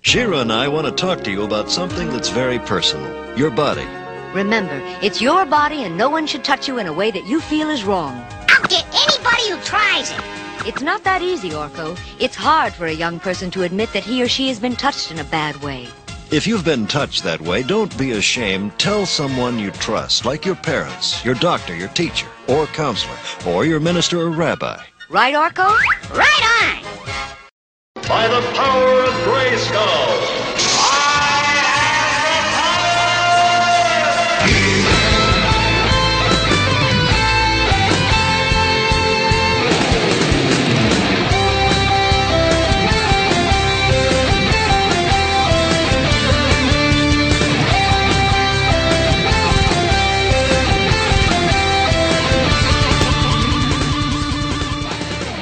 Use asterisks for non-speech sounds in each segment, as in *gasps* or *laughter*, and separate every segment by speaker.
Speaker 1: Shira and I want to talk to you about something that's very personal your body.
Speaker 2: Remember, it's your body and no one should touch you in a way that you feel is wrong.
Speaker 3: I'll get anybody who tries it.
Speaker 2: It's not that easy, Orko. It's hard for a young person to admit that he or she has been touched in a bad way.
Speaker 1: If you've been touched that way, don't be ashamed. Tell someone you trust, like your parents, your doctor, your teacher, or counselor, or your minister or rabbi.
Speaker 2: Right, Orko?
Speaker 3: Right on.
Speaker 4: By the power of Grayskull,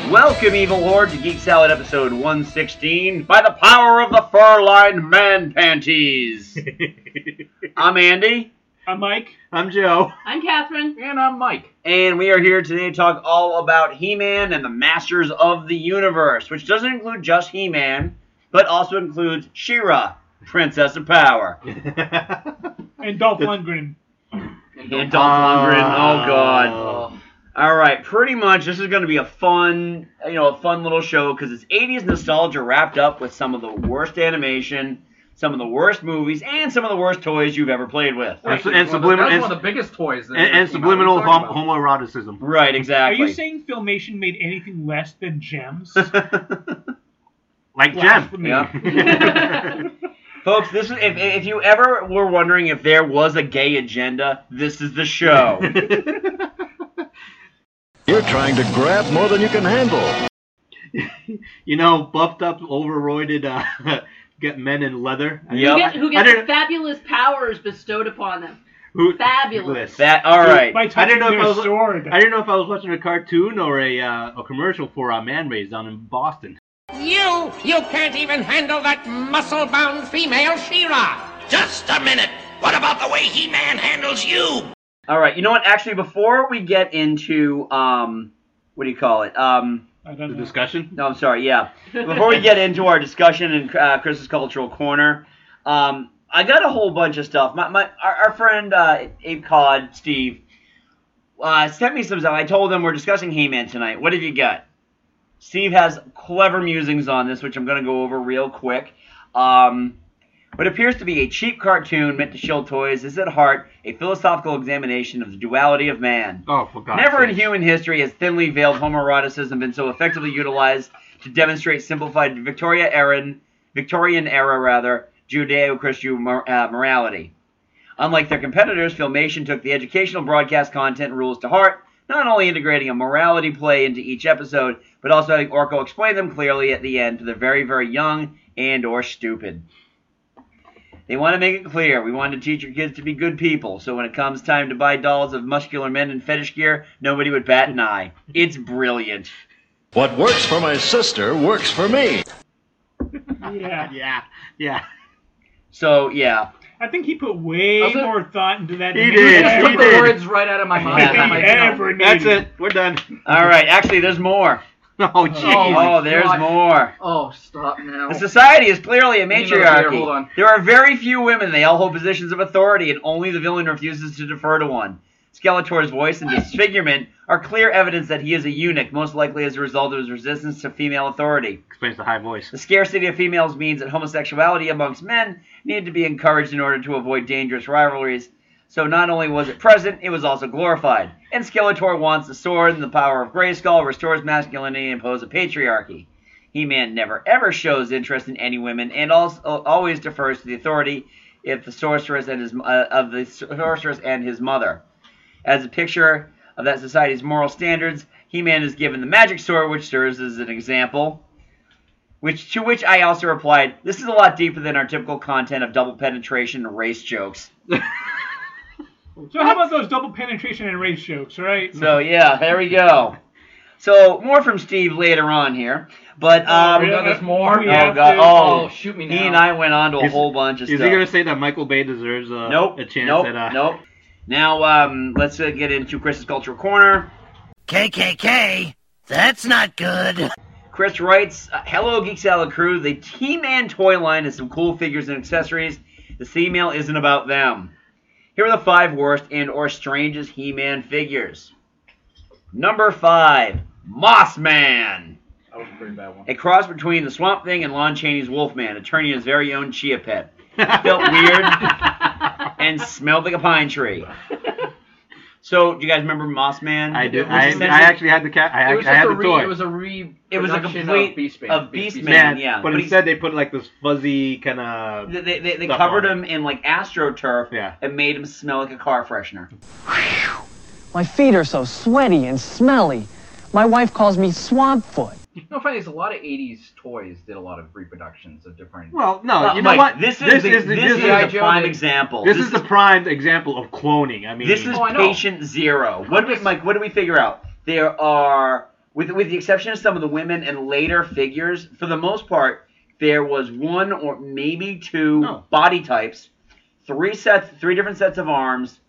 Speaker 5: Welcome, Evil Horde, to Geek Salad episode 116 by the power of the fur lined man panties. I'm Andy.
Speaker 6: I'm Uh, Mike.
Speaker 5: I'm Joe.
Speaker 6: I'm Catherine. And I'm Mike.
Speaker 5: And we are here today to talk all about He Man and the Masters of the Universe, which doesn't include just He Man, but also includes She Ra, Princess of Power.
Speaker 6: And Dolph Lundgren.
Speaker 5: And Dolph Lundgren. Oh God. All right. Pretty much, this is going to be a fun, you know, a fun little show because it's 80s nostalgia wrapped up with some of the worst animation, some of the worst movies, and some of the worst toys you've ever played with.
Speaker 7: and, and subliminal
Speaker 8: That's
Speaker 7: and,
Speaker 8: one of the biggest toys. that
Speaker 7: and- and
Speaker 8: ever came out. What are you
Speaker 7: subliminal
Speaker 8: talking
Speaker 7: hom-
Speaker 8: about?
Speaker 7: homoeroticism.
Speaker 5: Right.
Speaker 6: Are
Speaker 5: Exactly.
Speaker 6: you saying Filmation made anything less
Speaker 5: *laughs*
Speaker 6: than gems?
Speaker 7: Like Jem.
Speaker 6: Blasphemy. *laughs*
Speaker 5: Yeah.
Speaker 8: *laughs*
Speaker 5: Folks, this is if, if you ever were wondering if there was a gay agenda, this is the
Speaker 6: *laughs*
Speaker 5: show.
Speaker 1: You're trying to grab more than you can handle.
Speaker 7: You know, buffed up, overroided, uh, *laughs* get men in leather. I-
Speaker 5: Yep.
Speaker 9: Who gets, who
Speaker 7: I
Speaker 9: gets
Speaker 7: don't-
Speaker 9: fabulous powers bestowed upon them?
Speaker 7: Who,
Speaker 9: Fabulous.
Speaker 5: that all right.
Speaker 6: By
Speaker 7: I
Speaker 6: touching
Speaker 7: didn't know if I
Speaker 6: their
Speaker 7: was.
Speaker 6: sword.
Speaker 7: I didn't know if I was watching a cartoon or a uh, a commercial for uh, man raised down in Boston.
Speaker 10: You, you can't even handle that muscle-bound female Shira. Just a minute. What about the way He-Man handles you?
Speaker 5: All right. You know what? Actually, before we get into um, what do you call it? Um,
Speaker 6: I don't
Speaker 7: The
Speaker 6: know.
Speaker 7: discussion.
Speaker 5: no, I'm sorry. Yeah. Before we get into our discussion in uh, Chris's cultural corner, um, I got a whole bunch of stuff. My, my our, our friend uh, Abe Cod Steve uh, sent me some stuff. I told him we're discussing Heyman tonight. What have you got? Steve has clever musings on this, which I'm going to go over real quick. Um, what appears to be a cheap cartoon meant to shill toys is at heart a philosophical examination of the duality of man.
Speaker 7: Oh, for God's
Speaker 5: Never in
Speaker 7: sake.
Speaker 5: human history has thinly veiled homoeroticism been so effectively utilized to demonstrate simplified Victoria Aaron, Victorian era rather, Judeo-Christian mor- uh, morality. Unlike their competitors, Filmation took the educational broadcast content rules to heart, not only integrating a morality play into each episode, but also having Orko explain them clearly at the end to the very, very young and or stupid. They want to make it clear. We want to teach your kids to be good people. So when it comes time to buy dolls of muscular men in fetish gear, nobody would bat an eye. It's brilliant.
Speaker 1: What works for my sister works for me.
Speaker 6: Yeah.
Speaker 7: Yeah, yeah.
Speaker 5: So yeah,
Speaker 6: I think he put way
Speaker 8: Also-
Speaker 6: more thought into that.
Speaker 7: He
Speaker 6: than
Speaker 7: did.
Speaker 8: You
Speaker 6: ever-
Speaker 8: took
Speaker 7: did.
Speaker 8: the words right out of my mouth.
Speaker 6: than
Speaker 8: I'm
Speaker 6: he
Speaker 8: like, no.
Speaker 6: ever
Speaker 7: That's
Speaker 6: needed.
Speaker 7: it. We're done. *laughs*
Speaker 5: all right. Actually, there's
Speaker 8: *laughs*
Speaker 5: more.
Speaker 7: Oh, jeez.
Speaker 8: my
Speaker 5: Oh, there's
Speaker 8: God.
Speaker 5: more.
Speaker 8: Oh, stop now.
Speaker 5: The society is clearly a
Speaker 8: another beer,
Speaker 5: matriarchy.
Speaker 8: hold on.
Speaker 5: There are very few women. They all hold positions of authority, and only the villain refuses to defer to one. Skeletor's voice and disfigurement are clear evidence that he is a eunuch, most likely as a result of his resistance to female authority.
Speaker 7: Explains the high voice. *laughs*
Speaker 5: The scarcity of females means that homosexuality amongst men needed to be encouraged in order to avoid dangerous rivalries. So not only was it present, it was also glorified. And Skeletor wants the sword and the power of Grayskull restores masculinity and imposes a patriarchy. He-Man never ever shows interest in any women and also always defers to the authority if the sorceress and his uh, of the sorceress and his mother. As a picture of that society's moral standards, He-Man is given the magic sword, which serves as an example. Which to which I also replied, "This is a lot deeper than our typical content of double penetration and race jokes."
Speaker 6: So how about those double penetration and race jokes, right?
Speaker 5: So yeah, there we go. So more from Steve later on here, but um,
Speaker 6: Oh,
Speaker 8: No,
Speaker 6: really?
Speaker 8: there's more.
Speaker 6: We have
Speaker 5: oh god,
Speaker 6: to-
Speaker 5: oh,
Speaker 8: Oh, shoot me now.
Speaker 5: he and I went on to a
Speaker 7: Is-
Speaker 5: whole bunch of
Speaker 7: Is
Speaker 5: stuff.
Speaker 7: he gonna say that Michael Bay deserves a,
Speaker 5: nope,
Speaker 7: a chance
Speaker 5: nope,
Speaker 7: at uh, *laughs*
Speaker 5: nope. Now um, let's uh, get into Chris's cultural corner.
Speaker 10: KKK? That's not good.
Speaker 5: Chris writes, uh, "Hello, Geek Salad crew. The T-Man toy line has some cool figures and accessories. This email isn't about them. Here are the five worst and/or strangest He-Man figures. Number five, Moss Man."
Speaker 8: That was a pretty bad one.
Speaker 5: A cross between the Swamp Thing and Lon Chaney's Wolfman, a Eternia's very own Chia Pet. Felt weird and smelled like a pine tree. So, do you guys remember Moss Man?
Speaker 7: I do.
Speaker 8: It was
Speaker 7: I,
Speaker 8: essentially-
Speaker 7: I actually had the cat. I,
Speaker 8: It
Speaker 7: act-
Speaker 8: was
Speaker 7: I
Speaker 8: just
Speaker 7: had
Speaker 8: a
Speaker 7: the
Speaker 8: re-
Speaker 7: toy.
Speaker 8: It was a re.
Speaker 5: It was a
Speaker 8: reproduction
Speaker 5: complete-
Speaker 8: of Beastman.
Speaker 5: of Beastman.
Speaker 7: Man,
Speaker 5: yeah,
Speaker 7: but
Speaker 5: but
Speaker 7: instead they put like this fuzzy kind of.
Speaker 5: They, they, they
Speaker 7: Stuff
Speaker 5: covered
Speaker 7: on
Speaker 5: him in like AstroTurf
Speaker 7: Yeah.
Speaker 5: and made him smell like a car freshener.
Speaker 11: My feet are so sweaty and smelly. My wife calls me Swamp Foot.
Speaker 8: You know, funny is a lot of '80s toys did a lot of reproductions of different.
Speaker 7: Well, no,
Speaker 5: Well,
Speaker 7: you know
Speaker 5: Mike,
Speaker 7: what?
Speaker 5: This is the,
Speaker 7: the-
Speaker 5: this
Speaker 7: this
Speaker 5: is
Speaker 8: G.I.
Speaker 5: the
Speaker 8: Joe
Speaker 5: prime
Speaker 8: did-
Speaker 5: example.
Speaker 7: This is the prime example of cloning. I mean,
Speaker 5: This is
Speaker 8: Oh, I know.
Speaker 5: patient zero. What did we, Mike? What did we figure out? There are, with with the exception of some of the women and later figures, for the most part, there was one or maybe two
Speaker 7: No.
Speaker 5: body types, three sets, three different sets of arms.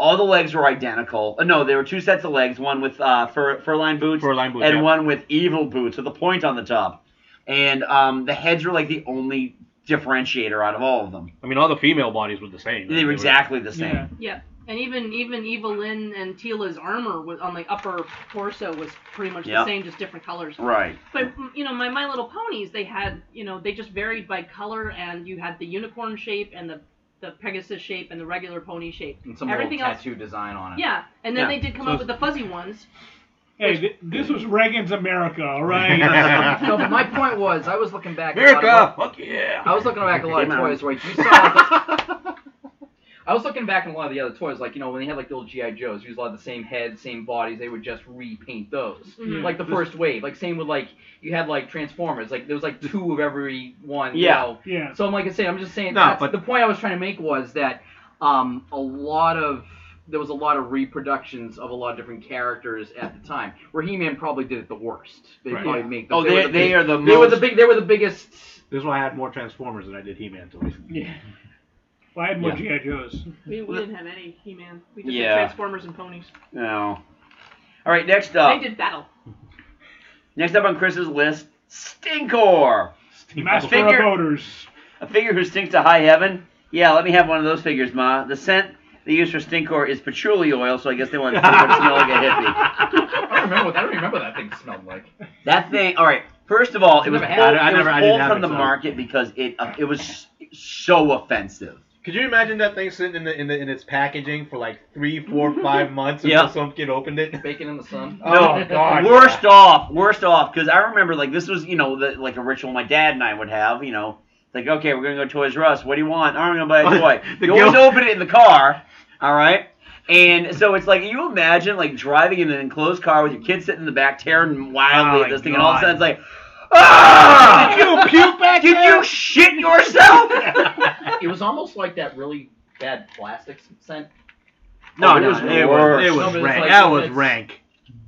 Speaker 5: All the legs were identical. Uh, No, there were two sets of legs. One with uh, fur fur-lined boots,
Speaker 7: Fur-lined boots,
Speaker 5: and
Speaker 7: yeah.
Speaker 5: one with evil boots with a point on the top. And um, the heads were like the only differentiator out of all of them.
Speaker 7: I mean, all the female bodies were the same.
Speaker 5: They were exactly the same.
Speaker 6: Yeah.
Speaker 9: Yeah, and even even Evelyn and Tila's armor was on the upper torso was pretty much
Speaker 5: Yeah.
Speaker 9: the same, just different colors.
Speaker 5: Right.
Speaker 9: But you know, my My Little Ponies, they had you know they just varied by color, and you had the unicorn shape and the the Pegasus shape and the regular pony shape.
Speaker 8: And some
Speaker 9: Everything
Speaker 8: little
Speaker 9: else,
Speaker 8: tattoo design on it.
Speaker 9: yeah. And then
Speaker 5: Yeah.
Speaker 9: they did come
Speaker 7: So
Speaker 9: up with the fuzzy ones.
Speaker 6: Hey, th- this was Reagan's America,
Speaker 5: *laughs*
Speaker 6: all right?
Speaker 7: *laughs*
Speaker 8: *laughs* No, but my point was, I was looking back. at a lot of
Speaker 7: America, fuck yeah!
Speaker 8: I was looking back at a lot of
Speaker 5: Came out.
Speaker 8: toys. Like
Speaker 5: *laughs*
Speaker 8: you saw. I was looking back at a lot of the other toys, like you know when they had like the old GI Joes, used a lot of the same heads, same bodies. They would just repaint those,
Speaker 9: Mhm.
Speaker 8: like the first wave. Like same with like you had like Transformers, like there was like two of every one. you
Speaker 5: Yeah.
Speaker 8: know.
Speaker 6: Yeah.
Speaker 8: So I'm like I say, I'm just saying.
Speaker 7: No,
Speaker 8: that's-
Speaker 7: but-
Speaker 8: the point I was trying to make was that um, a lot of there was a lot of reproductions of a lot of different characters at the time. Where He-Man probably did it the worst. They
Speaker 7: Right.
Speaker 8: probably make. The,
Speaker 5: Oh, they,
Speaker 8: were the
Speaker 5: they
Speaker 8: big-
Speaker 5: are the
Speaker 8: They were the
Speaker 5: most
Speaker 8: big. They were the biggest.
Speaker 7: This is why I had more Transformers than I did He-Man toys.
Speaker 6: yeah. Well, I had more GI
Speaker 8: Yeah.
Speaker 6: Joes.
Speaker 9: We, we didn't have any He-Man. We just
Speaker 5: Yeah.
Speaker 9: had Transformers and ponies.
Speaker 5: No. All right, next up.
Speaker 9: They did battle.
Speaker 5: Next up on Chris's list, Stinkor,
Speaker 6: Master
Speaker 5: Finger-
Speaker 6: of Odors.
Speaker 5: a figure who stinks to high heaven. Yeah, let me have one of those figures, Ma. The scent they use for Stinkor is patchouli oil, so I guess they want to smell like a
Speaker 7: *laughs*
Speaker 5: hippie.
Speaker 8: I don't remember. what- I don't remember what that thing smelled like.
Speaker 5: That thing. All right. First of all, it was
Speaker 8: Never
Speaker 5: pulled,
Speaker 8: had
Speaker 7: it. I
Speaker 5: it was
Speaker 7: never- I didn't
Speaker 5: pulled
Speaker 7: have
Speaker 5: from
Speaker 7: it,
Speaker 5: the
Speaker 7: so.
Speaker 5: market because it uh, it was so offensive.
Speaker 7: Could you imagine that thing sitting in the, in, the, in its packaging for like three, four, five months
Speaker 5: Yeah.
Speaker 7: until some kid opened it?
Speaker 8: Bacon in the sun.
Speaker 7: Oh, God.
Speaker 5: Worst off, worst off, because I remember like this was you know the, like a ritual my dad and I would have. You know, like okay, we're gonna go to Toys R Us. What do you want? "Oh, I'm gonna buy a toy.
Speaker 7: *laughs* The
Speaker 5: you always
Speaker 7: guilt.
Speaker 5: open it in the car. All right. And so it's like you imagine like driving in an enclosed car with your kid sitting in the back tearing wildly
Speaker 7: Oh,
Speaker 5: at
Speaker 7: my
Speaker 5: this thing, and all of a
Speaker 7: God.
Speaker 5: sudden it's like, ah!
Speaker 7: Did you puke back
Speaker 5: Did
Speaker 7: there?
Speaker 5: you shit
Speaker 7: *laughs*
Speaker 5: yourself?
Speaker 8: *laughs* It was almost like that really bad plastic scent.
Speaker 5: no, *laughs*
Speaker 8: Oh,
Speaker 5: it
Speaker 8: no,
Speaker 5: was
Speaker 8: no,
Speaker 5: it
Speaker 8: it
Speaker 5: was
Speaker 8: was-
Speaker 7: It was
Speaker 8: No, but it's
Speaker 7: rank.
Speaker 8: like-
Speaker 7: that was
Speaker 8: it's-
Speaker 7: rank.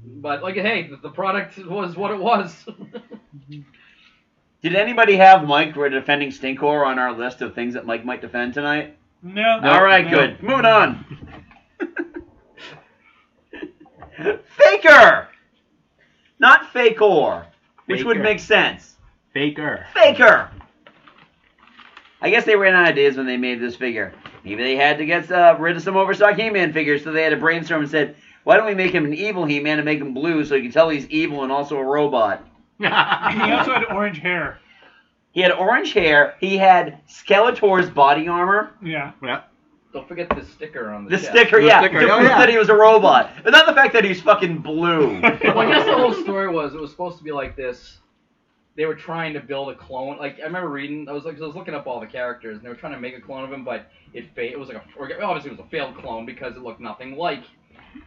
Speaker 8: But like, hey, the, the product was what it was.
Speaker 5: Did anybody have Mike for defending Stinkor on our list of things that Mike might defend tonight?
Speaker 6: No.
Speaker 5: All right,
Speaker 6: no.
Speaker 5: good. Moving on. *laughs* Faker, not fakor, which would
Speaker 7: Faker.
Speaker 5: make sense.
Speaker 7: *laughs* Faker.
Speaker 5: Faker. I guess they ran out of ideas when they made this figure. Maybe they had to get uh, rid of some overstock He-Man figures, so they had a brainstorm and said, "Why don't we make him an evil He-Man and make him blue, so you can tell he's evil and also a robot?"
Speaker 6: And he also had orange hair.
Speaker 5: He had orange hair. He had Skeletor's body armor.
Speaker 6: Yeah.
Speaker 7: yeah.
Speaker 8: Don't forget the sticker on the.
Speaker 5: The
Speaker 8: chest.
Speaker 5: sticker,
Speaker 7: The
Speaker 5: yeah,
Speaker 7: sticker,
Speaker 5: to
Speaker 7: oh,
Speaker 5: prove
Speaker 7: yeah.
Speaker 5: that he was a robot, but not the fact that he's fucking blue.
Speaker 8: Well, I guess the whole story was it was supposed to be like this. They were trying to build a clone. Like I remember reading, I was like, I was looking up all the characters, and they were trying to make a clone of him, but it failed. It was like a or- obviously it was a failed clone because it looked nothing like.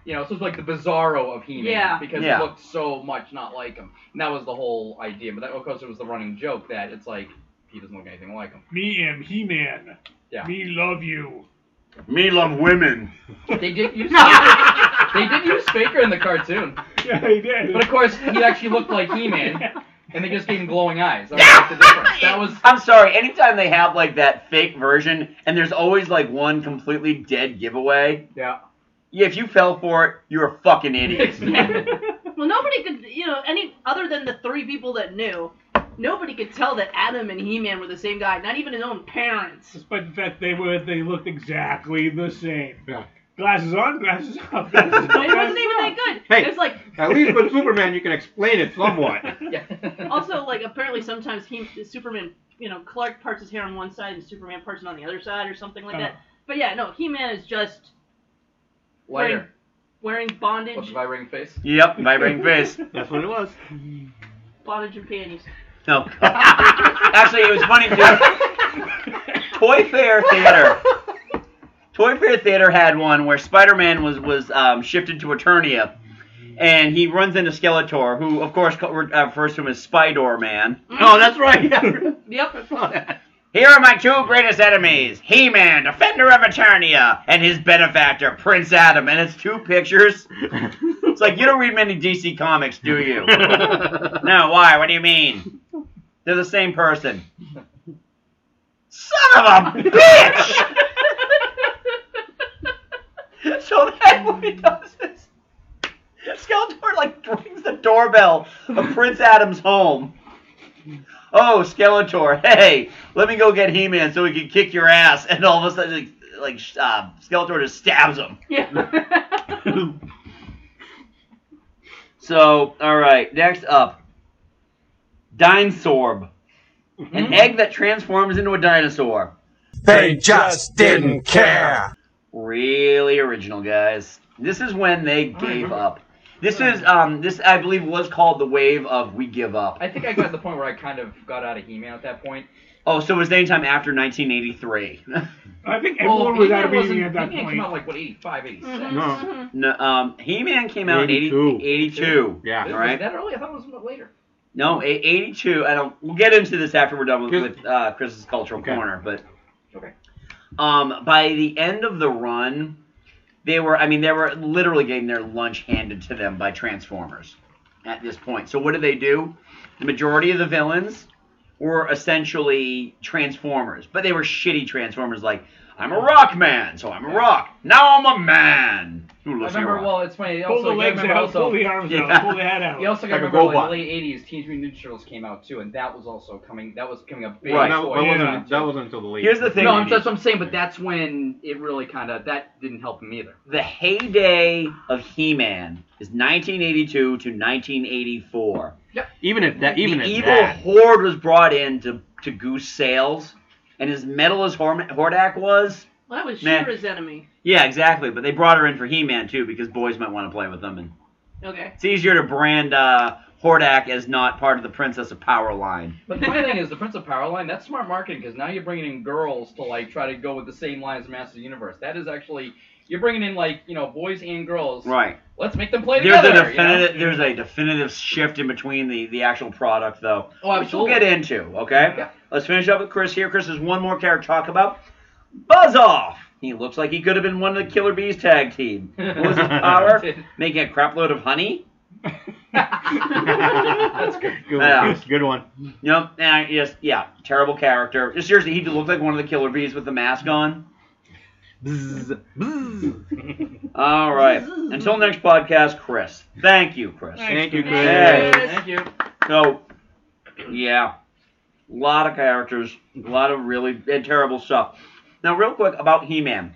Speaker 8: You know, this was like the Bizarro of He-Man
Speaker 9: Yeah.
Speaker 8: because
Speaker 5: Yeah.
Speaker 8: it looked so much not like him, and that was the whole idea. But that, of course, it was the running joke that it's like he doesn't look anything like him.
Speaker 6: Me am He Man.
Speaker 8: Yeah.
Speaker 6: Me love you. *laughs*
Speaker 5: Me love women.
Speaker 8: They did use they did use Faker in the cartoon,
Speaker 6: Yeah, he did.
Speaker 8: but of course he actually looked like He-Man, and they just gave him glowing eyes. That was like the difference. That was
Speaker 5: I'm sorry. Anytime they have like that fake version, and there's always like one completely dead giveaway.
Speaker 8: yeah.
Speaker 5: Yeah, if you fell for it, you're a fucking idiot.
Speaker 8: *laughs* Exactly.
Speaker 9: Well, nobody could, you know, any other than the three people that knew, nobody could tell that Adam and He-Man were the same guy. Not even his own
Speaker 6: *laughs*
Speaker 9: parents.
Speaker 6: Despite the fact they were, they looked exactly the same. Glasses on, glasses
Speaker 8: *laughs*
Speaker 6: off. Glasses on,
Speaker 9: It wasn't even
Speaker 6: glasses
Speaker 9: that good.
Speaker 7: Hey,
Speaker 9: It's like
Speaker 7: *laughs* at least with Superman you can explain it somewhat.
Speaker 9: also like apparently sometimes he Superman you know Clark parts his hair on one side and Superman parts it on the other side or something like that.
Speaker 8: Uh.
Speaker 9: But yeah, no, He Man is just
Speaker 8: Lighter.
Speaker 9: wearing
Speaker 8: What's
Speaker 9: bondage,
Speaker 8: vibrating face?
Speaker 5: Yep, vibrating face.
Speaker 7: That's what it was.
Speaker 9: bondage and panties.
Speaker 5: No. Actually, it was funny too. Toy Fair Theater. Toy Fair Theater had one where Spider-Man was was um, shifted to Eternia, and he runs into Skeletor, who of course co- uh, refers to him as Spider Man.
Speaker 7: Oh, that's right. *laughs* Yeah.
Speaker 9: Yep. *laughs*
Speaker 5: Here are my two greatest enemies: He-Man, Defender of Eternia, and his benefactor, Prince Adam. And it's two pictures. It's like you don't read many DC comics, do you? no. Why? What do you mean? They're the same person. Son of a bitch! *laughs* so then what he does is Skeletor like rings the doorbell of Prince Adam's home. Oh, Skeletor, hey, let me go get He-Man so he can kick your ass. And all of a sudden, like, like uh, Skeletor just stabs him.
Speaker 9: Yeah.
Speaker 5: So, all right, next up, Dinosaur, an egg that transforms into a dinosaur.
Speaker 12: They just didn't care.
Speaker 5: Really original, guys. This is when they gave up. This is um, this I believe was called the wave of we give up.
Speaker 8: *laughs* I think I got to the point where I kind of got out of He-Man at that point.
Speaker 5: Oh, so it was anytime after 1983.
Speaker 6: I think
Speaker 8: Well,
Speaker 6: everyone was out
Speaker 8: He-Man
Speaker 6: of meeting
Speaker 8: wasn't-
Speaker 6: at that
Speaker 8: He-Man came out
Speaker 6: point.
Speaker 8: like what 85, 86.
Speaker 9: Mm-hmm.
Speaker 5: No. *laughs* no um, He-Man came out in 80, 82. Yeah. All
Speaker 8: Was
Speaker 5: right.
Speaker 8: that early? I thought it was later.
Speaker 5: No, a- 82. I don't. We'll get into this after we're done with, with uh, Chris's cultural corner, but
Speaker 8: Okay.
Speaker 5: um, by the end of the run, they were. I mean, they were literally getting their lunch handed to them by Transformers at this point. So what do they do? The majority of the villains were essentially Transformers, but they were shitty Transformers. Like I'm a rock man, so I'm a rock. Now I'm a man. Who
Speaker 8: I
Speaker 5: lives
Speaker 8: remember,
Speaker 5: here?
Speaker 8: well, it's funny.
Speaker 6: Pull
Speaker 8: also,
Speaker 6: the
Speaker 8: you
Speaker 6: legs
Speaker 8: remember
Speaker 6: out,
Speaker 8: also,
Speaker 6: pull the arms
Speaker 5: Yeah.
Speaker 6: out, pull the head
Speaker 8: *laughs*
Speaker 6: out.
Speaker 8: You also
Speaker 5: Like
Speaker 8: got to
Speaker 5: a
Speaker 8: remember, like,
Speaker 5: robot.
Speaker 8: the late 80s, Teenage Mutant Ninja Turtles came out, too, and that was also coming, that was coming up big.
Speaker 5: Right.
Speaker 7: That, that
Speaker 8: for it.
Speaker 7: wasn't, that wasn't until the late.
Speaker 5: Here's the thing.
Speaker 8: No, I'm- that's what I'm saying, but that's when it really kind of, that didn't help him either.
Speaker 5: the heyday of He-Man is 1982 to 1984.
Speaker 7: Even if that, even
Speaker 5: the
Speaker 7: if
Speaker 5: evil
Speaker 7: that.
Speaker 5: *laughs* Horde was brought in to, to goose sales, and as metal as Horm- Hordak was,
Speaker 9: Well, that was
Speaker 5: Man.
Speaker 9: Shira's enemy.
Speaker 5: yeah, exactly. But they brought her in for He-Man too because boys might want to play with them, and
Speaker 9: Okay.
Speaker 5: it's easier to brand uh, Hordak as not part of the Princess of Power line.
Speaker 8: But the funny thing is, the Prince of Power line, that's smart marketing, because now you're bringing in girls to, like, try to go with the same line as Master of the Universe. That is actually, you're bringing in, like, you know, boys and girls.
Speaker 5: Right.
Speaker 8: Let's make them play
Speaker 5: There's a
Speaker 8: together. you know?
Speaker 5: definitive there's a definitive shift in between the, the actual product though,
Speaker 8: Oh,
Speaker 5: which we'll
Speaker 8: absolutely.
Speaker 5: get into. Okay,
Speaker 8: Yeah.
Speaker 5: let's finish up with Chris here. Chris has one more character to talk about. Buzz off. He looks like he could have been one of the Killer Bees tag team. What was
Speaker 7: *laughs*
Speaker 9: *laughs*
Speaker 5: his power? Making a crapload of honey.
Speaker 8: *laughs* That's good.
Speaker 7: Good,
Speaker 5: Yeah.
Speaker 7: one, Chris. good one.
Speaker 5: Yep. And I just yeah, terrible character. Just seriously, he looked like one of the Killer Bees with the mask on.
Speaker 7: Bzzz, bzzz.
Speaker 5: All
Speaker 7: *laughs*
Speaker 5: right. Until next podcast, Chris. Thank you, Chris.
Speaker 7: Thank you, Chris.
Speaker 5: Hey.
Speaker 8: Thank you.
Speaker 5: So, yeah, a lot of characters, a lot of really and terrible stuff. Now, real quick about He-Man.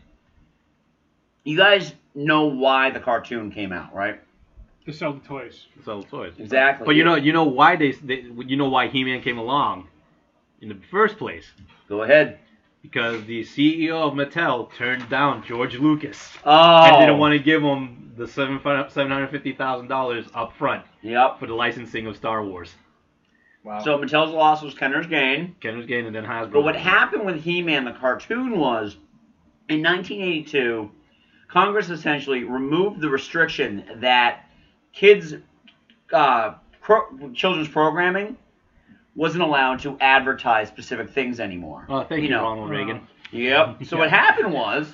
Speaker 5: You guys know why the cartoon came out, right?
Speaker 6: To sell the toys.
Speaker 7: Sell toys.
Speaker 5: Exactly.
Speaker 7: But you know, you know why they, they you know why He-Man came along in the first place
Speaker 5: Go ahead.
Speaker 7: because the CEO of Mattel turned down George Lucas
Speaker 5: Oh.
Speaker 7: and didn't want to give him the seven seven hundred fifty thousand dollars up front
Speaker 5: Yep.
Speaker 7: for the licensing of Star Wars.
Speaker 8: Wow.
Speaker 5: So Mattel's loss was Kenner's gain.
Speaker 7: Kenner's gain and then Hasbro.
Speaker 5: But what happened with He-Man the cartoon was in 1982, Congress essentially removed the restriction that kids uh, pro- children's programming wasn't allowed to advertise specific things anymore.
Speaker 7: Oh, thank you,
Speaker 5: know. Uh,
Speaker 7: Ronald Reagan.
Speaker 5: Yep. So what happened was,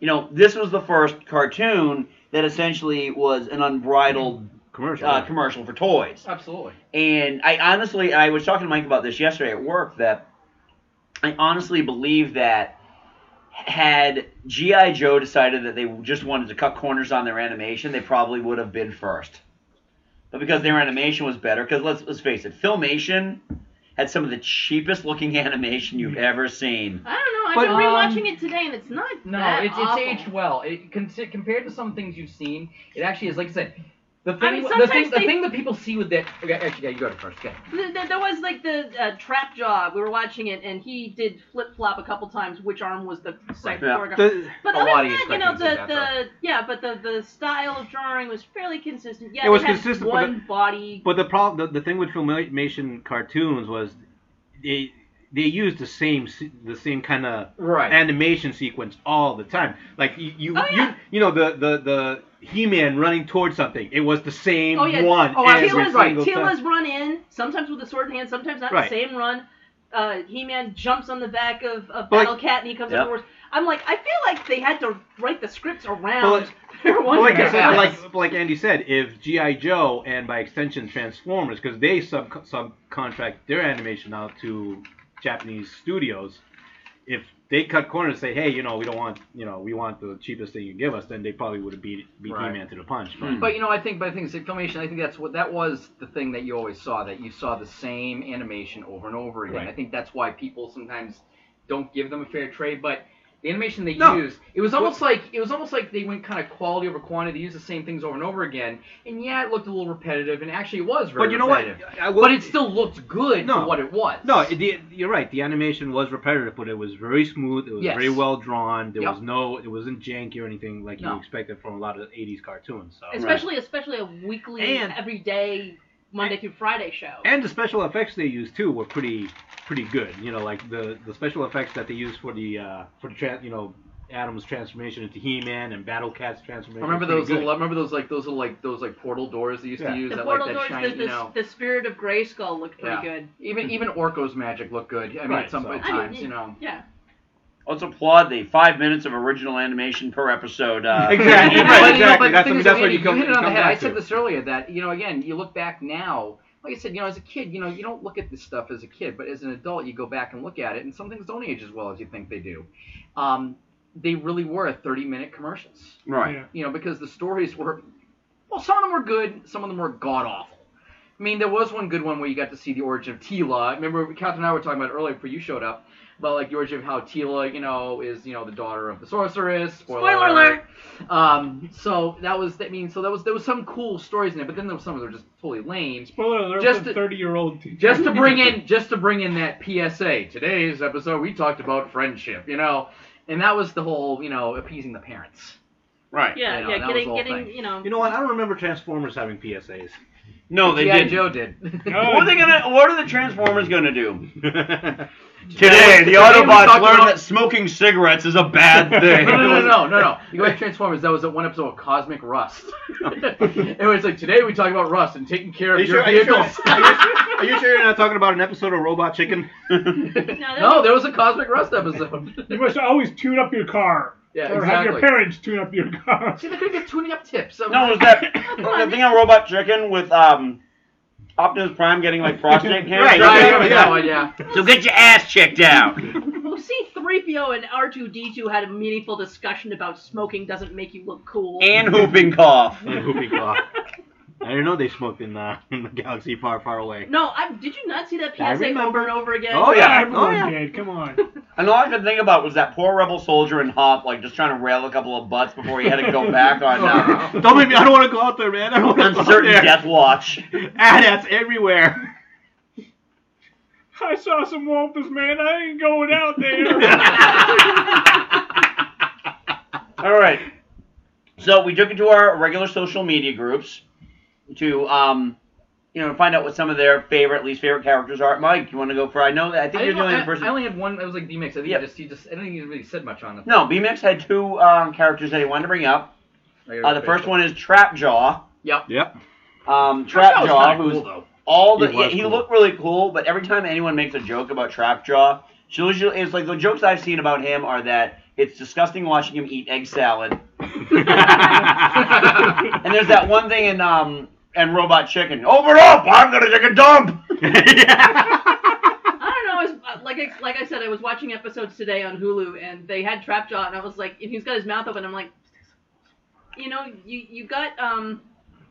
Speaker 5: you know, this was the first cartoon that essentially was an unbridled
Speaker 7: Commercial.
Speaker 5: uh, commercial for toys.
Speaker 8: Absolutely.
Speaker 5: And I honestly, I was talking to Mike about this yesterday at work that I honestly believe that had G.I. Joe decided that they just wanted to cut corners on their animation, they probably would have been first. but because their animation was better. Because let's let's face it, Filmation had some of the cheapest looking *laughs* animation you've ever seen.
Speaker 9: I don't know. I've
Speaker 5: But,
Speaker 9: been
Speaker 5: um,
Speaker 9: rewatching it today, and it's not
Speaker 8: No,
Speaker 9: that
Speaker 8: it's,
Speaker 9: awful.
Speaker 8: it's aged well. It con- compared to some things you've seen, it actually is like I said. The thing,
Speaker 9: I mean,
Speaker 8: the, thing
Speaker 9: sometimes
Speaker 8: the
Speaker 9: they-
Speaker 8: thing that people see with that. Okay, actually, yeah, you go to first. Okay.
Speaker 9: Th- th- There was like the uh, trap jaw. We were watching it, and he did flip flop a couple times. Which arm was the
Speaker 8: Right.
Speaker 9: second
Speaker 8: Yeah.
Speaker 9: choreograph?
Speaker 8: The-
Speaker 9: But
Speaker 8: A
Speaker 9: other
Speaker 8: lot
Speaker 9: than
Speaker 8: of
Speaker 9: that,
Speaker 8: these
Speaker 9: you know,
Speaker 8: cartoons
Speaker 9: the,
Speaker 8: are
Speaker 9: the yeah, but the, the style of drawing was fairly consistent. Yeah,
Speaker 7: It was
Speaker 9: they had
Speaker 7: consistent, but
Speaker 9: One
Speaker 7: the-
Speaker 9: body.
Speaker 7: But the problem, the, the thing with filmation cartoons was they they used the same se- the same kind of
Speaker 8: Right.
Speaker 7: animation sequence all the time. Like you you
Speaker 9: Oh, yeah.
Speaker 7: you, you know the the the He Man running towards something. It was the same
Speaker 9: Oh yeah.
Speaker 7: one.
Speaker 9: oh,
Speaker 7: every
Speaker 9: Tila's,
Speaker 7: single
Speaker 9: Tila's
Speaker 7: time.
Speaker 9: run in sometimes with the sword in hand, sometimes not
Speaker 7: Right.
Speaker 9: the same run. Uh, He-Man jumps on the back of, of
Speaker 7: But-
Speaker 9: Battle Cat, and he comes
Speaker 7: Yep.
Speaker 9: up with I'm like, I feel like they had to write the scripts around.
Speaker 7: But
Speaker 9: *laughs* their
Speaker 7: like,
Speaker 9: one
Speaker 7: like I said,
Speaker 9: guy.
Speaker 7: like like Andy said, if GI Joe and by extension Transformers, because they sub subcontract their animation out to Japanese studios, if they cut corners, and say, hey, you know, we don't want, you know, we want the cheapest thing you give us, then they probably would have beat beat
Speaker 8: Right. Hmm.
Speaker 7: He-Man to the punch.
Speaker 8: But you know, I think, but I think it's filmation. I think that's what that was the thing that you always saw that you saw the same animation over and over again.
Speaker 7: Right.
Speaker 8: I think that's why people sometimes don't give them a fair trade. But the animation they
Speaker 7: No.
Speaker 8: used, it was almost like it was almost like they went kind of quality over quantity. They used the same things over and over again, and yeah, it looked a little repetitive, and actually it was. Very
Speaker 7: But you know what?
Speaker 8: repetitive.
Speaker 7: I will-
Speaker 8: but it still looked good
Speaker 7: No.
Speaker 8: for what it was.
Speaker 7: No, it, the, you're right. The animation was repetitive, but it was very smooth. It was
Speaker 8: Yes.
Speaker 7: very well drawn. There
Speaker 8: Yep.
Speaker 7: was no, it wasn't janky or anything like
Speaker 9: No.
Speaker 7: you expected from a lot of '80s cartoons. So.
Speaker 9: especially especially a weekly, everyday Monday through Friday show.
Speaker 7: And the special effects they used too were pretty pretty good. You know, like the the special effects that they used for the uh, for the tran you know Adam's transformation into He-Man and Battle Cat's transformation.
Speaker 8: remember
Speaker 7: was
Speaker 8: those
Speaker 7: pretty
Speaker 8: little, remember those like those little like those like portal doors they used
Speaker 7: Yeah.
Speaker 8: to use
Speaker 9: the
Speaker 8: that
Speaker 9: portal
Speaker 8: like that
Speaker 9: doors,
Speaker 8: shiny,
Speaker 9: the,
Speaker 8: you
Speaker 9: the,
Speaker 8: know.
Speaker 9: the spirit of Grayskull looked pretty good.
Speaker 8: Even
Speaker 7: Hmm.
Speaker 8: even Orko's magic looked good. I mean,
Speaker 5: Right,
Speaker 8: at some
Speaker 5: so-
Speaker 8: at
Speaker 9: I mean,
Speaker 8: times, you know.
Speaker 9: Yeah.
Speaker 5: Let's applaud the five minutes of original animation per episode. Uh, *laughs*
Speaker 7: Exactly,
Speaker 5: Yeah.
Speaker 7: right,
Speaker 8: But, you know,
Speaker 7: exactly.
Speaker 8: but the
Speaker 7: That's-
Speaker 8: thing is,
Speaker 7: that's what
Speaker 8: Andy,
Speaker 7: you come-
Speaker 8: hit it
Speaker 7: you
Speaker 8: on the
Speaker 7: come
Speaker 8: head.
Speaker 7: back
Speaker 8: I said
Speaker 7: to.
Speaker 8: this earlier that you know, again, you look back now. Like I said, you know, as a kid, you know, you don't look at this stuff as a kid, but as an adult, you go back and look at it, and some things don't age as well as you think they do. Um, they really were 30-minute commercials,
Speaker 5: Right. Yeah.
Speaker 8: You know, because the stories were, well, some of them were good, some of them were god awful. I mean, there was one good one where you got to see the origin of Tila. Remember, Catherine and I were talking about it earlier before you showed up, about like the origin of how Tila, you know, is you know the daughter of the sorceress.
Speaker 9: Spoiler alert.
Speaker 8: Um, so that was I mean, so that was there was some cool stories in it, but then there was some that were just totally lame.
Speaker 6: Spoiler alert
Speaker 8: Just
Speaker 6: for
Speaker 8: to-
Speaker 6: thirty-year-old.
Speaker 8: Just to bring in, just to bring in that PSA. Today's episode, we talked about friendship, you know, and that was the whole, you know, appeasing the parents.
Speaker 5: Right.
Speaker 9: Yeah,
Speaker 8: You know,
Speaker 9: yeah,
Speaker 8: that was the
Speaker 9: getting
Speaker 8: whole
Speaker 9: getting
Speaker 8: thing.
Speaker 9: you know
Speaker 7: You know what? I don't remember Transformers having PSAs.
Speaker 5: No, they
Speaker 8: G.I.
Speaker 5: didn't.
Speaker 8: Joe did. *laughs*
Speaker 5: What are they gonna? What are the Transformers gonna
Speaker 7: *laughs*
Speaker 5: do?
Speaker 8: Today,
Speaker 5: Today,
Speaker 8: we
Speaker 5: the
Speaker 8: talked
Speaker 5: Autobots learned
Speaker 8: about-
Speaker 5: that smoking cigarettes is a
Speaker 7: *laughs*
Speaker 5: bad thing.
Speaker 8: No, no, no, no, no, no. You go back to Transformers. That was that one episode of Cosmic Rust. it was like today we talk about rust and taking care of
Speaker 7: Are you, sure,
Speaker 8: your
Speaker 7: are, you sure,
Speaker 8: vehicles.
Speaker 7: are, you, are you sure you're not talking about an episode of Robot
Speaker 5: *laughs*
Speaker 7: Chicken?
Speaker 8: no, there was a Cosmic Rust episode. *laughs*
Speaker 6: You must always tune up your car.
Speaker 8: Yeah,
Speaker 6: or have your
Speaker 8: exactly.
Speaker 6: parents tune up your
Speaker 8: *laughs*
Speaker 6: car. *laughs*
Speaker 8: See, they're gonna get tuning up tips. I'm
Speaker 5: No, it was that the thing on Robot Chicken with um, Optimus Prime getting like
Speaker 8: *laughs*
Speaker 5: prostate cancer?
Speaker 8: Right, right, yeah, that one, yeah.
Speaker 5: So get your ass checked out.
Speaker 9: Well, C-3PO and R2-D2 had a meaningful discussion about smoking doesn't make you look cool.
Speaker 5: *laughs* And whooping cough.
Speaker 7: And whooping cough. I didn't know they smoked in, uh, in the galaxy far, far away.
Speaker 9: No, I did you not see that
Speaker 7: I
Speaker 9: PSA
Speaker 7: remember.
Speaker 9: over and over again?
Speaker 5: Oh, yeah.
Speaker 6: Everyone
Speaker 5: Oh, yeah.
Speaker 6: did. Come on.
Speaker 8: *laughs*
Speaker 5: And all I could think about was that poor rebel soldier and Hop, like just trying to rail a couple of butts before he had to go back on
Speaker 8: *laughs*
Speaker 5: uh,
Speaker 7: Don't make me. I don't want to go out there, man. I don't want
Speaker 8: Oh,
Speaker 7: to go out
Speaker 5: uncertain
Speaker 7: there.
Speaker 5: death watch.
Speaker 7: Ah, that's everywhere.
Speaker 6: I saw some wampus, man. I ain't going out
Speaker 8: *laughs*
Speaker 6: there.
Speaker 5: *laughs* All right. So we took it to our regular social media groups to, um, you know, find out what some of their favorite, least favorite characters are. Mike, you want to go for? I know that I think
Speaker 8: I,
Speaker 5: you're
Speaker 8: didn't
Speaker 5: the
Speaker 8: know-
Speaker 5: only
Speaker 8: I-
Speaker 5: person.
Speaker 8: I only had one. It was like D-Mix. I think
Speaker 5: Yep.
Speaker 8: he just, he just, I don't think he really said much on it.
Speaker 5: No, BMX had two um, characters that he wanted to bring up. Uh, the first one is Trapjaw.
Speaker 8: Yep.
Speaker 7: Yep.
Speaker 5: Um,
Speaker 8: Trapjaw's
Speaker 5: Trapjaw,
Speaker 8: kinda cool,
Speaker 5: who's
Speaker 8: though.
Speaker 5: all the
Speaker 8: He
Speaker 5: he,
Speaker 8: was
Speaker 5: he
Speaker 8: cool.
Speaker 5: looked really cool, but every time anyone makes a joke about Trapjaw, she usually it's like the jokes I've seen about him are that it's disgusting watching him eat egg salad. and there's that one thing in um and Robot Chicken. Open up! I'm gonna take a dump.
Speaker 9: I don't know. It's, uh, like I, like I said, I was watching episodes today on Hulu, and they had Trapjaw, and I was like, and he's got his mouth open. I'm like, you know, you you got um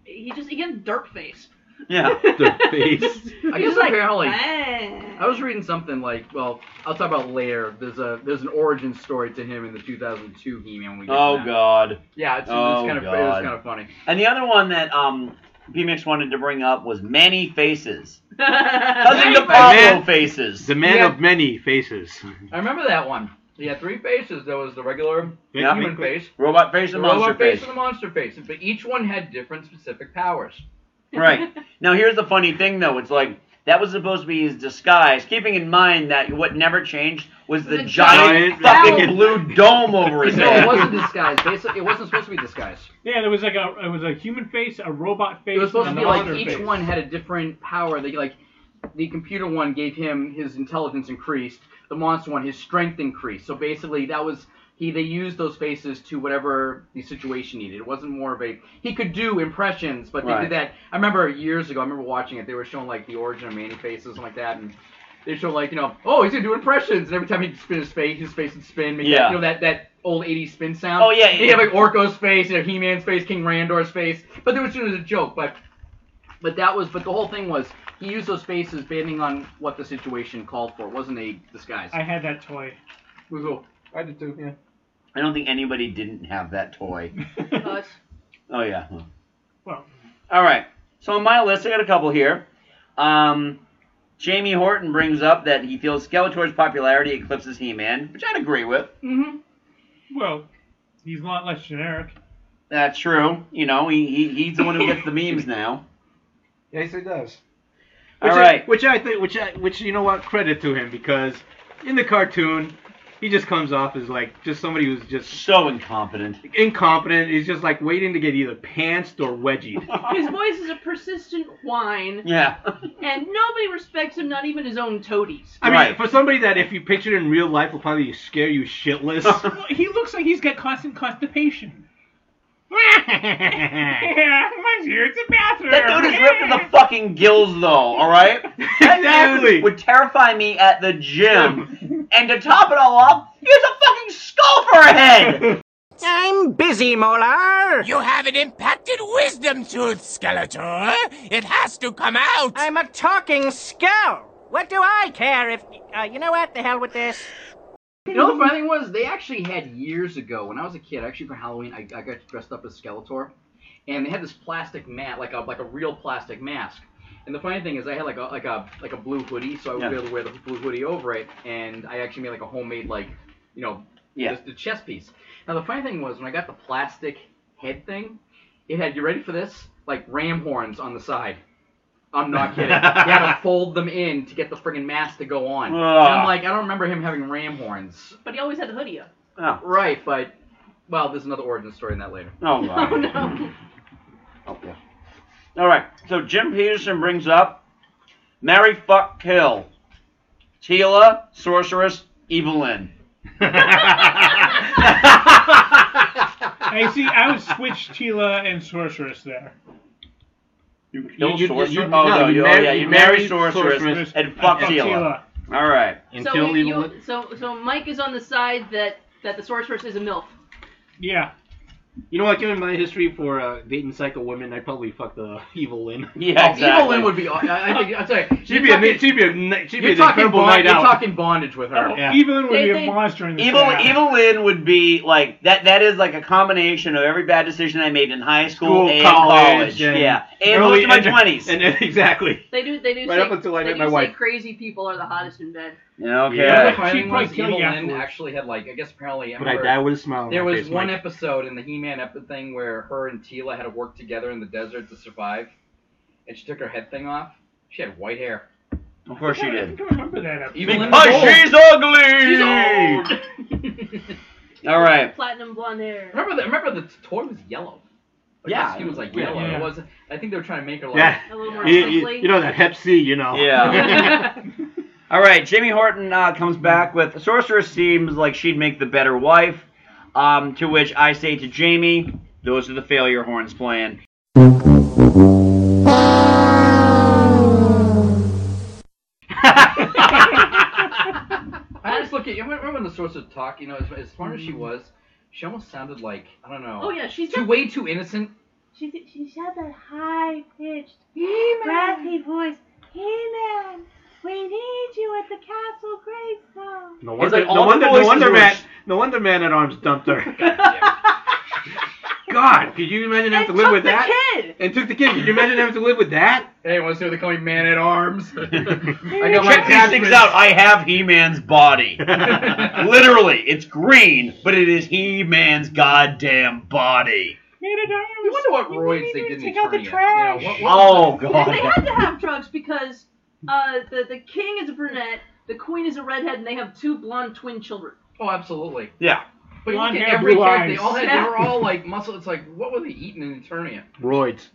Speaker 9: he just he gets dirt face.
Speaker 5: Yeah.
Speaker 7: the *laughs* face.
Speaker 8: I
Speaker 9: He's
Speaker 8: guess
Speaker 9: like,
Speaker 8: apparently.
Speaker 9: "Eh."
Speaker 8: I was
Speaker 9: *laughs*
Speaker 8: reading something like, well, I'll talk about later. There's a there's an origin story to him in the 2002 He-Man. When we get to
Speaker 5: *laughs* Oh
Speaker 8: that.
Speaker 5: God.
Speaker 8: Yeah, it's,
Speaker 5: Oh,
Speaker 8: it's kind of it was
Speaker 5: God.
Speaker 8: kind of funny.
Speaker 5: And the other one that um, B Mitch wanted to bring up was Manny Faces. Cousin
Speaker 8: Many
Speaker 5: to Pablo
Speaker 7: faces.
Speaker 5: Faces.
Speaker 7: The man
Speaker 8: Yeah.
Speaker 7: of many faces.
Speaker 8: I remember that one. He had three faces. There was the regular
Speaker 7: Yeah.
Speaker 8: human face,
Speaker 5: Robot face
Speaker 8: the
Speaker 5: and
Speaker 8: robot
Speaker 5: monster
Speaker 8: face,
Speaker 5: face.
Speaker 8: and the monster face, but each one had different specific powers.
Speaker 5: *laughs* Right. Now here's the funny thing though, it's like that was supposed to be his disguise, keeping in mind that what never changed was the,
Speaker 9: The
Speaker 5: giant,
Speaker 9: giant
Speaker 5: fucking
Speaker 9: owl.
Speaker 5: blue dome over his
Speaker 8: No,
Speaker 5: head.
Speaker 8: it wasn't disguised. Basically, it wasn't supposed to be disguised.
Speaker 6: Yeah, there was like a it was a human face, a robot face.
Speaker 8: It was supposed to
Speaker 6: and
Speaker 8: be
Speaker 6: a
Speaker 8: like
Speaker 6: monster
Speaker 8: each
Speaker 6: face.
Speaker 8: one had a different power. They like the computer one gave him his intelligence increased. The monster one his strength increased. So basically, that was he. They used those faces to whatever the situation needed. It wasn't more of a he could do impressions, but they
Speaker 5: Right.
Speaker 8: did that. I remember years ago. I remember watching it. They were showing like the origin of Manny faces and like that and. They show like you know, oh, he's gonna do impressions, and every time he'd spin his face, his face would spin, make
Speaker 5: Yeah.
Speaker 8: that, you know that that old 80s spin sound.
Speaker 5: Oh, yeah,
Speaker 8: you
Speaker 5: yeah.
Speaker 8: have like Orko's face, you know, He-Man's face, King Randor's face, but there was it was a joke. But but that was but the whole thing was he used those faces depending on what the situation called for. It wasn't a disguise.
Speaker 6: I had that toy.
Speaker 8: It was a-
Speaker 6: I did too. Yeah.
Speaker 5: I don't think anybody didn't have that toy.
Speaker 8: *laughs*
Speaker 9: But
Speaker 5: Oh yeah.
Speaker 6: Well,
Speaker 5: All right. So on my list, I got a couple here. Um, Jamie Horton brings up that he feels Skeletor's popularity eclipses He-Man, which I'd agree with.
Speaker 6: well, he's a lot less generic.
Speaker 5: That's true. You know, he, he he's the one who gets the memes now.
Speaker 13: Yes, it does.
Speaker 5: All
Speaker 7: Which
Speaker 5: right.
Speaker 7: I, which I think, which I, which you know what, credit to him because in the cartoon, he just comes off as like just somebody who's just
Speaker 5: So incompetent.
Speaker 7: incompetent. He's just like waiting to get either pantsed or wedgied.
Speaker 9: his voice is a persistent whine,
Speaker 5: Yeah.
Speaker 9: and nobody respects him, not even his own toadies.
Speaker 7: I
Speaker 5: Right.
Speaker 7: mean, for somebody that if you pictured in real life will probably scare
Speaker 5: *laughs*
Speaker 7: you shitless.
Speaker 6: Well, he looks like he's got constant constipation.
Speaker 7: exactly.
Speaker 6: Yeah, my dear, it's a bathroom.
Speaker 5: That dude is ripped to the fucking gills, though. All right. That dude would terrify me at the gym. and to top it all off, he has a fucking skull for a head.
Speaker 12: I'm busy, Molar.
Speaker 10: You have an impacted wisdom tooth, Skeletor. It has to come out.
Speaker 12: I'm a talking skull. What do I care if. Uh, you know what? The hell with this.
Speaker 8: You know the funny thing was they actually had years ago when I was a kid. Actually for Halloween, I, I got dressed up as Skeletor, and they had this plastic mat, like a like a real plastic mask. And the funny thing is, I had like a like a like a blue hoodie, so I would
Speaker 5: Yeah.
Speaker 8: be able to wear the blue hoodie over it. And I actually made like a homemade like, you know,
Speaker 5: Yeah.
Speaker 8: the, the chest piece. Now the funny thing was when I got the plastic head thing, it had you ready for this? Like ram horns on the side. I'm
Speaker 5: *laughs*
Speaker 8: not kidding. you had to fold them in to get the friggin' mask to go on. And
Speaker 5: Ugh.
Speaker 8: I'm like, I don't remember him having ram horns.
Speaker 9: But he always had the hoodie up.
Speaker 5: Oh,
Speaker 8: Right, but well, there's another origin story in that later.
Speaker 5: oh
Speaker 9: Oh
Speaker 5: God.
Speaker 9: no.
Speaker 7: *laughs*
Speaker 5: Okay. All right. So Jim Peterson brings up Mary Fuck Kill. Tila, Sorceress, Evelyn.
Speaker 6: Hey, see, I would switch Tila and Sorceress there.
Speaker 5: You
Speaker 7: you- you-
Speaker 5: Sorceress?
Speaker 7: you-
Speaker 5: oh,
Speaker 7: no,
Speaker 5: no,
Speaker 7: you
Speaker 5: you, oh,
Speaker 7: marry-
Speaker 5: yeah, you
Speaker 7: you
Speaker 5: marry
Speaker 7: marry
Speaker 5: Sorceress,
Speaker 7: Sorceress
Speaker 5: and fuck
Speaker 6: Fuck
Speaker 5: Tila. All right.
Speaker 9: So
Speaker 7: Until
Speaker 9: you-
Speaker 7: evil.
Speaker 9: so so Mike is on the side that that the sorceress is a milf.
Speaker 6: Yeah.
Speaker 7: You know what? Given my history for uh, dating psycho women, I would probably fuck the *laughs* evil in.
Speaker 5: Yeah, exactly.
Speaker 8: Evelyn would be. aw- I, I think. I'm sorry.
Speaker 7: She'd be a ni- she'd be a ni- she'd be
Speaker 8: You're
Speaker 7: an
Speaker 8: talking,
Speaker 7: incredible
Speaker 8: bond,
Speaker 7: night
Speaker 8: you're
Speaker 7: out.
Speaker 8: talking bondage with her.
Speaker 7: Yeah.
Speaker 6: Evelyn would
Speaker 9: They-
Speaker 6: be
Speaker 9: they-
Speaker 6: a monster in this.
Speaker 5: Evil,
Speaker 6: crap.
Speaker 5: Evil Lynn would be like that. That is like a combination of every bad decision I made in high school,
Speaker 7: School,
Speaker 5: and
Speaker 7: college, and
Speaker 5: yeah, and
Speaker 7: early-
Speaker 5: most of my
Speaker 7: and-
Speaker 5: twenties.
Speaker 7: And, exactly.
Speaker 9: They do they do
Speaker 7: Right
Speaker 9: say,
Speaker 7: up until I
Speaker 9: they
Speaker 7: met
Speaker 9: do
Speaker 7: my
Speaker 9: say
Speaker 7: wife.
Speaker 9: crazy people are the hottest in bed.
Speaker 5: Okay.
Speaker 6: Yeah.
Speaker 8: The funny
Speaker 6: She'd
Speaker 8: thing
Speaker 6: probably
Speaker 8: was,
Speaker 6: kill
Speaker 8: Evil
Speaker 6: you
Speaker 8: Lynn
Speaker 6: afterwards.
Speaker 8: actually had like I guess apparently I
Speaker 7: But I
Speaker 8: remember
Speaker 7: die with a smile. on
Speaker 8: there
Speaker 7: my
Speaker 8: was
Speaker 7: face,
Speaker 8: one
Speaker 7: Mike.
Speaker 8: episode in the He-Man epi- thing where her and Tila had to work together in the desert to survive, and she took her head thing off. She had white hair. *laughs*
Speaker 5: Of course you
Speaker 6: I
Speaker 5: did.
Speaker 6: think I remember that episode.
Speaker 8: Evil Lynn
Speaker 5: Because
Speaker 8: was old.
Speaker 5: Oh, she's ugly. All right.
Speaker 9: Platinum blonde hair.
Speaker 8: Remember the remember the toy was yellow. Like,
Speaker 5: Yeah.
Speaker 8: the skin was like
Speaker 5: Yeah.
Speaker 8: yellow.
Speaker 6: Yeah.
Speaker 8: It was. I think they were trying to make her like.
Speaker 7: Yeah.
Speaker 9: A little more
Speaker 7: You, you-
Speaker 9: sickly.
Speaker 7: you know that Hep C, you know. *laughs*
Speaker 5: Yeah. *laughs* All right, Jimmy Horton uh, comes back with Sorceress seems like she'd make the better wife. Um, to which I say to Jamie, those are the failure horns playing.
Speaker 8: I just look at you. Remember when the Sorceress talk? Mm-hmm. You know, as, as smart as she was, she almost sounded like I don't know.
Speaker 9: Oh yeah, she's
Speaker 8: Too
Speaker 9: got,
Speaker 8: way too innocent.
Speaker 14: She did, she had that high pitched,
Speaker 15: He-Man.
Speaker 14: raspy voice. He Man, we need you at the Castle Grayskull.
Speaker 7: No
Speaker 5: It's
Speaker 7: wonder,
Speaker 5: like all
Speaker 7: no
Speaker 5: the
Speaker 7: wonder, no
Speaker 5: voices
Speaker 7: wonder,
Speaker 5: were-
Speaker 7: man, no wonder Man at Arms dumped her. God, could you imagine having to live with that? *laughs*
Speaker 8: kid.
Speaker 7: And took the kid. Could you imagine having to live with that? *laughs*
Speaker 8: Hey, wants to they call me man at arms. I got my
Speaker 5: Check these things
Speaker 8: attachments.
Speaker 5: out. I have He-Man's body. *laughs* Literally, it's green, but it is He-Man's goddamn body.
Speaker 14: You
Speaker 8: wonder what roids they didn't
Speaker 14: take out the
Speaker 8: Eternia.
Speaker 14: trash.
Speaker 8: Yeah, what-
Speaker 5: Oh
Speaker 9: They
Speaker 5: god.
Speaker 9: had to have drugs because uh, the the king is a brunette, the queen is a redhead, and they have two blonde twin children.
Speaker 8: Oh, absolutely.
Speaker 5: Yeah.
Speaker 8: But you
Speaker 6: Blonde
Speaker 8: look at
Speaker 6: hair,
Speaker 8: every
Speaker 6: blue
Speaker 8: character, they
Speaker 6: eyes.
Speaker 8: all had,
Speaker 9: Yeah.
Speaker 8: they were all like muscle. It's like, what were they eating in Eternia?
Speaker 7: Roids.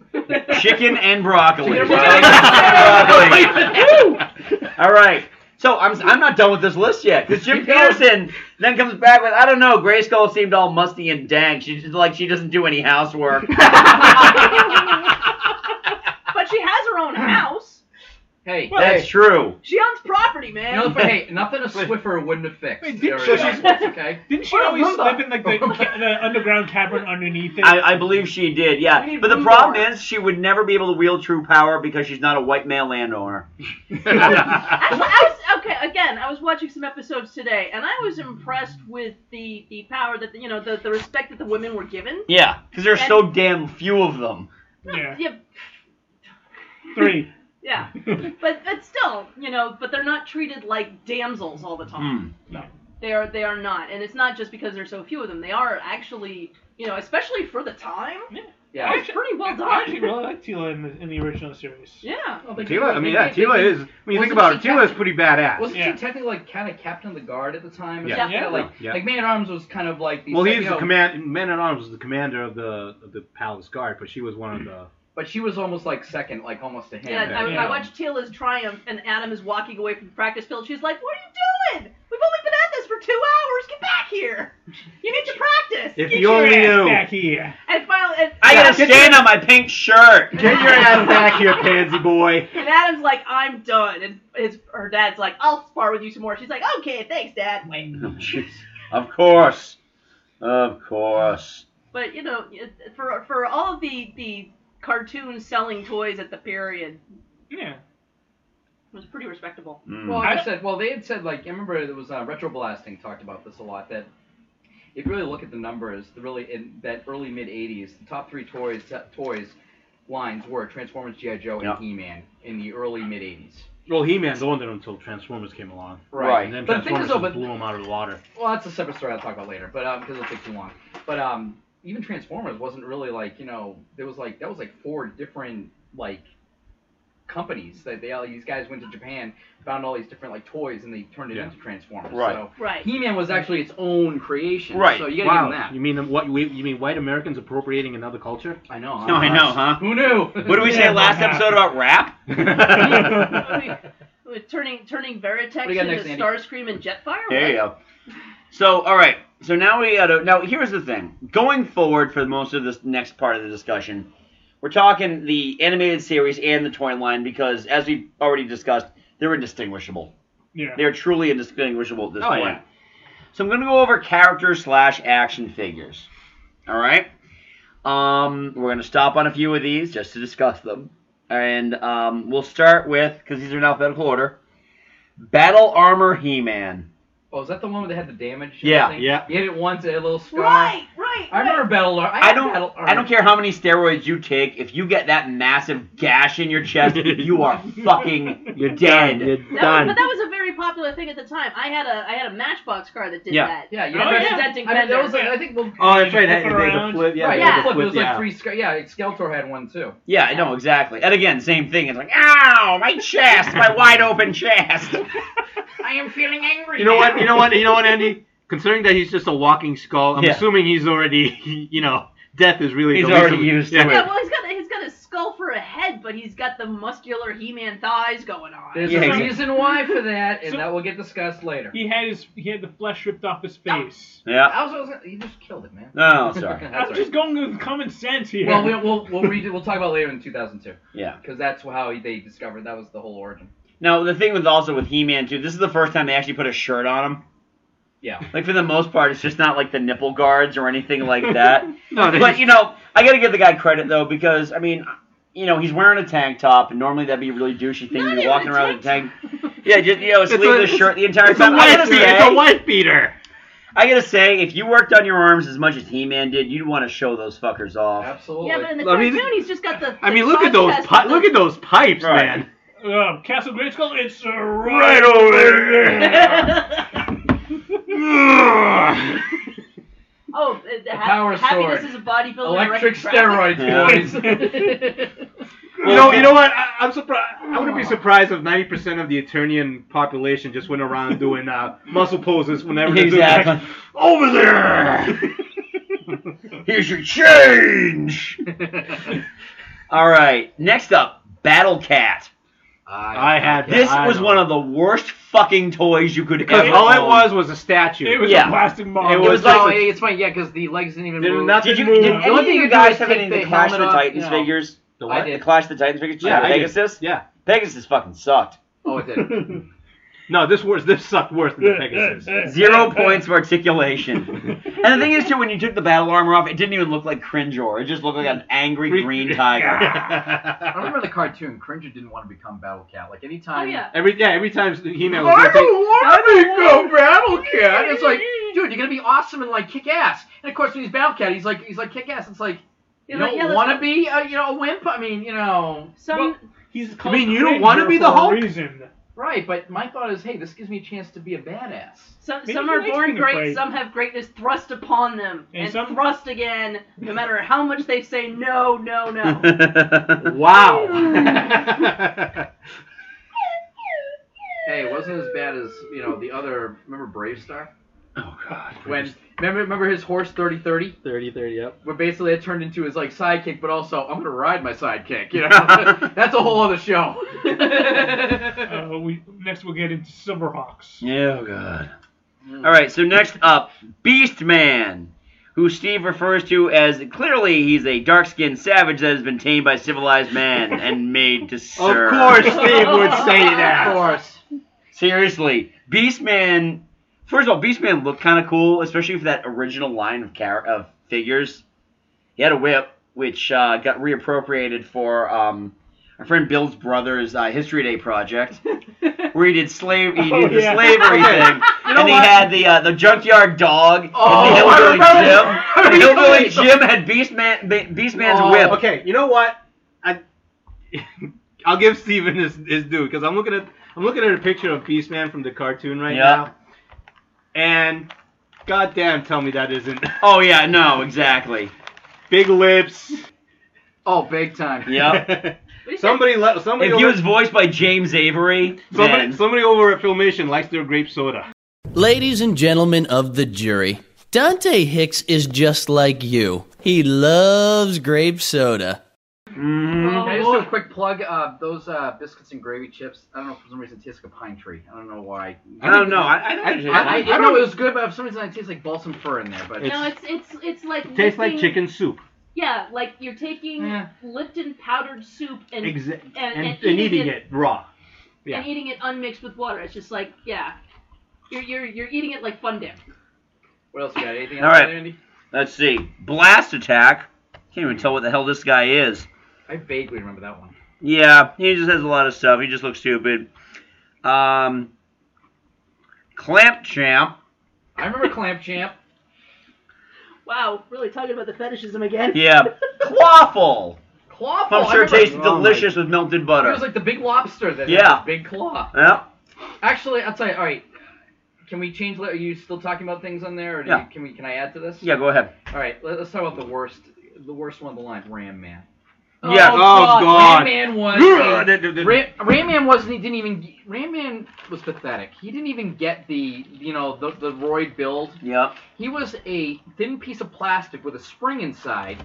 Speaker 5: Chicken and broccoli.
Speaker 8: Chicken and
Speaker 5: Broccoli. Woo! *laughs* All right. So I'm I'm not done with this list yet because Jim Peterson then comes back with I don't know. Grayskull seemed all musty and dank. She just like she doesn't do any housework. *laughs*
Speaker 9: But she has
Speaker 8: *clears throat*
Speaker 9: her own house.
Speaker 8: Hey,
Speaker 5: That's
Speaker 8: hey,
Speaker 5: true.
Speaker 9: She owns property, man.
Speaker 8: You know,
Speaker 9: *laughs*
Speaker 8: but hey, nothing a Swiffer wouldn't have fixed.
Speaker 6: Wait, didn't
Speaker 8: There
Speaker 6: she-
Speaker 8: it is.
Speaker 6: she's-
Speaker 8: okay?
Speaker 6: Didn't she
Speaker 8: Or a
Speaker 6: always
Speaker 8: Roomba.
Speaker 6: live in like the, ca- the underground cavern underneath it?
Speaker 5: I, I believe she did,
Speaker 6: We
Speaker 5: yeah.
Speaker 6: need
Speaker 5: But the
Speaker 6: one
Speaker 5: problem
Speaker 6: more.
Speaker 5: is she would never be able to wield true power because she's not a white male landowner.
Speaker 9: I, I was okay. Again, I was watching some episodes today, and I was impressed with the the power that you know the the respect that the women were given.
Speaker 5: Yeah, because there's so damn few of them.
Speaker 9: *laughs*
Speaker 6: Yeah.
Speaker 9: Yeah,
Speaker 6: Three.
Speaker 9: yeah. but but still, you know, but they're not treated like damsels all the
Speaker 7: Hmm.
Speaker 9: time.
Speaker 6: No.
Speaker 9: They are they are not, and it's not just because there's so few of them. They are actually, you know, especially for the time.
Speaker 8: Yeah.
Speaker 9: It's pretty well
Speaker 6: I actually
Speaker 9: done.
Speaker 6: really like Tila in the, in the original series.
Speaker 9: Yeah.
Speaker 7: Tila, I mean, yeah, Tila is. When you think about it, Tila is pretty badass.
Speaker 8: Wasn't
Speaker 6: Yeah.
Speaker 8: she technically like kind of captain of the guard at the time? or
Speaker 7: Yeah.
Speaker 8: something?
Speaker 7: Yeah.
Speaker 8: Like,
Speaker 7: Yeah.
Speaker 8: like man at arms was kind of like the
Speaker 7: Well,
Speaker 8: you
Speaker 7: he's the
Speaker 8: know,
Speaker 7: command. Man at Arms was the commander of the of the palace guard, but she was one of *laughs* the.
Speaker 8: But she was almost like second, like almost to him.
Speaker 9: Yeah, I, I watched Tila's triumph, and Adam is walking away from the practice field. She's like, "What are you doing? We've only been at this for two hours. Get back here. You need to practice."
Speaker 7: If
Speaker 6: Get
Speaker 7: you
Speaker 6: your
Speaker 7: only
Speaker 6: ass
Speaker 7: knew.
Speaker 6: back here.
Speaker 9: And finally, and,
Speaker 5: I gotta stand on my pink shirt.
Speaker 7: Get your ass back here, pansy *laughs* boy.
Speaker 9: and Adam's like, "I'm done." And his her dad's like, "I'll spar with you some more." She's like, "Okay, thanks, Dad." Wait.
Speaker 7: Oh,
Speaker 5: Of course. Of course.
Speaker 9: But you know, it- for for all of the the cartoon selling toys at the period,
Speaker 6: Yeah.
Speaker 9: it was pretty respectable.
Speaker 7: Hmm.
Speaker 8: Well, like I, said, well, they had said like I remember there was uh, retro blasting talked about this a lot that if you really look at the numbers, the really in that early mid '80s, the top three toys toys lines were Transformers, GI Joe, and
Speaker 7: Yeah.
Speaker 8: He-Man in the early mid '80s.
Speaker 7: Well, He Man's owned it until Transformers came along.
Speaker 8: Right.
Speaker 7: And then
Speaker 8: But the thing
Speaker 7: Transformers
Speaker 8: is, though,
Speaker 7: just
Speaker 8: but-
Speaker 7: blew him out of the water.
Speaker 8: Well, that's a separate story I'll talk about later, but um, because it'll take too long. But um, even Transformers wasn't really like you know there was like that was like four different like companies that they all these guys went to Japan found all these different like toys and they turned it
Speaker 7: Yeah.
Speaker 8: into Transformers.
Speaker 7: Right.
Speaker 8: So
Speaker 9: Right. *laughs*
Speaker 8: He-Man was actually its own creation.
Speaker 7: Right.
Speaker 8: So you gotta
Speaker 7: wow.
Speaker 8: give him
Speaker 7: You mean the- what? We, you mean white Americans appropriating another culture?
Speaker 8: that. I know.
Speaker 5: No, I know,
Speaker 7: *laughs*
Speaker 8: *laughs*
Speaker 5: huh?
Speaker 8: Who knew?
Speaker 5: What did we say last episode about rap?
Speaker 9: With turning turning Veritex
Speaker 8: What do you got next,
Speaker 9: into
Speaker 8: Andy?
Speaker 9: Starscream and Jetfire.
Speaker 5: There
Speaker 9: What?
Speaker 5: you go. So, all right. So now we gotta. Now here's the thing. Going forward for most of this next part of the discussion, we're talking the animated series and the toy line because, as we've already discussed, they're indistinguishable.
Speaker 6: Yeah.
Speaker 5: They're truly indistinguishable at this
Speaker 7: Oh,
Speaker 5: point.
Speaker 7: yeah.
Speaker 5: So I'm going to go over character slash action figures. All right. Um, we're going to stop on a few of these just to discuss them, and um, we'll start with because these are in alphabetical order. Battle armor He-Man.
Speaker 8: Oh, is that the one where they had the damage?
Speaker 5: Yeah,
Speaker 8: thing?
Speaker 7: yeah.
Speaker 8: You hit it once, it had a little scar.
Speaker 9: Right, right.
Speaker 8: Uh, I remember Battle Ar-
Speaker 5: I
Speaker 8: had
Speaker 5: don't.
Speaker 8: Battle
Speaker 5: I don't
Speaker 8: Armor.
Speaker 5: care how many steroids you take. If you get that massive gash in your chest, you
Speaker 7: *laughs*
Speaker 5: are fucking
Speaker 7: You're
Speaker 5: dead.
Speaker 7: You're
Speaker 9: That Was,
Speaker 7: done.
Speaker 9: but that was a very popular thing at the time. I had a I had a Matchbox car that did
Speaker 5: Yeah.
Speaker 9: that.
Speaker 8: Yeah, you
Speaker 9: I
Speaker 8: know,
Speaker 9: remember
Speaker 8: yeah. I
Speaker 9: denting
Speaker 8: mean,
Speaker 9: fender.
Speaker 8: that was like, I think the
Speaker 7: Oh, that's
Speaker 6: Flip
Speaker 7: right. They- they-
Speaker 6: around.
Speaker 7: the flip, yeah,
Speaker 8: right,
Speaker 7: they-
Speaker 9: yeah.
Speaker 7: the
Speaker 8: Flip,
Speaker 7: flip,
Speaker 8: it was
Speaker 7: yeah.
Speaker 8: like three scar. Yeah, Skeletor had one too.
Speaker 5: Yeah, no, exactly. And again, same thing. It's like, ow, my chest, my wide open chest.
Speaker 10: I am feeling angry.
Speaker 7: You know what?
Speaker 10: now.
Speaker 7: You know what? You know what,
Speaker 8: *laughs*
Speaker 7: Andy? Considering that he's just a walking skull, I'm
Speaker 5: Yeah.
Speaker 7: assuming he's already, you know, death is really.
Speaker 5: He's
Speaker 7: the least
Speaker 5: already
Speaker 7: of-
Speaker 5: used to
Speaker 7: yeah.
Speaker 9: yeah, well, he's got he's got a skull for a head, but he's got the muscular He-Man thighs going on.
Speaker 8: There's
Speaker 5: Yeah,
Speaker 8: a
Speaker 5: exactly.
Speaker 8: reason why for that, and
Speaker 6: So-
Speaker 8: that will get discussed later.
Speaker 6: He had his he had the flesh ripped off his face.
Speaker 5: Yeah.
Speaker 8: I was, I was, you just killed it, man.
Speaker 5: No, sorry.
Speaker 8: That's
Speaker 6: I'm
Speaker 8: all
Speaker 6: just going with common sense here.
Speaker 8: right. Well, we'll we'll we'll, read, it- we'll talk about it later in 2002
Speaker 5: Yeah.
Speaker 8: because that's how they discovered that was the whole origin.
Speaker 5: Now the thing with also with He-Man too. This is the first time they actually put a shirt on him.
Speaker 8: *laughs* Yeah.
Speaker 5: Like for the most part, it's just not like the nipple guards or anything like
Speaker 7: *laughs*
Speaker 5: that.
Speaker 7: No, they
Speaker 5: *laughs* but
Speaker 7: just-
Speaker 5: you know, I got to give the guy credit though because I mean, you know, he's wearing a tank top, and normally that'd be a really douchey thing to be walking around with a tank. *laughs* Yeah, just you know, a
Speaker 7: It's a-
Speaker 5: sleeveless shirt the entire
Speaker 7: it's a
Speaker 5: time. I
Speaker 7: wife
Speaker 5: gotta
Speaker 7: beater,
Speaker 5: say-
Speaker 7: it's a wife beater.
Speaker 5: I gotta say, if you worked on your arms as much as He Man did, you'd want to show those fuckers off.
Speaker 6: Absolutely.
Speaker 9: *laughs* Yeah, but in the
Speaker 5: I mean-
Speaker 9: cartoon, he's just got the.
Speaker 5: I mean, look at those pi- look at
Speaker 7: those pipes,
Speaker 5: man.
Speaker 6: Uh, Castle Grayskull, it's uh,
Speaker 5: Right over
Speaker 6: there.
Speaker 7: *laughs*
Speaker 8: *laughs*
Speaker 9: Oh, uh, the ha-
Speaker 8: power
Speaker 9: happiness
Speaker 8: sword.
Speaker 9: is a bodybuilder.
Speaker 8: Electric
Speaker 9: *laughs* erecting
Speaker 8: steroids,
Speaker 6: *laughs*
Speaker 9: traffic.
Speaker 7: You know, you know what? I, I'm surprised. I wouldn't be surprised if 90% of the Eternian population just
Speaker 5: *laughs*
Speaker 7: went around doing uh, muscle poses whenever they do
Speaker 5: Exactly.
Speaker 7: action. *laughs* Over there.
Speaker 5: Here's your
Speaker 7: *laughs*
Speaker 5: change. All right, next up, Battle Cat.
Speaker 7: I, had
Speaker 5: This
Speaker 7: I
Speaker 5: was
Speaker 7: know.
Speaker 5: one of the worst fucking toys you could
Speaker 7: because
Speaker 5: ever.
Speaker 7: all it
Speaker 5: own.
Speaker 7: was was a statue.
Speaker 5: It was a Yeah. plastic model. It was
Speaker 8: no,
Speaker 5: like-
Speaker 8: it's funny, yeah, because the legs didn't *laughs* even
Speaker 7: Did
Speaker 8: move.
Speaker 7: nothing
Speaker 5: Did you,
Speaker 7: move.
Speaker 5: did
Speaker 7: The
Speaker 5: any
Speaker 7: only
Speaker 5: of
Speaker 7: thing
Speaker 5: you
Speaker 7: you
Speaker 5: guys
Speaker 7: do
Speaker 5: have
Speaker 7: is
Speaker 5: any of
Speaker 7: take
Speaker 5: the
Speaker 7: the
Speaker 5: Clash of the
Speaker 7: helmet off,
Speaker 5: Titans
Speaker 7: you know.
Speaker 5: figures?
Speaker 7: The what?
Speaker 5: The Clash of the Titans figures?
Speaker 7: Yeah,
Speaker 5: the
Speaker 7: I did.
Speaker 5: Pegasus?
Speaker 7: Yeah.
Speaker 5: Pegasus fucking sucked.
Speaker 8: Oh, it did.
Speaker 7: no, this was this sucked
Speaker 5: *laughs*
Speaker 7: worse than the Pegasus.
Speaker 5: *laughs*
Speaker 7: *laughs*
Speaker 5: Zero points of *laughs* articulation. and the thing is, too, when you took the battle armor off, it didn't even look like Cringeor. It just looked like an angry green *laughs* tiger.
Speaker 8: I
Speaker 7: *laughs*
Speaker 8: remember the cartoon. Cringer didn't want to become Battle Cat. Like anytime.
Speaker 9: Oh, yeah.
Speaker 7: Every yeah, every time He-Man was
Speaker 8: I
Speaker 7: gonna take-
Speaker 8: don't want to go Battle Cat. It's like, dude, you're gonna be awesome and like kick ass. And of course, when he's Battle Cat, he's like, he's like kick ass. It's like, you
Speaker 9: He's like,
Speaker 8: don't
Speaker 9: yeah, that's
Speaker 8: want to
Speaker 9: what-
Speaker 8: be, a, you know, a wimp. I mean, you know,
Speaker 9: Some- Well,
Speaker 6: he's
Speaker 7: I mean, you don't want to be the Hulk.
Speaker 8: right? But my thought is, hey, this gives me a chance to be a badass.
Speaker 9: Some,
Speaker 8: Maybe
Speaker 9: some
Speaker 8: he
Speaker 9: are
Speaker 8: likes
Speaker 9: born
Speaker 8: being
Speaker 9: great,
Speaker 8: afraid.
Speaker 9: some have greatness thrust upon them,
Speaker 8: And
Speaker 9: and,
Speaker 8: some-
Speaker 9: thrust again,
Speaker 8: *laughs*
Speaker 9: no matter how much they say no, no, no.
Speaker 7: *laughs*
Speaker 9: *laughs*
Speaker 7: wow.
Speaker 8: Hey, it wasn't as bad as you know the other. Remember Brave Star? Oh
Speaker 5: *laughs*
Speaker 8: God. When remember remember his horse 3030?
Speaker 7: 3030, yep.
Speaker 8: Where basically it turned into his like sidekick, but also I'm gonna ride my sidekick. You know, *laughs* that's a whole other *laughs* show.
Speaker 6: uh, we next we'll get into Silverhawks.
Speaker 5: Yeah, oh god.
Speaker 7: Hmm.
Speaker 5: All right, so next up, Beast Man, who Steve refers to as clearly he's a dark-skinned savage that has been tamed by civilized
Speaker 7: *laughs*
Speaker 5: man and made to serve. *laughs*
Speaker 7: course Steve would say that.
Speaker 8: Of course.
Speaker 5: Seriously, Beastman. First of all, Beastman looked kind of cool, especially for that original line of car- of figures. He had a whip, which uh, got reappropriated for um, our friend Bill's brother's uh, History
Speaker 10: *laughs*
Speaker 5: Day project, where he did slave, he did
Speaker 10: Oh,
Speaker 5: the
Speaker 10: yeah.
Speaker 5: slavery
Speaker 10: Okay.
Speaker 5: thing,
Speaker 10: *laughs* You
Speaker 5: and
Speaker 10: know
Speaker 5: he
Speaker 10: what?
Speaker 5: had the uh, the junkyard dog,
Speaker 10: Oh,
Speaker 5: and the
Speaker 10: I
Speaker 5: hillbilly
Speaker 10: remember-
Speaker 5: Jim.
Speaker 10: I
Speaker 5: The hillbilly
Speaker 10: remember.
Speaker 5: Jim had Beastman Be- Beastman's
Speaker 7: Oh,
Speaker 5: whip.
Speaker 7: Okay, you know what? I *laughs* I'll give Steven his, his due because I'm looking at I'm looking at a picture of Beastman from the cartoon right
Speaker 5: Yeah.
Speaker 7: now, and goddamn, tell me that isn't
Speaker 5: *laughs* Oh yeah, no, exactly.
Speaker 7: big lips.
Speaker 8: Oh, big time.
Speaker 10: *laughs*
Speaker 5: Yep.
Speaker 7: somebody let somebody.
Speaker 5: If he
Speaker 7: over-
Speaker 5: was voiced by James Avery,
Speaker 7: somebody,
Speaker 5: then-
Speaker 7: somebody over at Filmation likes their grape soda.
Speaker 15: Ladies and gentlemen of the jury, Dante Hicks is just like you. He loves grape soda.
Speaker 5: Mm-hmm.
Speaker 7: Oh,
Speaker 8: Can I just do a quick plug? Uh, those uh, biscuits and gravy chips. I don't know for some reason it tastes like a pine tree. I don't know why.
Speaker 7: I don't know. I- I don't
Speaker 8: I,
Speaker 7: usually-
Speaker 8: I, I,
Speaker 7: I
Speaker 8: know
Speaker 7: don't-
Speaker 8: it was good, but for some reason it tastes like balsam fir in there. But
Speaker 9: no, it's it's it's like
Speaker 7: Tastes like
Speaker 9: lifting-
Speaker 7: chicken soup.
Speaker 9: Yeah, like you're taking Lipton powdered soup and
Speaker 7: Exa-
Speaker 9: and, and
Speaker 7: and eating it raw. yeah.
Speaker 9: and eating it unmixed with water. It's just like yeah, you're you're you're eating it like fun dip.
Speaker 8: What else you got? Anything
Speaker 5: All right. Let's see. Blast attack. Can't even tell what the hell this guy is.
Speaker 8: I vaguely remember that one.
Speaker 5: Yeah, he just has a lot of stuff. He just looks stupid. Um, Clamp Champ.
Speaker 8: I remember Clamp Champ.
Speaker 9: Wow, really talking about the fetishism again.
Speaker 8: *laughs*
Speaker 5: Yeah. Quaffle.
Speaker 8: Clawful.
Speaker 5: I'm
Speaker 8: I
Speaker 5: sure
Speaker 8: remember-
Speaker 5: it tastes delicious with melted
Speaker 8: It
Speaker 5: butter.
Speaker 8: was like the big lobster that had
Speaker 5: Yeah.
Speaker 8: the big claw.
Speaker 5: yeah.
Speaker 8: Actually, I'll tell you. All right. Can we change? Are you still talking about things on there? Or do
Speaker 5: Yeah.
Speaker 8: you, can we? Can I add to this?
Speaker 5: Yeah, go ahead.
Speaker 8: All right. Let, us talk about the worst. The worst one of the line. Ram Man.
Speaker 5: Yeah.
Speaker 8: Oh,
Speaker 5: Oh,
Speaker 8: God.
Speaker 5: God.
Speaker 8: Ram Man was.
Speaker 7: *laughs*
Speaker 5: Grr,
Speaker 8: a-
Speaker 5: duh, duh, duh.
Speaker 8: Ram, Ram Man wasn't. He didn't even. g- Ram Man was pathetic. He didn't even get the you know the the roid build.
Speaker 5: Yep.
Speaker 8: He was a thin piece of plastic with a spring inside,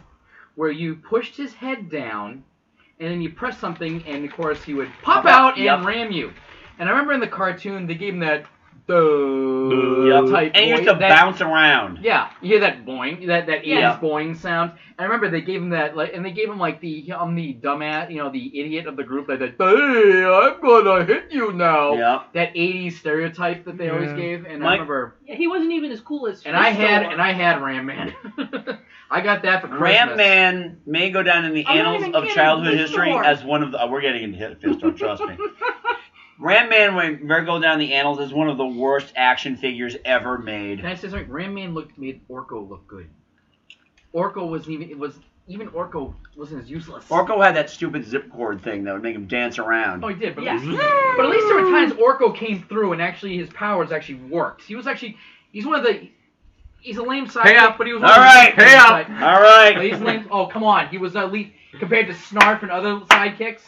Speaker 8: where you pushed his head down, and then you pressed something, and of course he would pop
Speaker 5: Pop out,
Speaker 8: out and
Speaker 5: yep.
Speaker 8: ram you. And I remember in the cartoon they gave him that uh, type
Speaker 5: And he used
Speaker 8: voice-
Speaker 5: to
Speaker 8: that-
Speaker 5: bounce around.
Speaker 8: Yeah, you hear that boing, that that 80s
Speaker 5: Yeah.
Speaker 8: boing sound. And I remember they gave him that, like, and they gave him like the I'm the dumbass, you know, the idiot of the group that did, hey, I'm gonna hit you now.
Speaker 5: Yeah.
Speaker 8: That 80s stereotype that they always
Speaker 5: Yeah.
Speaker 8: gave, and I
Speaker 5: Mike-
Speaker 8: remember,
Speaker 9: Yeah, he wasn't even as cool as.
Speaker 8: and I
Speaker 9: Fisto
Speaker 8: had,
Speaker 9: was.
Speaker 8: and I had Ram Man. *laughs* I got that for Christmas.
Speaker 5: Ram Man may go down in the
Speaker 8: I'm not
Speaker 5: annals
Speaker 8: even
Speaker 5: of
Speaker 8: kidding,
Speaker 5: childhood
Speaker 8: Fisto.
Speaker 5: history as one of the. oh, we're getting into hit Fisto, trust
Speaker 8: *laughs*
Speaker 5: me. Ram Man may may go down the annals as one of the worst action figures ever made.
Speaker 8: Can I say something? Ram Man looked made Orko look good. Orko wasn't even it was even Orko wasn't as useless.
Speaker 5: Orko had that stupid zip cord thing that would make him dance around.
Speaker 8: Oh, he did, but,
Speaker 5: Yeah.
Speaker 8: at least, but at least there were
Speaker 9: *gasps*
Speaker 8: times Orko came through and actually his powers actually worked. He was actually he's one of the he's a lame sidekick,
Speaker 5: Pay up.
Speaker 8: but he was
Speaker 5: All
Speaker 8: one of the
Speaker 5: right,
Speaker 8: best
Speaker 5: pay up.
Speaker 8: sidekicks.
Speaker 5: All right.
Speaker 8: But he's
Speaker 5: *laughs*
Speaker 8: lame. Oh come on, he was elite compared to Snarf and other sidekicks.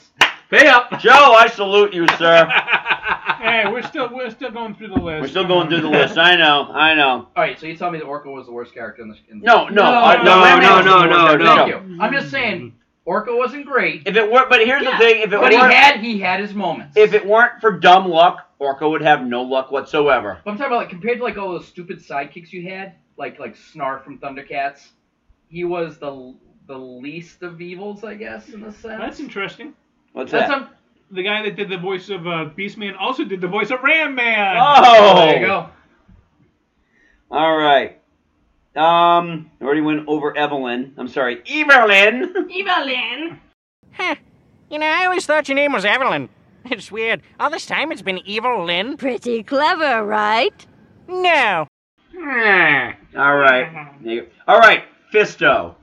Speaker 8: Pay up,
Speaker 5: Joe. I salute you, sir.
Speaker 6: hey, we're still we're still going through the list.
Speaker 5: We're still going through
Speaker 8: *laughs*
Speaker 5: the list. I know. I know.
Speaker 8: All right, so you tell me that Orko was the worst character in the. In the
Speaker 5: No, no, uh, no,
Speaker 8: Ram Man
Speaker 5: no,
Speaker 8: was the
Speaker 5: no,
Speaker 8: worst
Speaker 5: no,
Speaker 8: character.
Speaker 5: no.
Speaker 8: Thank you. I'm just saying, Orko wasn't great.
Speaker 5: If it weren't, but here's the thing: if it
Speaker 8: but he
Speaker 5: weren't-
Speaker 8: had he had his moments.
Speaker 5: If it weren't for dumb luck, Orko would have no luck whatsoever.
Speaker 8: But I'm talking about like compared to like all those stupid sidekicks you had, like like Snarf from Thundercats, he was the the least of evils, I guess, in the sense.
Speaker 6: That's interesting.
Speaker 5: What's
Speaker 6: That's
Speaker 5: that?
Speaker 6: um, the guy that did the voice of uh, Beastman also did the voice of Ram Man.
Speaker 5: Oh! There you go. All right. Um, I already went over Evelyn. I'm sorry, Evelyn.
Speaker 9: Evelyn.
Speaker 12: Huh. You know, I always thought your name was Evelyn. It's weird. All this time it's been Evil Lynn. Pretty clever, right? No.
Speaker 5: All right.
Speaker 8: Mm-hmm.
Speaker 5: All right,
Speaker 8: *laughs*
Speaker 5: Fisto.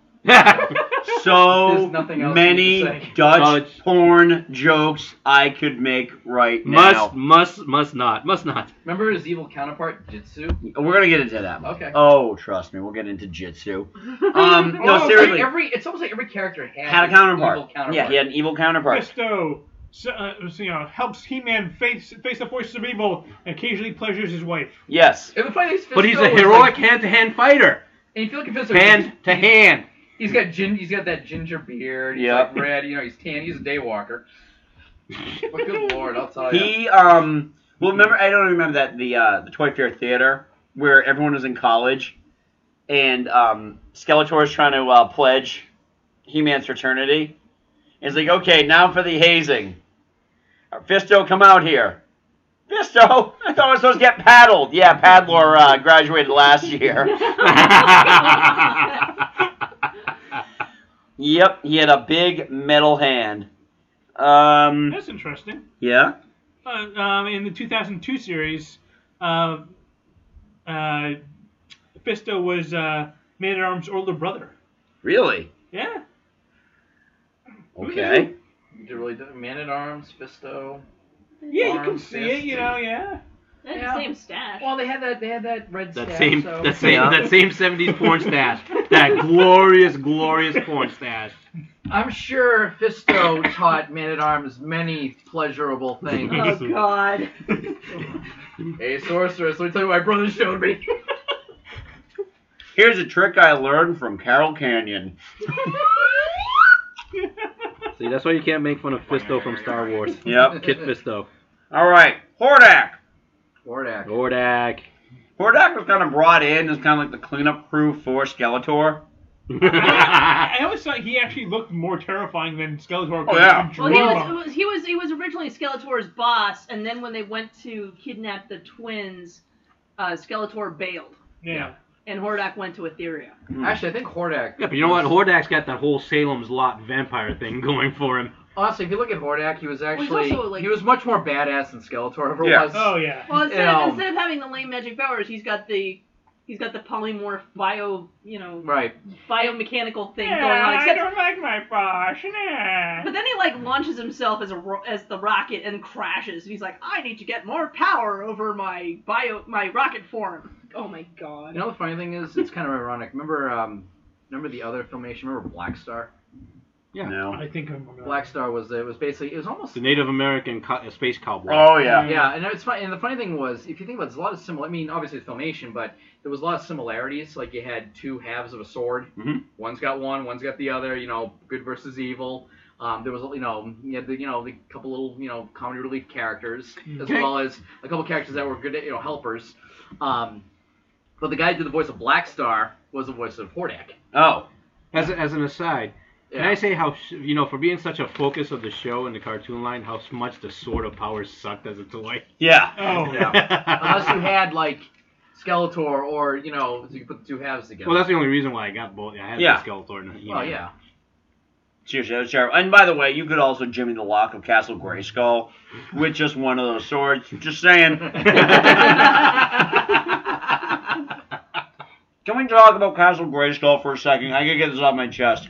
Speaker 5: so
Speaker 8: else
Speaker 5: many
Speaker 8: you need to say.
Speaker 5: Dutch, porn jokes I could make right
Speaker 7: Must,
Speaker 5: now.
Speaker 7: must, must not, must not.
Speaker 8: Remember his evil counterpart, Jitsu?
Speaker 5: We're gonna get into that. Mike.
Speaker 8: Okay.
Speaker 5: Oh, trust me, we'll get into jitsu. Um,
Speaker 8: *laughs*
Speaker 5: no,
Speaker 8: Almost like
Speaker 5: seriously,
Speaker 8: Oh, Every it's almost like every character had,
Speaker 5: had a
Speaker 8: an
Speaker 5: counterpart.
Speaker 8: Evil counterpart.
Speaker 5: Yeah, he had an evil counterpart.
Speaker 6: Fisto, so, uh, you know, helps He-Man face face the forces of evil, and occasionally pleasures his wife.
Speaker 5: Yes.
Speaker 8: And the funny thing is,
Speaker 7: But he's
Speaker 8: Fisto
Speaker 7: a
Speaker 8: was,
Speaker 7: heroic
Speaker 8: like-
Speaker 7: hand-to-hand fighter.
Speaker 8: And you feel like Fisto,
Speaker 7: Hand to hand.
Speaker 8: He's got gin, he's got that ginger beard. He's
Speaker 5: Yeah.
Speaker 8: like red. You know, he's tan. He's a day walker.
Speaker 5: *laughs*
Speaker 8: but good lord, I'll tell you.
Speaker 5: He um well remember I don't remember that the uh, the Toy Fair Theater where everyone was in college and um Skeletor is trying to uh, pledge He Man's fraternity. And he's like, okay, now for the hazing. Fisto, come out here. Fisto, I thought I was supposed to get paddled. Yeah, Paddler uh, graduated last *laughs* year.
Speaker 7: *laughs*
Speaker 5: yep, he had a big metal hand. Um,
Speaker 6: That's interesting.
Speaker 5: yeah.
Speaker 6: Uh, um, in the 2002 series, uh, uh, Fisto was uh, Man at Arms' older brother.
Speaker 5: Really? Mm-hmm.
Speaker 6: Yeah.
Speaker 5: Okay.
Speaker 8: You did really do man at arms, Fisto.
Speaker 6: Yeah, you
Speaker 8: arm,
Speaker 6: can see it,
Speaker 8: fist,
Speaker 6: you know, yeah.
Speaker 9: They had
Speaker 8: Yeah.
Speaker 9: the same stash.
Speaker 8: Well, they had that. They had that red.
Speaker 7: That
Speaker 8: stash,
Speaker 7: same,
Speaker 8: so-
Speaker 7: that same, that same '70s
Speaker 5: *laughs*
Speaker 7: porn stash. That glorious, glorious porn stash.
Speaker 8: I'm sure Fisto
Speaker 5: *coughs*
Speaker 8: taught Man at Arms many pleasurable
Speaker 5: *laughs*
Speaker 8: things.
Speaker 7: Oh,
Speaker 9: God.
Speaker 8: hey, sorceress, let me tell you what my brother showed me. *laughs*
Speaker 5: Here's a trick I learned from Carol Canyon.
Speaker 7: *laughs* See, that's why you can't make fun of Fisto from Star Wars.
Speaker 5: Yep.
Speaker 7: Kid Fisto.
Speaker 5: All right, Hordak. *laughs*
Speaker 8: Hordak.
Speaker 7: Gordak. *laughs*
Speaker 5: Hordak was kind of brought in as kind of like the cleanup crew for Skeletor.
Speaker 6: I always thought he actually looked more terrifying than Skeletor.
Speaker 5: Oh, yeah.
Speaker 6: could
Speaker 9: Well,
Speaker 6: dream
Speaker 9: he was,
Speaker 6: of.
Speaker 9: it was he was he was originally Skeletor's boss, and then when they went to kidnap the twins, uh, Skeletor bailed,
Speaker 6: Yeah.
Speaker 9: and Hordak went to Etheria.
Speaker 5: Hmm.
Speaker 8: Actually, I think Hordak.
Speaker 5: *laughs*
Speaker 7: Yeah, but you know what? Hordak's got that whole Salem's Lot vampire thing *laughs* going for him.
Speaker 8: Honestly, if you look at Hordak, he was
Speaker 9: he's
Speaker 8: actually
Speaker 9: also, like-
Speaker 8: he was much more badass than Skeletor ever
Speaker 7: Yeah.
Speaker 8: was.
Speaker 6: Oh, yeah.
Speaker 9: Well, instead,
Speaker 8: You know,
Speaker 9: of, instead of having the lame magic powers, he's got the he's got the polymorph bio you know
Speaker 8: right.
Speaker 9: biomechanical thing
Speaker 6: Yeah,
Speaker 9: going on.
Speaker 6: I
Speaker 9: Except,
Speaker 6: don't like my boss. Nah.
Speaker 9: but then he like launches himself as a ro- as the rocket and crashes. He's like, I need to get more power over my bio my rocket form. Oh my god.
Speaker 8: You know the funny thing is, it's kind of ironic. Remember, um, remember the other filmation? Remember Black Star?
Speaker 7: Yeah.
Speaker 6: I think I'm.
Speaker 8: Black Star was it was basically it was almost
Speaker 7: The Native American co- uh, space cowboy.
Speaker 8: Oh, yeah. And it's funny. And the funny thing was, if you think about, it, there's a lot of similar. I mean, obviously it's filmation, but there was a lot of similarities. Like you had two halves of a sword.
Speaker 7: Mhm.
Speaker 8: One's got one, one's got the other. You know, good versus evil. Um, there was, you know, you had the, you know, the couple little, you know, comedy relief characters, as
Speaker 7: Okay.
Speaker 8: well as a couple characters that were good, you know, helpers. Um, but the guy who did the voice of Black Star was the voice of Hordak.
Speaker 5: Oh.
Speaker 7: As, a, as an aside, can
Speaker 8: Yeah.
Speaker 7: I say how, sh- you know, for being such a focus of the show and the cartoon line, how much the Sword of Power sucked as a toy?
Speaker 5: Yeah.
Speaker 7: *laughs*
Speaker 8: Yeah. *laughs* Unless you had like Skeletor or you know, so you put the two halves together.
Speaker 7: Well, that's the only reason why I got both. I had
Speaker 5: Yeah.
Speaker 7: the Skeletor. And,
Speaker 8: Well, yeah.
Speaker 5: Seriously, that was terrible. And by the way, you could also Jimmy the Lock of Castle Grayskull with just one of those swords. Just
Speaker 7: *laughs*
Speaker 5: saying. Can we talk about Castle Grayskull for a second? I gotta get this off my chest.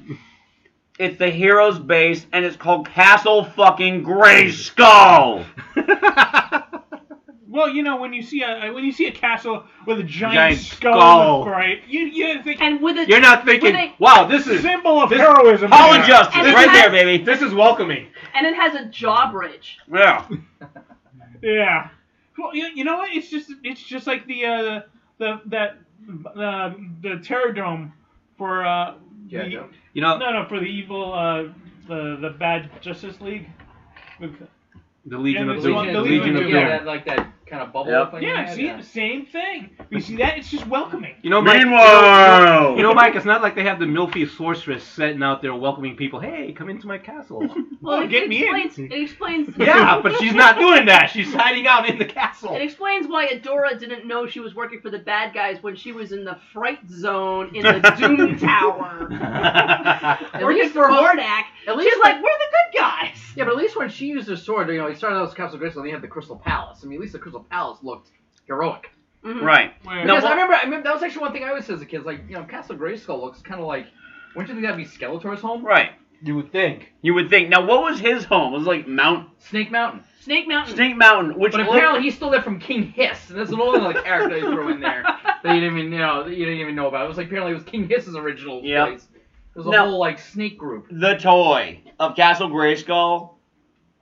Speaker 5: It's the hero's base, and it's called Castle fucking Grayskull.
Speaker 6: Well, you know, when you see a when you see a castle with a giant,
Speaker 7: Giant
Speaker 6: skull,
Speaker 7: skull.
Speaker 6: right? You you think
Speaker 9: and with a
Speaker 7: You're not thinking,
Speaker 9: with a-
Speaker 7: wow, this is
Speaker 6: symbol of
Speaker 7: this-
Speaker 6: heroism.
Speaker 7: Power
Speaker 6: there.
Speaker 7: justice,
Speaker 9: And right there,
Speaker 5: baby.
Speaker 7: This is welcoming.
Speaker 9: and it has a jaw bridge.
Speaker 5: Yeah.
Speaker 6: Yeah. Well, you, you know what? It's just it's just like the uh, the that uh, the terror dome for uh,
Speaker 8: Yeah,
Speaker 6: the,
Speaker 8: yeah.
Speaker 5: you know
Speaker 6: no no for the evil uh, the the bad Justice League. With,
Speaker 7: The Legion
Speaker 6: and
Speaker 7: of
Speaker 6: it's
Speaker 7: Doom.
Speaker 6: one-
Speaker 7: The Legion of
Speaker 8: yeah,
Speaker 7: Doom.
Speaker 8: That, like that kind of bubble
Speaker 7: Yep.
Speaker 8: thing.
Speaker 6: Yeah,
Speaker 8: they
Speaker 6: see,
Speaker 8: had,
Speaker 6: same thing. You see that? It's just welcoming.
Speaker 7: You know, Mike,
Speaker 5: Meanwhile-
Speaker 7: you know, you know, Mike, it's not like they have the milfy sorceress sitting out there welcoming people. Hey, come into my castle.
Speaker 5: *laughs*
Speaker 9: Well, it,
Speaker 7: get
Speaker 9: it
Speaker 7: me in.
Speaker 9: explains, It explains.
Speaker 7: *laughs* yeah, but she's not doing that. She's hiding out in the castle.
Speaker 9: It explains why Adora didn't know she was working for the bad guys when she was in the fright zone in the Doom Tower.
Speaker 7: *laughs*
Speaker 8: At
Speaker 9: working
Speaker 8: least
Speaker 9: for
Speaker 8: the-
Speaker 9: Hordak.
Speaker 8: at
Speaker 9: She's
Speaker 8: least
Speaker 9: like,
Speaker 8: the-
Speaker 9: we're the good guys.
Speaker 8: Yeah, but at least when she used her sword, you know, he started out as Capsule Grayskull, and he had the Crystal Palace. I mean, at least the Crystal Palace looked heroic. Mm-hmm.
Speaker 9: Mhm.
Speaker 5: Right.
Speaker 6: Where-
Speaker 8: Because
Speaker 5: No,
Speaker 8: I remember, I remember that was actually one thing I always said as a kid. Like, you know, Castle Grayskull looks kind of like. Wouldn't you think that'd be Skeletor's home?
Speaker 5: Right.
Speaker 7: You would think.
Speaker 5: You would think. Now, what was his home? It was like Mount
Speaker 8: Snake Mountain.
Speaker 9: Snake Mountain.
Speaker 5: Snake Mountain, which
Speaker 8: But
Speaker 5: looked-
Speaker 8: apparently he's still there from King Hiss, and that's another like character they threw in *laughs* there that you didn't even you know that you didn't even know about. It was like apparently it was King Hiss's original
Speaker 5: Yeah.
Speaker 8: place. It was a
Speaker 5: No.
Speaker 8: whole like snake group.
Speaker 5: the toy of Castle Grayskull,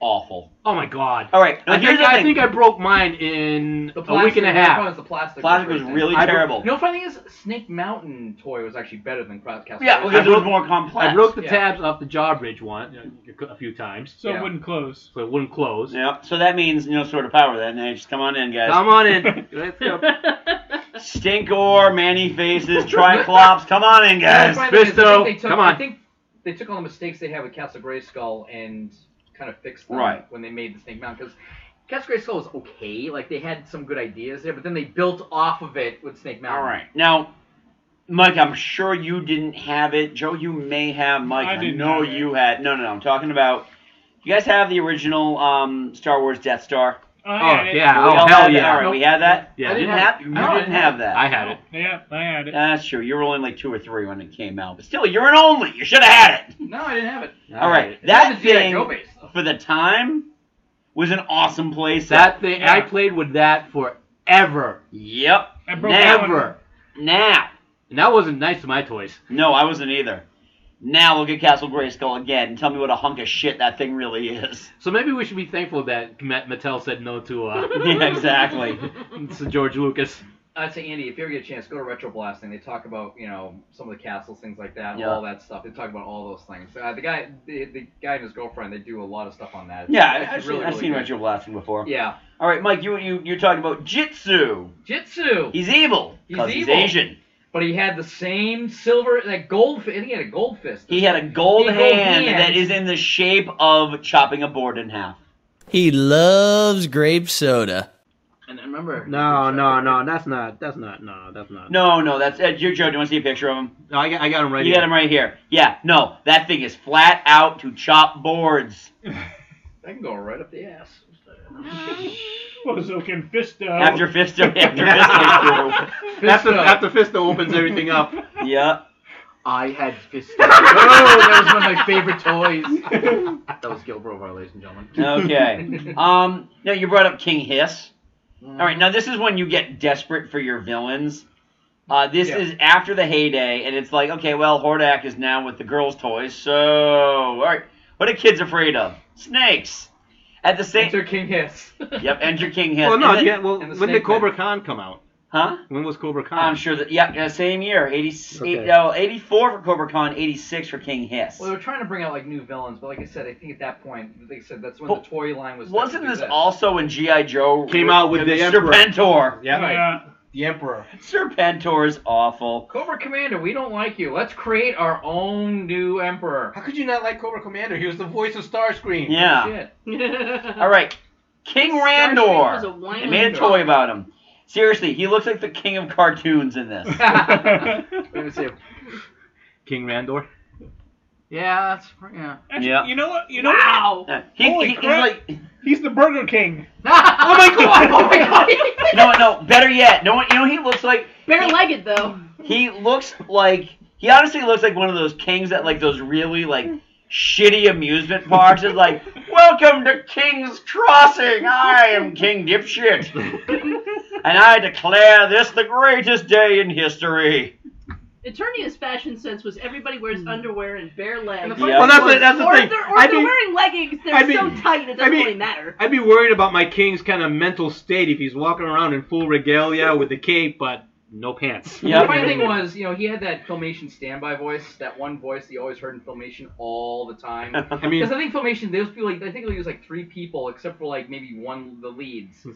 Speaker 5: awful.
Speaker 7: Oh my god.
Speaker 5: All right, now
Speaker 7: I
Speaker 5: here's
Speaker 7: think,
Speaker 5: the
Speaker 7: I
Speaker 5: thing.
Speaker 7: think I broke mine in
Speaker 8: The
Speaker 7: a week and a
Speaker 8: the problem
Speaker 7: half.
Speaker 8: is the plastic.
Speaker 5: Plastic
Speaker 8: pretty
Speaker 5: was
Speaker 8: thin.
Speaker 5: really
Speaker 8: I bro-
Speaker 5: terrible.
Speaker 8: You know, funny is Snake Mountain toy was actually better than Cross Castle.
Speaker 5: Yeah,
Speaker 8: Grayskull.
Speaker 5: because it was more complex.
Speaker 7: I broke the
Speaker 8: Yeah.
Speaker 7: tabs off the jawbridge one uh, a few times,
Speaker 6: so it wouldn't close.
Speaker 7: so it wouldn't close.
Speaker 5: Yep. So that means no sort of power. Then hey, just come on in, guys.
Speaker 7: Come on *laughs* in. Let's go.
Speaker 5: Stinkor, Manny Faces, Triclops. Come on in,
Speaker 8: Yeah,
Speaker 5: guys.
Speaker 8: the funny thing is, I think they took-
Speaker 7: come on.
Speaker 8: I think they took all the mistakes they had with Castle Grayskull and kind of fixed them
Speaker 5: Right.
Speaker 8: when they made the Snake Mountain because. Castle Grayskull was okay, like they had some good ideas there, but then they built off of it with Snake Mountain.
Speaker 5: All right. Now, Mike, I'm sure you didn't have it. Joe, you may have. Mike,
Speaker 6: I
Speaker 5: I,
Speaker 6: didn't
Speaker 5: know
Speaker 6: have it.
Speaker 5: you had. No, no, no. I'm talking about. You guys have the original um, Star Wars Death Star.
Speaker 6: Oh,
Speaker 7: Oh,
Speaker 6: it-
Speaker 7: yeah.
Speaker 5: We
Speaker 7: Oh,
Speaker 5: all had
Speaker 7: hell
Speaker 5: that. All
Speaker 7: yeah.
Speaker 5: right, we had that.
Speaker 7: Yeah.
Speaker 8: I
Speaker 5: You
Speaker 8: didn't
Speaker 5: didn't
Speaker 8: have-
Speaker 5: have. You
Speaker 8: no, I
Speaker 5: didn't
Speaker 8: didn't have
Speaker 5: have that.
Speaker 7: I had it.
Speaker 6: Oh, Yeah, I had it.
Speaker 5: That's true. You were only like two or three when it came out, but still, you're an only. You should have had it.
Speaker 8: No, I didn't have it.
Speaker 5: All right,
Speaker 7: Alright.
Speaker 5: that
Speaker 8: It's not the
Speaker 5: thing
Speaker 8: G.I. Joe base, though.
Speaker 5: for the time was an awesome place.
Speaker 7: That thing, I
Speaker 6: Yeah.
Speaker 7: played with that forever.
Speaker 5: Yep.
Speaker 6: I broke that one.
Speaker 7: Never.
Speaker 5: Now,
Speaker 7: And that wasn't nice to my toys.
Speaker 5: no, I wasn't either. Now look at Castle Grayskull again and tell me what a hunk of shit that thing really is. *laughs*
Speaker 7: So maybe we should be thankful that Met- Mattel said no to uh,
Speaker 5: yeah, exactly.
Speaker 7: to George Lucas.
Speaker 8: I'd say, Andy, if you ever get a chance, go to Retro Blasting. They talk about, you know, some of the castles, things like that,
Speaker 5: Yeah.
Speaker 8: all that stuff. They talk about all those things. Uh, the guy, the, the guy and his girlfriend, they do a lot of stuff on that. It's
Speaker 5: Yeah, I-
Speaker 8: actually
Speaker 5: I've seen, I've seen
Speaker 8: good.
Speaker 5: Retro Blasting before.
Speaker 8: Yeah,
Speaker 5: All right, Mike, you you you're talking about Jitsu.
Speaker 8: Jitsu.
Speaker 5: He's evil
Speaker 8: He's
Speaker 5: because he's,
Speaker 8: evil.
Speaker 5: Asian.
Speaker 8: but he had the same silver, that gold. fi- I think he had a gold fist.
Speaker 5: He had a gold,
Speaker 8: Gold
Speaker 5: hand,
Speaker 8: hand.
Speaker 5: that is in the shape of chopping a board in half.
Speaker 15: He loves grape soda.
Speaker 8: And I remember.
Speaker 7: no, that's not, that's not, no, that's not.
Speaker 5: No, no, that's uh, your Joe. Do you want to see a picture of him?
Speaker 7: No, I got, I got him right
Speaker 5: You
Speaker 7: here.
Speaker 5: got him right here. Yeah, no, that thing is flat out to chop boards.
Speaker 8: That can go right up
Speaker 7: *laughs*
Speaker 8: the ass.
Speaker 6: Well, so can Fisto.
Speaker 7: Oh.
Speaker 5: After Fisto, after Fisto
Speaker 7: *laughs* After,
Speaker 8: Fisto.
Speaker 7: after Fisto opens everything up.
Speaker 5: through. Yeah.
Speaker 8: *laughs* I had Fisto. oh, that was one of my
Speaker 7: *laughs*
Speaker 8: favorite toys. that was Gil Brovar, ladies and gentlemen.
Speaker 5: Okay. Um. Now you brought up King Hiss. All
Speaker 7: Mm.
Speaker 5: right. Now this is when you get desperate for your villains. Uh, this
Speaker 8: Yeah.
Speaker 5: is after the heyday, and it's like, okay, well, Hordak is now with the girls' toys, so all right. What are kids afraid of? Snakes. At the same.
Speaker 8: Enter King Hiss. *laughs*
Speaker 5: Yep. Enter King Hiss.
Speaker 7: Well, no,
Speaker 5: And then-
Speaker 7: yeah, well,
Speaker 8: and the
Speaker 7: when did
Speaker 8: snake
Speaker 7: Cobra
Speaker 8: man.
Speaker 7: Khan come out?
Speaker 5: Huh?
Speaker 7: When was Cobra Kai?
Speaker 5: I'm sure that yeah, uh, same year, 80,
Speaker 8: Okay.
Speaker 5: no, 84 for Cobra Khan, 86 for King Hiss.
Speaker 8: Well, they were trying to bring out like new villains, but like I said, I think at that point, like I said, that's when
Speaker 5: But
Speaker 8: the toy line was.
Speaker 5: Wasn't this also when GI Joe
Speaker 7: Came out with the Emperor.
Speaker 5: Serpentor?
Speaker 7: Yeah. Yeah.
Speaker 8: the Emperor?
Speaker 5: Serpentor's awful.
Speaker 8: Cobra Commander, we don't like you. Let's create our own
Speaker 5: *laughs*
Speaker 8: new Emperor.
Speaker 7: How could you not like Cobra Commander? He was the voice of Starscream.
Speaker 5: Yeah.
Speaker 9: *laughs*
Speaker 5: All right, King Randor.
Speaker 9: was a whiny
Speaker 5: They made a
Speaker 9: dog.
Speaker 5: toy about him. Seriously, he looks like the king of cartoons in this.
Speaker 7: King Randor.
Speaker 8: Yeah, that's yeah.
Speaker 6: *laughs* Actually,
Speaker 5: Yeah.
Speaker 6: You know what? You know
Speaker 9: wow.
Speaker 5: He-
Speaker 6: Holy
Speaker 5: he- he's
Speaker 6: crap! He's, the Burger King.
Speaker 5: oh my god! Oh my god! no, no. Better yet, no one. You know what he looks like
Speaker 9: Bare-legged though.
Speaker 5: he looks like he honestly looks like one of those kings at like those really like shitty amusement parks. Is like, welcome to King's Crossing. I am King Dipshit, and I declare this the greatest day in history.
Speaker 9: Eternia's fashion sense was everybody wears underwear and bare legs.
Speaker 5: funny Yeah. Well, that's the-
Speaker 7: that's the
Speaker 9: or
Speaker 7: thing.
Speaker 9: If they're, or
Speaker 7: I
Speaker 9: if they're
Speaker 7: mean-
Speaker 9: wearing leggings, they're
Speaker 7: I mean-
Speaker 9: so tight it doesn't
Speaker 7: I mean-
Speaker 9: really matter.
Speaker 7: I'd be worried about my king's kind of mental state if he's walking around in full regalia with a cape but no pants.
Speaker 8: The funny thing was, you know, he had that filmation standby voice, that one voice that you always heard in filmation all the time.
Speaker 7: I mean-
Speaker 8: because I think filmation, there was people like I think it was like three people, except for like maybe one of the leads.
Speaker 5: Hmm.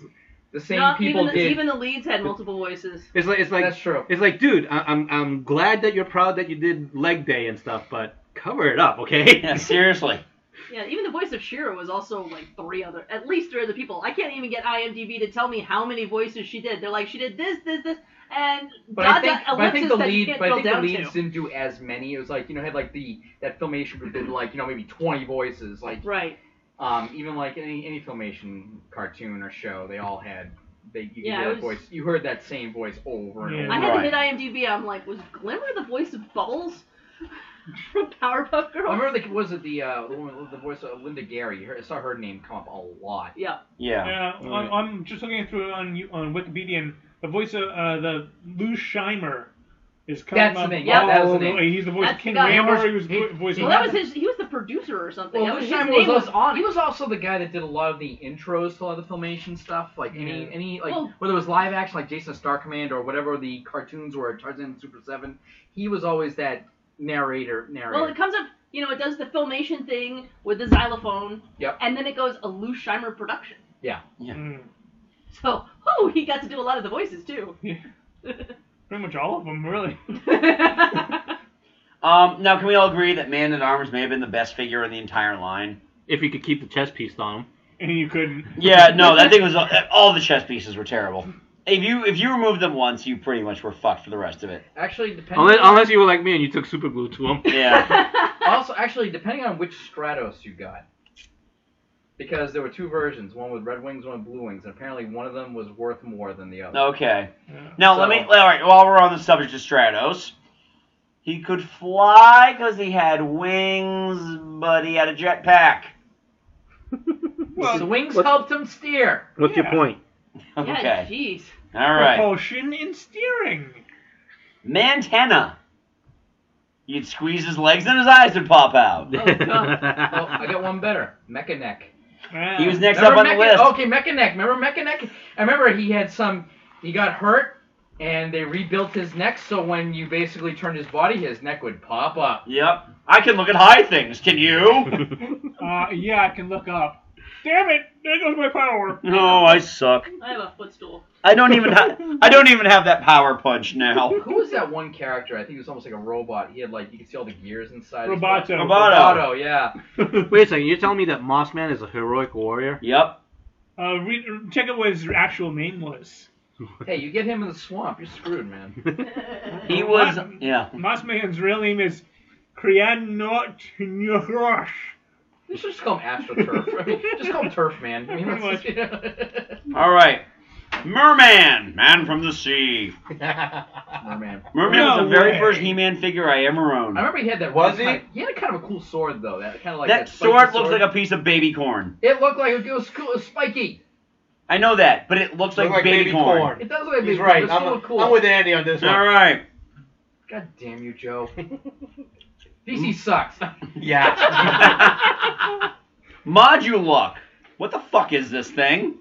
Speaker 8: The same
Speaker 9: No,
Speaker 8: people
Speaker 9: even, the,
Speaker 8: did.
Speaker 9: even the leads had multiple voices.
Speaker 7: It's like it's like that's true. It's like, dude, I, I'm I'm glad that you're proud that you did leg day and stuff, but cover it up, okay?
Speaker 5: Yeah, seriously.
Speaker 9: Yeah, even the voice of Shira was also like three other, at least three other people. I can't even get IMDb to tell me how many voices she did. They're like, she did this, this, this, and
Speaker 8: But
Speaker 9: dot,
Speaker 8: I think,
Speaker 9: dot,
Speaker 8: but I think the
Speaker 9: ellipsis that you
Speaker 8: lead,
Speaker 9: can't
Speaker 8: but I
Speaker 9: drill
Speaker 8: think the
Speaker 9: down
Speaker 8: leads
Speaker 9: to.
Speaker 8: didn't do as many. It was like you know had like the that filmation group did like you know maybe twenty voices, like
Speaker 9: right.
Speaker 8: Um, even like any any filmation cartoon or show, they all had they you could
Speaker 9: Yeah,
Speaker 8: hear
Speaker 9: it
Speaker 8: that
Speaker 9: was-
Speaker 8: voice. You heard that same voice over and over.
Speaker 9: I had to hit IMDb. I'm like, was Glimmer the voice of Bubbles *laughs* from Powerpuff Girls?
Speaker 8: I remember the was it the uh, the, woman, the voice of Linda Gary. You heard, I saw her name come up a lot.
Speaker 9: Yeah.
Speaker 5: Yeah.
Speaker 6: Yeah, on, I'm just looking through on you- on Wikipedia, and the voice of uh, the Lou Scheimer is coming
Speaker 8: That's the
Speaker 6: up.
Speaker 8: name, yeah, that's the
Speaker 6: all
Speaker 8: name.
Speaker 6: way. He's the voice
Speaker 9: That's
Speaker 6: of
Speaker 9: the
Speaker 6: King
Speaker 9: guy.
Speaker 6: Randor. He was the voice
Speaker 9: well,
Speaker 6: of
Speaker 9: that was his. He was the producer or something.
Speaker 8: Well, Lou
Speaker 9: that was, his
Speaker 8: Scheimer
Speaker 9: name
Speaker 8: was
Speaker 9: was,
Speaker 8: also,
Speaker 9: on.
Speaker 8: he was also the guy that did a lot of the intros to a lot of the filmation stuff, like any any like
Speaker 9: Well-
Speaker 8: whether it was live action like Jason Star Command or whatever the cartoons were Tarzan and Super Seven. He was always that narrator narrator.
Speaker 9: Well, it comes up. You know, it does the filmation thing with the xylophone,
Speaker 8: Yep.
Speaker 9: and then it goes a Lou Scheimer production.
Speaker 8: Yeah.
Speaker 5: Yeah.
Speaker 6: Mm.
Speaker 9: So, oh, he got to do a lot of the
Speaker 8: *laughs*
Speaker 9: voices too.
Speaker 6: Pretty much all of them, really. *laughs*
Speaker 5: Um, now, can we all agree that Man at Arms may have been the best figure in the entire line?
Speaker 7: If you could keep the chest piece on him.
Speaker 6: And you couldn't.
Speaker 5: Yeah, no, that thing was uh, all the chess pieces were terrible. If you if you removed them once, you pretty much were fucked for the rest of it.
Speaker 8: Actually, depending
Speaker 7: Unless,
Speaker 8: on,
Speaker 7: unless you were like me and you took super glue to him.
Speaker 5: Yeah.
Speaker 8: also, actually, depending on which Stratos you got, because there were two versions, one with red wings, one with blue wings, and apparently one of them was worth more than the other.
Speaker 5: Okay. Now let
Speaker 8: So-
Speaker 5: me. All right. While we're on the subject of Stratos, he could fly because he had wings, but he had a jetpack.
Speaker 8: Well, the wings helped him *laughs* steer.
Speaker 7: What's your point?
Speaker 5: Okay.
Speaker 9: jeez.
Speaker 5: All right.
Speaker 8: Oh,
Speaker 6: Propulsion and steering.
Speaker 5: Mantenna. You'd squeeze his legs and his eyes would pop out.
Speaker 7: *laughs*
Speaker 8: Oh, I got one better. Mechaneck.
Speaker 5: He was next up
Speaker 8: Remember
Speaker 5: on the
Speaker 8: Mecha-
Speaker 5: list.
Speaker 8: Okay, Mechaneck. Remember Mechaneck? I remember he had some. He got hurt, and they rebuilt his neck. So when you basically turned his body, his neck would pop up.
Speaker 5: Yep. I can look at high things. Can
Speaker 8: *laughs*
Speaker 5: you?
Speaker 6: Uh, yeah, I can look up. Damn it! There goes my power.
Speaker 5: no, Oh, I suck.
Speaker 9: I have a footstool.
Speaker 5: I don't even have. I don't even have that power punch
Speaker 8: *laughs*
Speaker 5: now.
Speaker 8: Who was that one character? I think he was almost like a robot. He had like you could see all the gears inside. his
Speaker 6: Roboto.
Speaker 8: body.
Speaker 5: Roboto.
Speaker 8: Roboto, yeah.
Speaker 7: Wait a second, you're telling me that Moss Man is a
Speaker 5: *laughs*
Speaker 7: heroic warrior?
Speaker 5: Yep.
Speaker 6: Uh, re- check out what his actual name was.
Speaker 8: Hey, you get him in the swamp, you're screwed, man.
Speaker 5: He was. Yeah.
Speaker 6: Mossman's real name is Krianot Nyorosh.
Speaker 8: You should just call him AstroTurf. I mean, just call him Turf Man. I mean, let's
Speaker 5: All right. Merman, man from the sea.
Speaker 8: Merman.
Speaker 5: Merman was the very first He-Man figure I ever owned.
Speaker 8: I remember he had that.
Speaker 5: Was
Speaker 8: he? he had a kind of a cool sword though. That kind of like
Speaker 5: that
Speaker 8: spiky
Speaker 5: sword looks like a piece of baby corn.
Speaker 8: It looked like it was cool. It was spiky.
Speaker 5: I know that, but it looks like,
Speaker 7: like
Speaker 5: baby,
Speaker 7: baby
Speaker 5: corn.
Speaker 7: corn.
Speaker 8: It does look like
Speaker 7: He's
Speaker 8: it
Speaker 7: right.
Speaker 8: was
Speaker 7: I'm-
Speaker 8: still cool.
Speaker 7: I'm with Andy on this one.
Speaker 5: All right. *laughs*
Speaker 8: God damn you, Joe.
Speaker 5: Mm-hmm.
Speaker 8: DC sucks. *laughs*
Speaker 5: Yeah. Moduluck. What the fuck is this thing?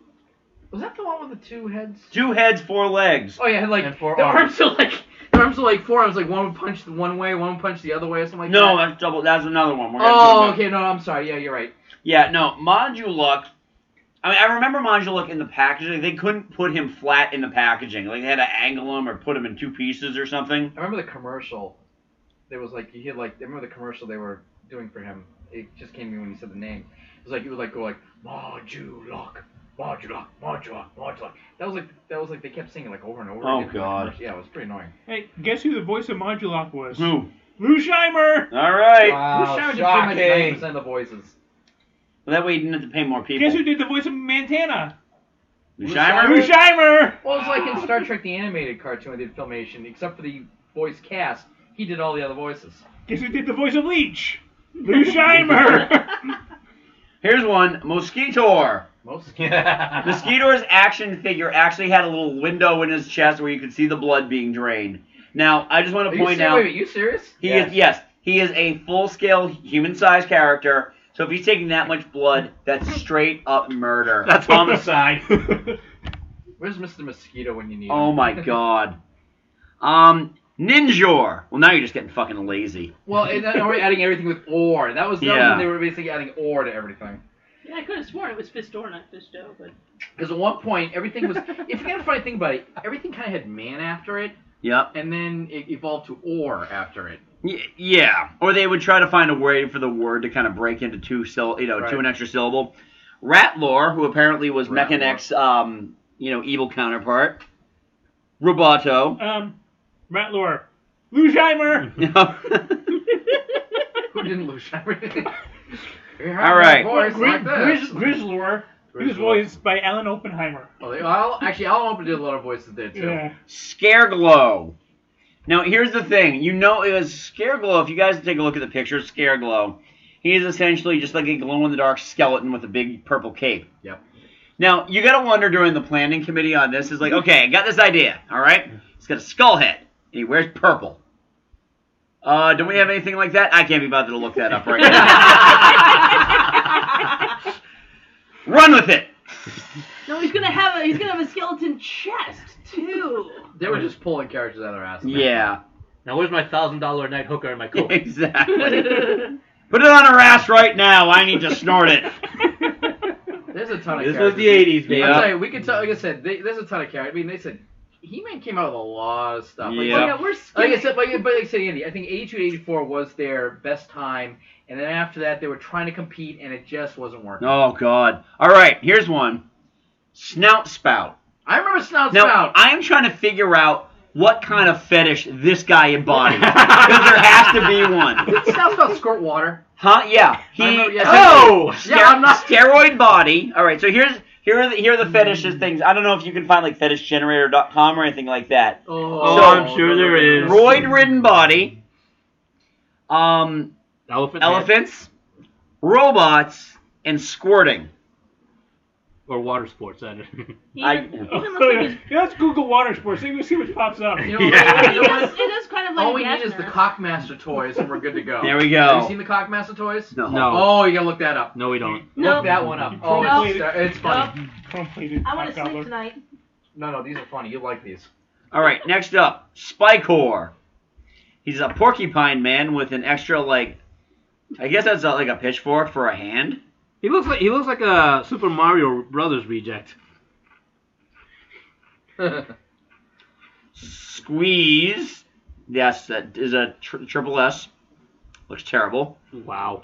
Speaker 8: Was that the one with the two heads?
Speaker 5: Two heads, four legs.
Speaker 8: Oh yeah, it had like
Speaker 5: And four
Speaker 8: the
Speaker 5: arms.
Speaker 8: arms. are like the arms are like four arms, like one would punch the one way, one would punch the other way, or something like
Speaker 5: No,
Speaker 8: that.
Speaker 5: that's double. That's another one. We're gonna talk
Speaker 8: Oh,
Speaker 5: about-
Speaker 8: okay. No, I'm sorry. Yeah, you're right.
Speaker 5: Yeah, no, Moduluk. I mean, I remember Moduluk in the packaging. They couldn't put him flat in the packaging. Like they had to angle him or put him in two pieces or something.
Speaker 8: I remember the commercial. There was like he had like I remember the commercial they were doing for him. It just came to me when you said the name. It was like you would like go like Modulok, Modulok, Modulok, Modulok. That was like that was like they kept singing like over and over.
Speaker 5: Oh,
Speaker 8: again.
Speaker 5: God.
Speaker 8: Yeah, it was pretty annoying.
Speaker 6: Hey, guess who the voice of Modulok was?
Speaker 5: Who?
Speaker 6: Lou Scheimer!
Speaker 5: All right.
Speaker 8: Wow,
Speaker 6: Who's
Speaker 8: shocking.
Speaker 6: shouting?
Speaker 8: 90% of the voices.
Speaker 5: Well, that way you didn't have to pay more people.
Speaker 6: Guess who did the voice of Montana?
Speaker 5: Lusheimer?
Speaker 6: Lou Scheimer!
Speaker 8: Well, it's like in Star Trek the animated cartoon they did filmation, except for the voice cast, he did all the other voices.
Speaker 6: Guess who did the voice
Speaker 5: *laughs*
Speaker 6: of Leech? Lou Scheimer!
Speaker 5: Here's one,
Speaker 8: *laughs*
Speaker 5: Mosquitoer.
Speaker 8: Most.
Speaker 5: Mosquito's action figure actually had a little window in his chest where you could see the blood being drained. Now, I just want
Speaker 8: Are
Speaker 5: to
Speaker 8: you
Speaker 5: point
Speaker 8: ser-
Speaker 5: out
Speaker 8: Wait, wait, you serious?
Speaker 5: he is yes, he is a full-scale human-sized character. So if he's taking that much blood, that's straight up murder.
Speaker 7: That's homicide.
Speaker 8: Where's Mr. Mosquito when you need him?
Speaker 5: *laughs* oh my god. Um, Ninjor. Well, now you're just getting fucking lazy.
Speaker 8: well, and then we're adding everything with or. That was that
Speaker 5: Yeah.
Speaker 8: was when they were basically adding or to everything.
Speaker 9: Yeah, I could have sworn it was Fisto, not Fisto, but *laughs*
Speaker 8: Because at one point, everything was. if you got a funny thing about it, everything kind of had man after it,
Speaker 5: Yep.
Speaker 8: and then it evolved to or after it.
Speaker 5: Y- yeah. Or they would try to find a way for the word to kind of break into two syll, you know,
Speaker 8: Right.
Speaker 5: to an extra syllable. Ratlore, who apparently was Mechanek's, um, you know, evil counterpart. *laughs*
Speaker 6: *laughs*
Speaker 5: Roboto.
Speaker 6: *laughs* um, Ratlore. Lou Scheimer!
Speaker 8: Who didn't lose *laughs* everything?
Speaker 5: All right.
Speaker 8: Voice
Speaker 6: Gri-
Speaker 8: like this.
Speaker 6: Grizz- Grizzlore. He was
Speaker 8: Grizzlore.
Speaker 6: voiced by Alan Oppenheimer.
Speaker 8: Well, they, well, actually, Al Open did a lot of voices there too. *laughs*
Speaker 6: Yeah.
Speaker 5: Scareglow. Now, here's the thing. You know, it was Scareglow. If you guys take a look at the picture, of Scareglow, he is essentially just like a glow in the dark skeleton with a big purple cape.
Speaker 8: Yep.
Speaker 5: Now, you got to wonder during the planning committee on this is like, okay, I got this idea, all right? He's got a skull head, and he wears purple. Uh, don't we have anything like that? I can't be bothered to look that up right now.
Speaker 9: *laughs*
Speaker 5: Run with it!
Speaker 9: no, he's gonna have a he's gonna have a skeleton chest
Speaker 8: *laughs*
Speaker 9: too.
Speaker 8: They were just pulling characters out of their asses. man.
Speaker 5: Yeah,
Speaker 7: *laughs* Now where's my thousand dollar a night hooker in my coat?
Speaker 5: *laughs*
Speaker 7: *laughs*
Speaker 5: exactly. Put it on her ass right now. I need to snort
Speaker 9: *laughs*
Speaker 5: it.
Speaker 8: There's a ton of
Speaker 7: This was
Speaker 8: characters.
Speaker 7: the '80s, baby.
Speaker 8: I'll tell you, we could tell. Like I said, they, there's a ton of characters. I mean, they said He-Man came out with a lot of stuff. Like,
Speaker 5: Yeah.
Speaker 9: Oh, yeah, we're
Speaker 8: Like
Speaker 9: scared.
Speaker 8: I said, like, but like I said, Andy, I think 82, 84 was their best time, and then after that, they were trying to compete, and it just wasn't working.
Speaker 5: Oh God! All right, here's one. Snout spout.
Speaker 8: I remember Snout
Speaker 5: Now
Speaker 8: Spout.
Speaker 5: I'm trying to figure out what kind of fetish this guy
Speaker 8: *laughs*
Speaker 5: embodies *laughs* because there has to be one.
Speaker 8: Did Snout Spout squirt water?
Speaker 5: Huh? Yeah. He.
Speaker 8: I remember- yeah.
Speaker 5: oh.
Speaker 8: Yeah,
Speaker 5: Ster-
Speaker 8: I'm not-
Speaker 5: steroid body. All right. So here's here are the, here are the fetishes things. I don't know if you can find like fetishgenerator.com or anything like that.
Speaker 8: Oh,
Speaker 5: So-
Speaker 7: I'm sure there is.
Speaker 5: Roid ridden body. Um,
Speaker 7: Elephant. head
Speaker 5: elephants, robots, and squirting.
Speaker 7: Or water sports. That is.
Speaker 9: He
Speaker 5: I-
Speaker 8: *laughs*
Speaker 9: even, even looks like
Speaker 6: yeah,
Speaker 9: his,
Speaker 6: let's Google water sports. See, see what pops up. *laughs*
Speaker 8: You know,
Speaker 7: Yeah.
Speaker 8: you
Speaker 9: it,
Speaker 8: know what?
Speaker 9: is, it is kind of like
Speaker 8: All we need is
Speaker 9: Gassner.
Speaker 8: the Cockmaster toys, and we're good to go.
Speaker 5: There we go.
Speaker 8: Have you seen the Cockmaster toys?
Speaker 5: No.
Speaker 7: No.
Speaker 8: Oh, you gotta look that
Speaker 7: *laughs*
Speaker 8: up.
Speaker 7: No, we don't.
Speaker 9: No.
Speaker 8: Look that one up. Oh,
Speaker 9: No.
Speaker 8: it's, it's funny.
Speaker 6: Chrome-plated
Speaker 9: I want to
Speaker 6: hot gobbler.
Speaker 9: sleep tonight.
Speaker 8: No, no, these are funny. You like *laughs* these.
Speaker 5: All right, next up, Spycore. He's a porcupine man with an extra like, I guess that's a, like a pitchfork for a hand.
Speaker 7: He looks like he looks like a Super Mario Brothers reject.
Speaker 5: Squeeze. Yes, that is a tr- triple S. Looks terrible.
Speaker 7: Wow.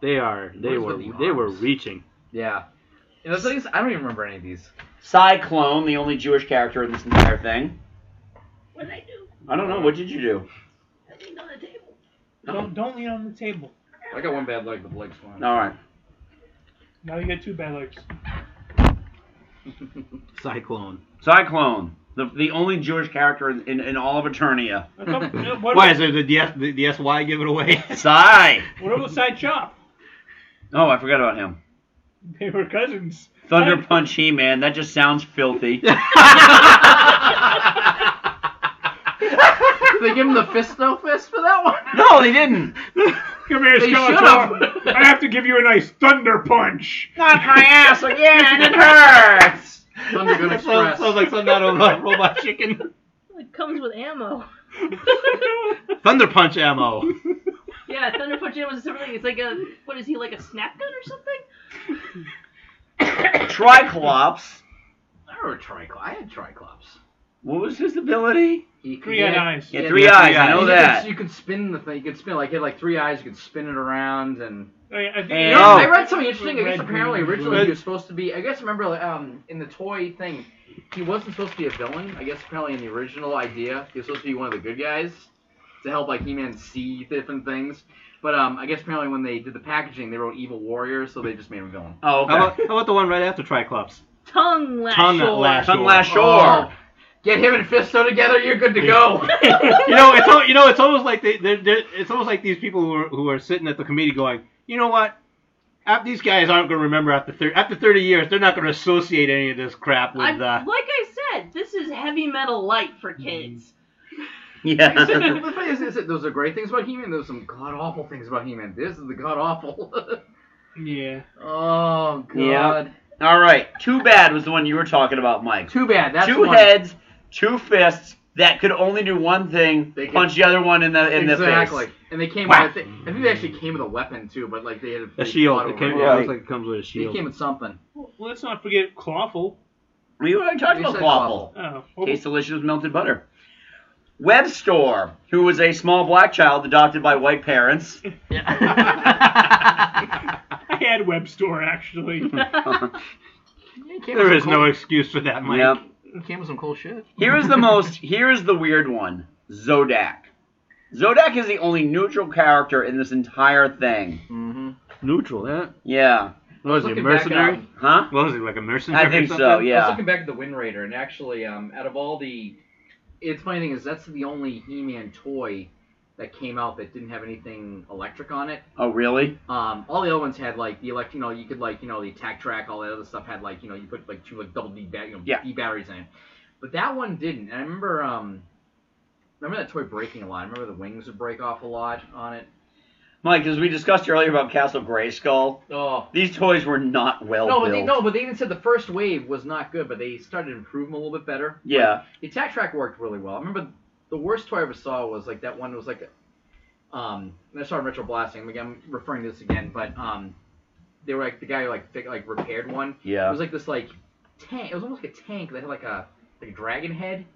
Speaker 7: They are.
Speaker 8: What
Speaker 7: They
Speaker 8: is
Speaker 7: were.
Speaker 8: with the
Speaker 7: They were
Speaker 8: arms?
Speaker 7: reaching.
Speaker 8: yeah. You know, so these, I don't even remember any of these.
Speaker 5: Cyclone, the only Jewish character in this entire thing.
Speaker 9: What did I do?
Speaker 5: I don't know. What did you do?
Speaker 9: I leaned on the table.
Speaker 6: Don't, don't lean on the table.
Speaker 8: I got one bad leg, but the leg's fine.
Speaker 5: All right.
Speaker 6: Now you got two bad legs.
Speaker 7: Cyclone.
Speaker 5: Cyclone, the the only Jewish character in, in, in all of Eternia.
Speaker 6: I thought- what,
Speaker 7: Why is there the DS? The, the SY give it away? *laughs*
Speaker 5: Psy.
Speaker 6: What about Side Chop?
Speaker 5: Oh, I forgot about him.
Speaker 6: They were cousins.
Speaker 5: Thunder Punch He Man. That just sounds filthy.
Speaker 8: Did they give him the fist no fist for that one? *laughs*
Speaker 5: no, they didn't.
Speaker 6: Come here, *laughs*
Speaker 8: They
Speaker 6: Skeletor. I have to give you a nice thunder punch.
Speaker 5: Not my ass again. It hurts.
Speaker 8: Underground
Speaker 7: That sounds-
Speaker 8: Express.
Speaker 7: Sounds like something out of *laughs* uh, Robot Chicken.
Speaker 9: It comes with ammo.
Speaker 7: Thunder Punch ammo.
Speaker 9: Yeah, Thunder Punch ammo is something. It's like a what is he like a snap gun or something?
Speaker 5: Triclops.
Speaker 8: Or a triclops. I had triclops.
Speaker 5: What was his ability?
Speaker 8: Yeah.
Speaker 5: Yeah, three eyes. I know
Speaker 8: You could-
Speaker 5: that.
Speaker 8: you could spin the thing. You could spin like it had like three eyes. You could spin it around and.
Speaker 6: Oh, yeah, I think-
Speaker 5: And-
Speaker 8: I read something interesting. I guess
Speaker 6: Red,
Speaker 8: apparently
Speaker 6: green,
Speaker 8: originally
Speaker 6: blue.
Speaker 8: he was supposed to be. I guess remember like, um in the toy thing, he wasn't supposed to be a villain. I guess apparently in the original idea, he was supposed to be one of the good guys to help like He-Man see different things. But um, I guess apparently when they did the packaging, they wrote Evil Warrior, so they just made him a villain.
Speaker 5: Oh,
Speaker 7: How about, how about the one right after Triclops?
Speaker 9: Tongue lash.
Speaker 7: Tongue lash. *laughs*
Speaker 8: Oh, get him and Fisto together. You're good to go. *laughs*
Speaker 7: you know, it's al- you know, it's almost like they, they're, they're, it's almost like these people who are, who are sitting at the committee going, you know what? Af- These guys aren't going to remember after 30, after 30 years. They're not going to associate any of this crap with.
Speaker 9: I,
Speaker 7: Uh,
Speaker 9: like I said, this is heavy metal light
Speaker 8: *laughs*
Speaker 9: for kids.
Speaker 5: *laughs*
Speaker 8: Like I
Speaker 9: *laughs*
Speaker 8: said, Mm-hmm. the thing is, is that those are great things about He-Man. There's some god awful things about He-Man. This is the god awful. *laughs*
Speaker 6: yeah.
Speaker 8: oh god.
Speaker 5: Yeah. All right. Too bad was the one you were talking about, Mike.
Speaker 8: Too bad. That's
Speaker 5: two
Speaker 8: the one.
Speaker 5: heads, two fists that could only do one thing: punch the other one in the in the face.
Speaker 8: exactly. And they came. With, I, think, I think they actually came with a weapon too, but like they had
Speaker 7: a
Speaker 8: they
Speaker 7: shield.
Speaker 8: fought
Speaker 7: It
Speaker 8: over
Speaker 7: came,
Speaker 8: it.
Speaker 7: yeah, it looks like it comes with a
Speaker 8: They
Speaker 7: shield. *laughs*
Speaker 8: came with something.
Speaker 6: Well, let's not forget Clawful.
Speaker 5: We already talked
Speaker 6: We
Speaker 5: about
Speaker 6: said
Speaker 5: Quaffle.
Speaker 6: Oh,
Speaker 5: Tastes delicious with melted butter. Web Store, who was a small black child adopted by white parents.
Speaker 6: I had Web Store actually.
Speaker 8: It came with
Speaker 7: there
Speaker 8: some
Speaker 7: is no
Speaker 8: cool-
Speaker 7: excuse for that, Mike.
Speaker 5: Yep.
Speaker 8: it Came with some cool shit.
Speaker 5: Here is the most. Here is the weird one. Zodak. Zodak is the only neutral character in this entire thing.
Speaker 8: Mm-hmm.
Speaker 7: Neutral, yeah.
Speaker 5: Yeah.
Speaker 7: What was he, a mercenary?
Speaker 5: Huh?
Speaker 7: What was he, like a mercenary?
Speaker 5: I think
Speaker 7: or
Speaker 5: so,
Speaker 7: something?
Speaker 5: yeah.
Speaker 8: I was uh, looking back at the Wind Raider, and actually, um, out of all the, it's funny thing is that's the only He-Man toy that came out that didn't have anything electric on it.
Speaker 5: Oh really?
Speaker 8: Um, all the other ones had like the elect, you know, you could like, you know, the attack track, all that other stuff had like, you know, you put like two like double D, ba- you know,
Speaker 5: Yeah.
Speaker 8: D batteries in it. But that one didn't. And I remember, um, remember that toy breaking a lot. I remember the wings would break off a lot on it.
Speaker 5: Mike, as we discussed earlier about Castle Grayskull,
Speaker 8: Oh.
Speaker 5: these toys were not well
Speaker 8: No, but
Speaker 5: built.
Speaker 8: they, no, but they even said the first wave was not good, but they started to improve them a little bit better.
Speaker 5: Yeah.
Speaker 8: The attack track worked really well. I remember the worst toy I ever saw was like that one was like, a- um, and I started retro blasting. Again, I'm referring to this again, but um, they were like the guy who like fi- like repaired one.
Speaker 5: Yeah.
Speaker 8: It was like this like tank. It was almost like a tank that had like a like a dragon head,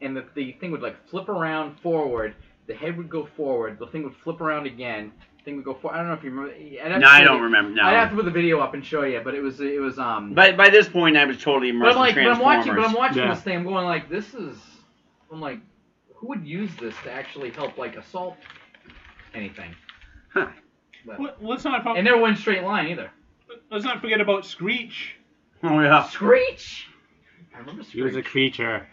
Speaker 8: and the the thing would like flip around forward. The head would go forward. The thing would flip around again. The thing would go forward. I don't know if you remember. I'd have
Speaker 5: No,
Speaker 8: to
Speaker 5: I
Speaker 8: show
Speaker 5: don't
Speaker 8: you-
Speaker 5: remember, no.
Speaker 8: I'd have to put the video up and show you, but it was it was um.
Speaker 5: By, by this point, I was totally
Speaker 8: But
Speaker 5: immersed
Speaker 8: I'm like,
Speaker 5: in
Speaker 8: but I'm
Speaker 5: Transformers.
Speaker 8: watching, but I'm watching this thing. I'm going like, this is. I'm like, who would use this to actually help like assault anything?
Speaker 5: Huh.
Speaker 8: But,
Speaker 6: Let- Let's not
Speaker 8: and never went straight line either.
Speaker 6: let's not forget about Screech.
Speaker 5: Oh yeah.
Speaker 8: Screech. I remember
Speaker 7: He was
Speaker 8: Screech.
Speaker 7: a creature.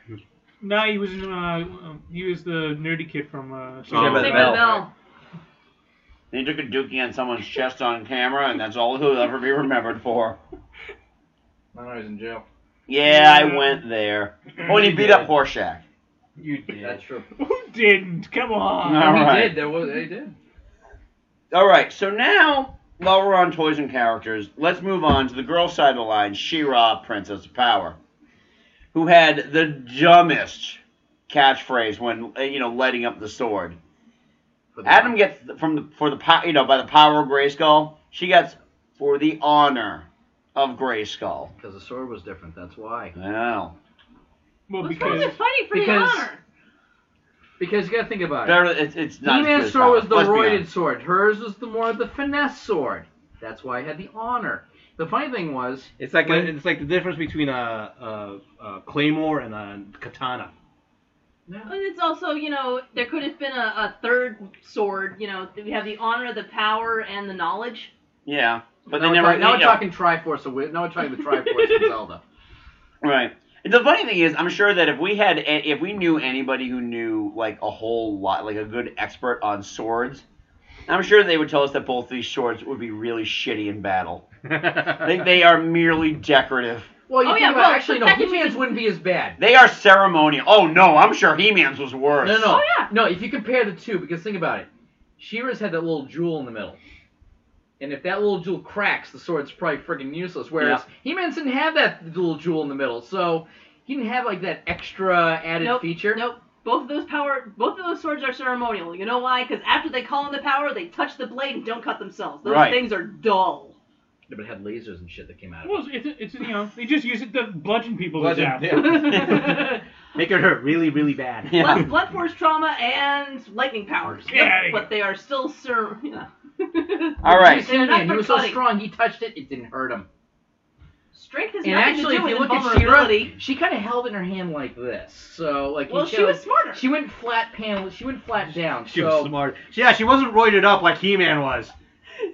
Speaker 6: No, he was uh, um, he was the nerdy kid from uh,
Speaker 5: Saved by the
Speaker 6: Saved
Speaker 5: Bell. They took a dookie on someone's chest on camera, and that's all he'll ever be remembered for.
Speaker 8: I know he's in jail.
Speaker 5: Yeah, I went there. Oh, and he beat up Horshack.
Speaker 8: You did. That's true.
Speaker 6: *laughs* Who didn't? Come on.
Speaker 5: All
Speaker 8: he
Speaker 5: right.
Speaker 8: did. There was. They did.
Speaker 5: All right, so now, while we're on toys and characters, let's move on to the girl side of the line, She-Ra, Princess of Power, who had the dumbest catchphrase when uh, you know lighting up the sword. Adam gets the- from the for the power you know by the power of Grayskull. She gets for the honor of Grayskull.
Speaker 8: Because the sword was different. That's why.
Speaker 5: Wow.
Speaker 6: Well,
Speaker 9: What's wrong
Speaker 6: because
Speaker 9: with fighting for the
Speaker 8: because-
Speaker 9: honor?
Speaker 8: Because you gotta think about it.
Speaker 5: Better, it's, it's not. as good
Speaker 8: He-Man's
Speaker 5: as
Speaker 8: sword was
Speaker 5: Power.
Speaker 8: the
Speaker 5: Let's be
Speaker 8: roided
Speaker 5: honest.
Speaker 8: sword. Hers was the more the finesse sword. That's why I had the honor. The funny thing was,
Speaker 7: It's like
Speaker 8: when-
Speaker 7: a, it's like the difference between a, a, a claymore and a *laughs* katana.
Speaker 9: And it's also, you know, there could have been a, a third sword. You know, we have the honor, the power, and the knowledge.
Speaker 5: Yeah, but
Speaker 8: now
Speaker 5: they
Speaker 8: we're
Speaker 5: never.
Speaker 8: talking, now
Speaker 5: you
Speaker 8: we're
Speaker 5: know,
Speaker 8: talking Triforce of Wi- now we're talking the Triforce of
Speaker 9: *laughs*
Speaker 8: Zelda.
Speaker 5: Right. And The funny thing is, I'm sure that if we had, if we knew anybody who knew like a whole lot, like a good expert on swords, I'm sure they would tell us that both these swords would be really shitty in battle. they, they are merely decorative.
Speaker 8: Well, you
Speaker 9: Oh,
Speaker 8: think
Speaker 9: yeah,
Speaker 8: about
Speaker 9: well,
Speaker 8: actually no,
Speaker 9: the second
Speaker 8: He-Man's wouldn't be as bad.
Speaker 5: They are ceremonial. Oh no, I'm sure He-Man's was worse.
Speaker 8: No, no, no.
Speaker 9: Oh, yeah.
Speaker 8: No, if you compare the two, because think about it, Shira's had that little jewel in the middle. And if that little jewel cracks, the sword's probably friggin' useless. Whereas
Speaker 5: Yeah.
Speaker 8: He-Man didn't have that little jewel in the middle, so he didn't have like that extra added
Speaker 9: Nope,
Speaker 8: feature.
Speaker 9: Nope. Both of those power, both of those swords are ceremonial. You know why? Because after they call in the power, they touch the blade and don't cut themselves. Those
Speaker 8: Right.
Speaker 9: things are
Speaker 8: *laughs*
Speaker 9: dull.
Speaker 8: Yeah, but it had lasers and shit that came out of it.
Speaker 6: Well, it's, it's you know they just use it to bludgeon people to death.
Speaker 7: Bludgeon, *laughs* Make it hurt really, really bad. *laughs*
Speaker 9: Blood, blood force trauma and lightning powers.
Speaker 7: Yeah.
Speaker 9: But, but they are still cer.
Speaker 8: *laughs*
Speaker 9: Yeah.
Speaker 5: All right.
Speaker 9: They're not
Speaker 8: He-Man, he was so
Speaker 9: cutting.
Speaker 8: strong, he touched it, it didn't hurt him.
Speaker 9: Strength is
Speaker 8: And
Speaker 9: nothing
Speaker 8: actually,
Speaker 9: to
Speaker 8: if
Speaker 9: do
Speaker 8: you
Speaker 9: with
Speaker 8: look at Shira,
Speaker 9: invulnerability.
Speaker 8: she kind of held it in her hand like this. So, like,
Speaker 9: Well,
Speaker 8: you
Speaker 9: she
Speaker 8: know,
Speaker 9: was smarter.
Speaker 8: She went flat panel. She went flat down.
Speaker 7: She
Speaker 8: so
Speaker 7: was smart. Yeah, she wasn't roided up like He-Man was.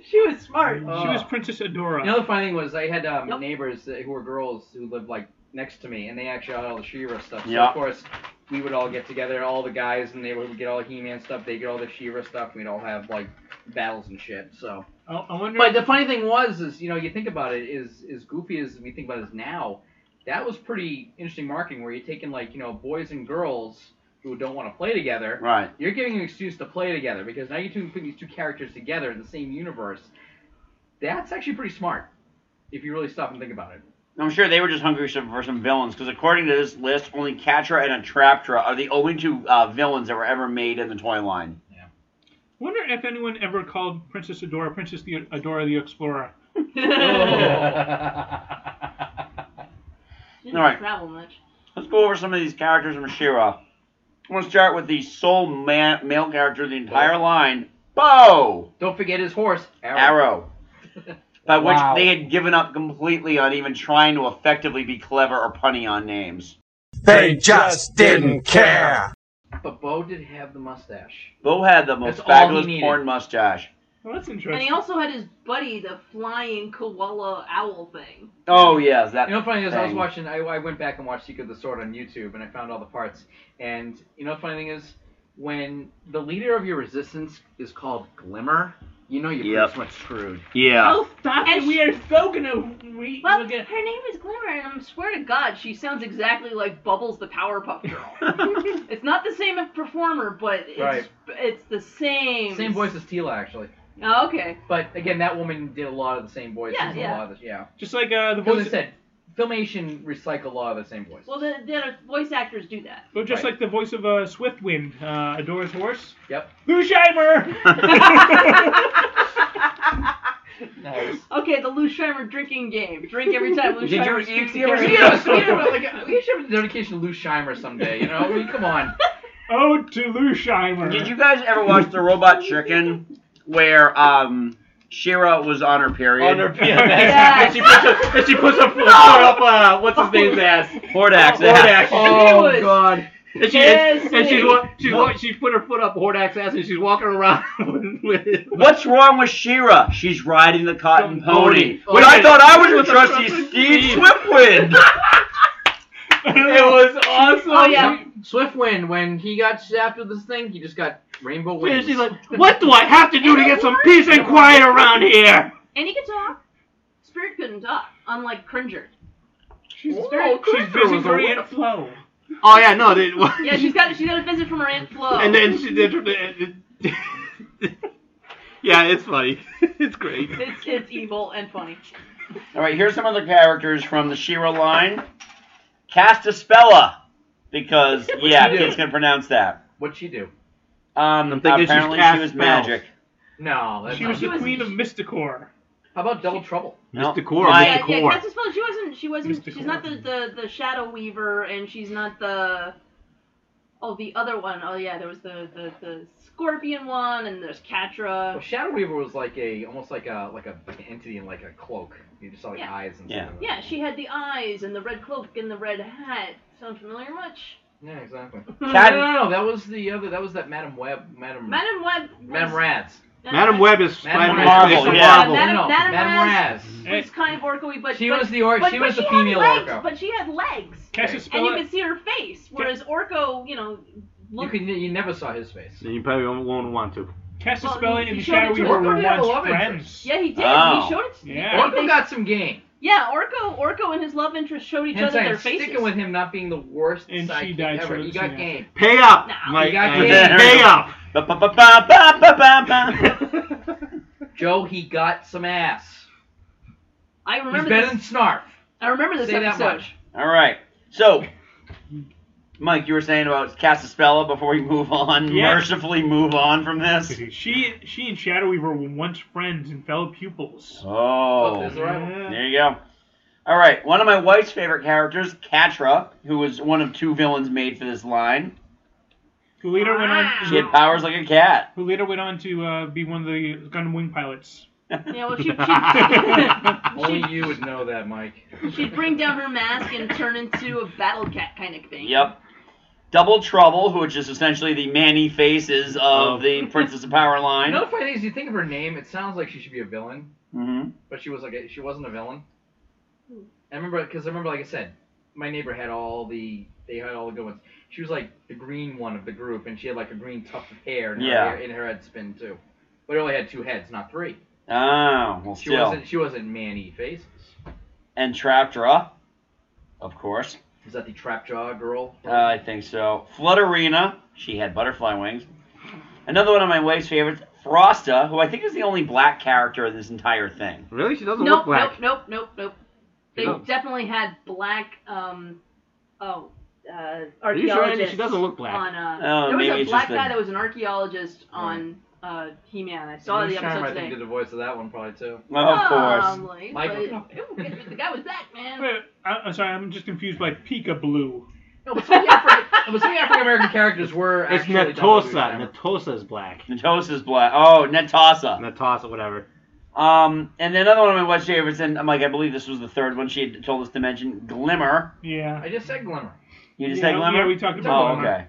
Speaker 9: She was smart.
Speaker 8: She
Speaker 9: *laughs*
Speaker 8: was
Speaker 6: Princess Adora.
Speaker 8: Another funny thing was I had um, neighbors that, who were girls who lived like next to me, and they actually had all the Shira stuff. So
Speaker 5: Yeah.
Speaker 8: of course we would all get together, all the guys, and they would get all the He-Man stuff. They get all the Shira stuff. and We'd all have like battles and shit. So.
Speaker 6: I I wonder.
Speaker 8: But the funny thing was, is you know, you think about it, is as goofy as we think about it now, that was pretty interesting marketing where you're taking like you know boys and girls who don't want to play together.
Speaker 5: Right.
Speaker 8: You're giving them an excuse to play together because now you're two- putting these two characters together in the same universe. That's actually pretty smart if you really stop and think about it.
Speaker 5: I'm sure they were just hungry for some villains, because according to this list, only Catra and Atraptra are the only two uh, villains that were ever made in the toy line.
Speaker 6: wonder if anyone ever called Princess Adora Princess the Adora the Explorer.
Speaker 8: Oh.
Speaker 9: She didn't
Speaker 5: All right.
Speaker 9: travel much.
Speaker 5: Let's go over some of these characters from Shira. I'm going to start with the sole man, male character of the entire line, Bo.
Speaker 8: Don't forget his horse, Arrow. *laughs*
Speaker 5: Arrow. By which
Speaker 8: Wow.
Speaker 5: they had given up completely on even trying to effectively be clever or punny on names.
Speaker 16: They just didn't care.
Speaker 8: But Bo did have the mustache.
Speaker 5: Bo had the most
Speaker 8: That's all he
Speaker 5: fabulous
Speaker 8: needed.
Speaker 5: porn mustache.
Speaker 6: Well, that's
Speaker 9: And he
Speaker 6: interesting.
Speaker 9: also had his buddy, the flying koala owl thing.
Speaker 5: Oh yes, that.
Speaker 8: You know, funny thing is, I was
Speaker 5: thing.
Speaker 8: watching. I, I went back and watched Secret of the Sword on YouTube, and I found all the parts. And you know, funny thing is, when the leader of your resistance is called Glimmer, you know you're
Speaker 5: Yep.
Speaker 8: pretty much screwed.
Speaker 7: *laughs*
Speaker 5: Yeah. *laughs*
Speaker 9: stop it. We
Speaker 6: are so gonna. We,
Speaker 9: well, her name is Glimmer, and I swear to God, she sounds exactly like Bubbles the Powerpuff
Speaker 8: *laughs*
Speaker 9: Girl. *laughs* it's not the same performer, but it's,
Speaker 8: Right.
Speaker 9: it's the same.
Speaker 8: Same voice as Tila, actually.
Speaker 9: Oh, okay.
Speaker 8: But again, that woman did a lot of the same voices.
Speaker 9: Yeah,
Speaker 8: and A
Speaker 9: yeah.
Speaker 8: lot of the, yeah.
Speaker 6: Just like uh, the
Speaker 8: voice. I said, Filmation recycle a lot of the same voices.
Speaker 9: Well, the, the voice actors do that.
Speaker 6: Well, just like the voice of uh, Swiftwind, uh, Adora's horse.
Speaker 8: Yep.
Speaker 9: *laughs*
Speaker 6: Lushheimer!
Speaker 8: Nice.
Speaker 9: Okay, the Lou Schreimer drinking game. Drink every time
Speaker 8: *laughs*
Speaker 9: Lou
Speaker 8: Did you-
Speaker 9: Schreimer
Speaker 8: you-
Speaker 9: speaks to
Speaker 8: you ever-
Speaker 9: Gary.
Speaker 8: you ever- you
Speaker 9: *laughs*
Speaker 8: ever- like, we should have a dedication to Lou Scheimer someday. You know, I mean, come on.
Speaker 6: Oh, to Lushheimer.
Speaker 5: Did you guys ever watch the Robot Chicken, where um, Shira was on her period?
Speaker 7: *laughs*
Speaker 6: *laughs*
Speaker 5: Oh,
Speaker 7: On her
Speaker 5: *laughs*
Speaker 7: period. *laughs*
Speaker 8: *laughs*
Speaker 7: Yes. And she puts a- and she puts a foot up, uh, what's his
Speaker 8: Oh,
Speaker 7: name's
Speaker 8: *laughs*
Speaker 7: ass?
Speaker 5: Hordak's
Speaker 7: Hordak.
Speaker 5: ass.
Speaker 7: Oh, God. And she, and, and she's, wa- she's,
Speaker 5: No.
Speaker 7: wa- she put her foot up Hordak's ass and she's walking around
Speaker 8: *laughs*
Speaker 7: with it.
Speaker 5: What's wrong with Shira? She's riding the cotton pony.
Speaker 7: pony.
Speaker 5: Which
Speaker 7: Oh,
Speaker 5: I
Speaker 7: yeah.
Speaker 5: thought I was with
Speaker 7: With the
Speaker 5: trusty
Speaker 7: trusty
Speaker 5: Steve
Speaker 7: Steve.
Speaker 8: *laughs*
Speaker 5: Swiftwind.
Speaker 7: It was awesome.
Speaker 8: Oh yeah. Swiftwind, when he got zapped with this thing, he just got rainbow
Speaker 7: And
Speaker 8: wings.
Speaker 7: she's like, what do I have to do to get some peace and quiet around here?
Speaker 9: And he could talk. Spirit couldn't talk, unlike Cringer.
Speaker 6: She's
Speaker 8: Oh,
Speaker 9: very
Speaker 7: She's busy for
Speaker 6: Aunt Flo.
Speaker 7: Oh, yeah,
Speaker 5: *laughs*
Speaker 7: no. They,
Speaker 9: Yeah, she's got she got a visit from her aunt Flo.
Speaker 7: And then she did. *laughs* yeah, it's funny. *laughs* it's great.
Speaker 9: It's it's evil and funny.
Speaker 5: All right, here's some other characters from the Shira line. Castaspella, because yeah,
Speaker 8: do?
Speaker 5: kids can pronounce that.
Speaker 8: What'd she do?
Speaker 5: Um,
Speaker 7: I'm thinking she's
Speaker 5: apparently she
Speaker 7: cast
Speaker 5: was
Speaker 7: spells.
Speaker 5: magic.
Speaker 8: No, that's
Speaker 6: She
Speaker 8: not-
Speaker 6: was the queen of Mysticor.
Speaker 8: How about Double Trouble?
Speaker 5: No.
Speaker 7: Mr. Core,
Speaker 5: My-
Speaker 7: Mr.
Speaker 9: Yeah,
Speaker 7: Core.
Speaker 9: that's as well. She wasn't. She wasn't.
Speaker 7: Mr.
Speaker 9: She's not the, the the Shadow Weaver, and she's not the. Oh, the other one. Oh yeah, there was the the, the Scorpion one, and there's
Speaker 7: Oh,
Speaker 9: Catra.
Speaker 8: Well, Shadow Weaver was like a almost like a like a like an entity in like a cloak. You just saw like
Speaker 9: Yeah.
Speaker 8: eyes and
Speaker 5: Yeah.
Speaker 8: stuff. like
Speaker 9: Yeah, she had the eyes and the red cloak and the red hat. Sound familiar much?
Speaker 8: that. Yeah, exactly. No,
Speaker 5: Cat-
Speaker 8: no, no, no, that was the other. That was that Madam Web, Madam
Speaker 9: Madam Web. was-
Speaker 8: Madam Raz.
Speaker 7: Madam Web is Spider
Speaker 8: Madam
Speaker 7: Man.
Speaker 8: Marvel, yeah.
Speaker 9: Uh, Madam,
Speaker 8: No,
Speaker 9: Madam,
Speaker 8: Madam
Speaker 9: Raz
Speaker 6: Eh,
Speaker 8: Raz.
Speaker 9: was kind of orcoy, but
Speaker 8: She
Speaker 9: but-
Speaker 8: was the or-
Speaker 9: but-
Speaker 8: she
Speaker 9: but
Speaker 8: was the
Speaker 9: had
Speaker 8: female
Speaker 9: legs,
Speaker 8: orco.
Speaker 9: But she had legs,
Speaker 6: Cassius
Speaker 9: and you
Speaker 6: Bello-
Speaker 9: could see her face, whereas orco, you know,
Speaker 8: You
Speaker 9: looked
Speaker 8: could you never saw his face.
Speaker 7: Then you probably won't- won't want to.
Speaker 6: Cassius
Speaker 9: Well,
Speaker 6: Bello
Speaker 9: he-
Speaker 6: and
Speaker 9: he
Speaker 6: the
Speaker 9: showed
Speaker 6: Shadow
Speaker 9: it to
Speaker 6: Weaver
Speaker 9: her.
Speaker 6: were
Speaker 9: Orko had a
Speaker 6: once
Speaker 9: love interest.
Speaker 6: friends.
Speaker 9: Yeah, he did.
Speaker 5: Oh.
Speaker 9: He showed it to
Speaker 6: Yeah.
Speaker 9: they-
Speaker 8: Orko
Speaker 9: they-
Speaker 8: got some game.
Speaker 9: Yeah, Orko, Orko and his love interest showed each
Speaker 8: Hence,
Speaker 9: other
Speaker 8: I'm
Speaker 9: their faces.
Speaker 8: sticking with him not being the worst
Speaker 6: And she
Speaker 8: sidekick
Speaker 6: died
Speaker 8: ever.
Speaker 6: short
Speaker 8: He
Speaker 6: of
Speaker 8: got
Speaker 6: the
Speaker 8: game.
Speaker 7: Pay up!
Speaker 9: Nah.
Speaker 7: Mike.
Speaker 8: He got
Speaker 7: Uh,
Speaker 8: game.
Speaker 7: Pay up!
Speaker 5: Ba-ba-ba-ba-ba-ba-ba.
Speaker 8: Joe, he got some ass.
Speaker 9: I
Speaker 8: He's
Speaker 9: remember
Speaker 8: better
Speaker 9: this.
Speaker 8: than Snarf.
Speaker 9: I remember this
Speaker 8: Say that
Speaker 9: episode.
Speaker 8: much.
Speaker 5: All right. So, Mike, you were saying about Casaspella before we move on,
Speaker 6: Yeah.
Speaker 5: mercifully move on from this.
Speaker 6: *laughs* She she and Shadowy were once friends and fellow pupils.
Speaker 5: Oh,
Speaker 6: there's the rival.
Speaker 5: there you go. All right, one of my wife's favorite characters, Katra, who was one of two villains made for this line.
Speaker 6: Who later went on?
Speaker 5: She had powers like a cat.
Speaker 6: Who later went on to uh, be one of the Gundam Wing pilots.
Speaker 9: *laughs* Yeah, well,
Speaker 7: *laughs*
Speaker 9: she- she-
Speaker 8: Only you would know that, Mike.
Speaker 9: *laughs* She'd bring down her mask and turn into a battle cat kind of thing.
Speaker 5: Yep. Double Trouble, which is essentially the Manny faces of
Speaker 8: Oh.
Speaker 5: the Princess of Power
Speaker 8: You
Speaker 5: line.
Speaker 8: know the funny thing is, you think of her name, it sounds like she should be a villain,
Speaker 5: Mm-hmm.
Speaker 8: but she was like a, she wasn't a villain. I remember because I remember, like I said, my neighbor had all the they had all the good ones. She was like the green one of the group, and she had like a green tuft of hair, and her,
Speaker 5: Yeah.
Speaker 8: hair, and her head spin too. But it only had two heads, not three.
Speaker 5: Oh, well,
Speaker 8: She
Speaker 5: still.
Speaker 8: wasn't she wasn't Manny face.
Speaker 5: And Trapjaw, of course.
Speaker 8: Is that the Trapjaw girl?
Speaker 5: Uh, I think so. Flutterina, she had butterfly wings. Another one of my wife's favorites, Frosta, who I think is the only black character in this entire thing.
Speaker 7: Really? She doesn't
Speaker 9: Nope, nope, nope, nope, nope. They
Speaker 5: No.
Speaker 9: definitely had black. Um, oh, uh,
Speaker 7: Are you sure, Andy?
Speaker 9: archaeologist.
Speaker 7: She doesn't look black.
Speaker 9: On, uh,
Speaker 7: Oh,
Speaker 9: there was
Speaker 7: maybe
Speaker 9: a
Speaker 7: it's
Speaker 9: black
Speaker 7: just a-
Speaker 9: guy that was an archaeologist on uh, He-Man. I saw
Speaker 8: Luke
Speaker 9: the episode
Speaker 8: Sharma, I
Speaker 9: today.
Speaker 8: think did the voice of that one probably too. Oh.
Speaker 9: Probably,
Speaker 8: Michael.
Speaker 9: but- Ooh, the guy was black, man.
Speaker 6: Wait, I, I'm sorry, I'm just confused by Pika Blue.
Speaker 9: No, but some of the Afri-
Speaker 8: but some of the African American characters were
Speaker 7: It's
Speaker 8: actually done by Luke Sharma.
Speaker 7: Natosa. Natosa is black.
Speaker 5: Natosa's black. Oh, Natasa.
Speaker 7: Natasa, whatever.
Speaker 5: Um, and then another one of my wife's favorites, and I'm like, I believe this was the third one she had told us to mention, Glimmer.
Speaker 6: Yeah.
Speaker 8: I just said Glimmer.
Speaker 5: You just
Speaker 6: Yeah,
Speaker 5: said Glimmer?
Speaker 6: yeah, we talked about
Speaker 5: Oh,
Speaker 6: Glimmer.
Speaker 5: okay.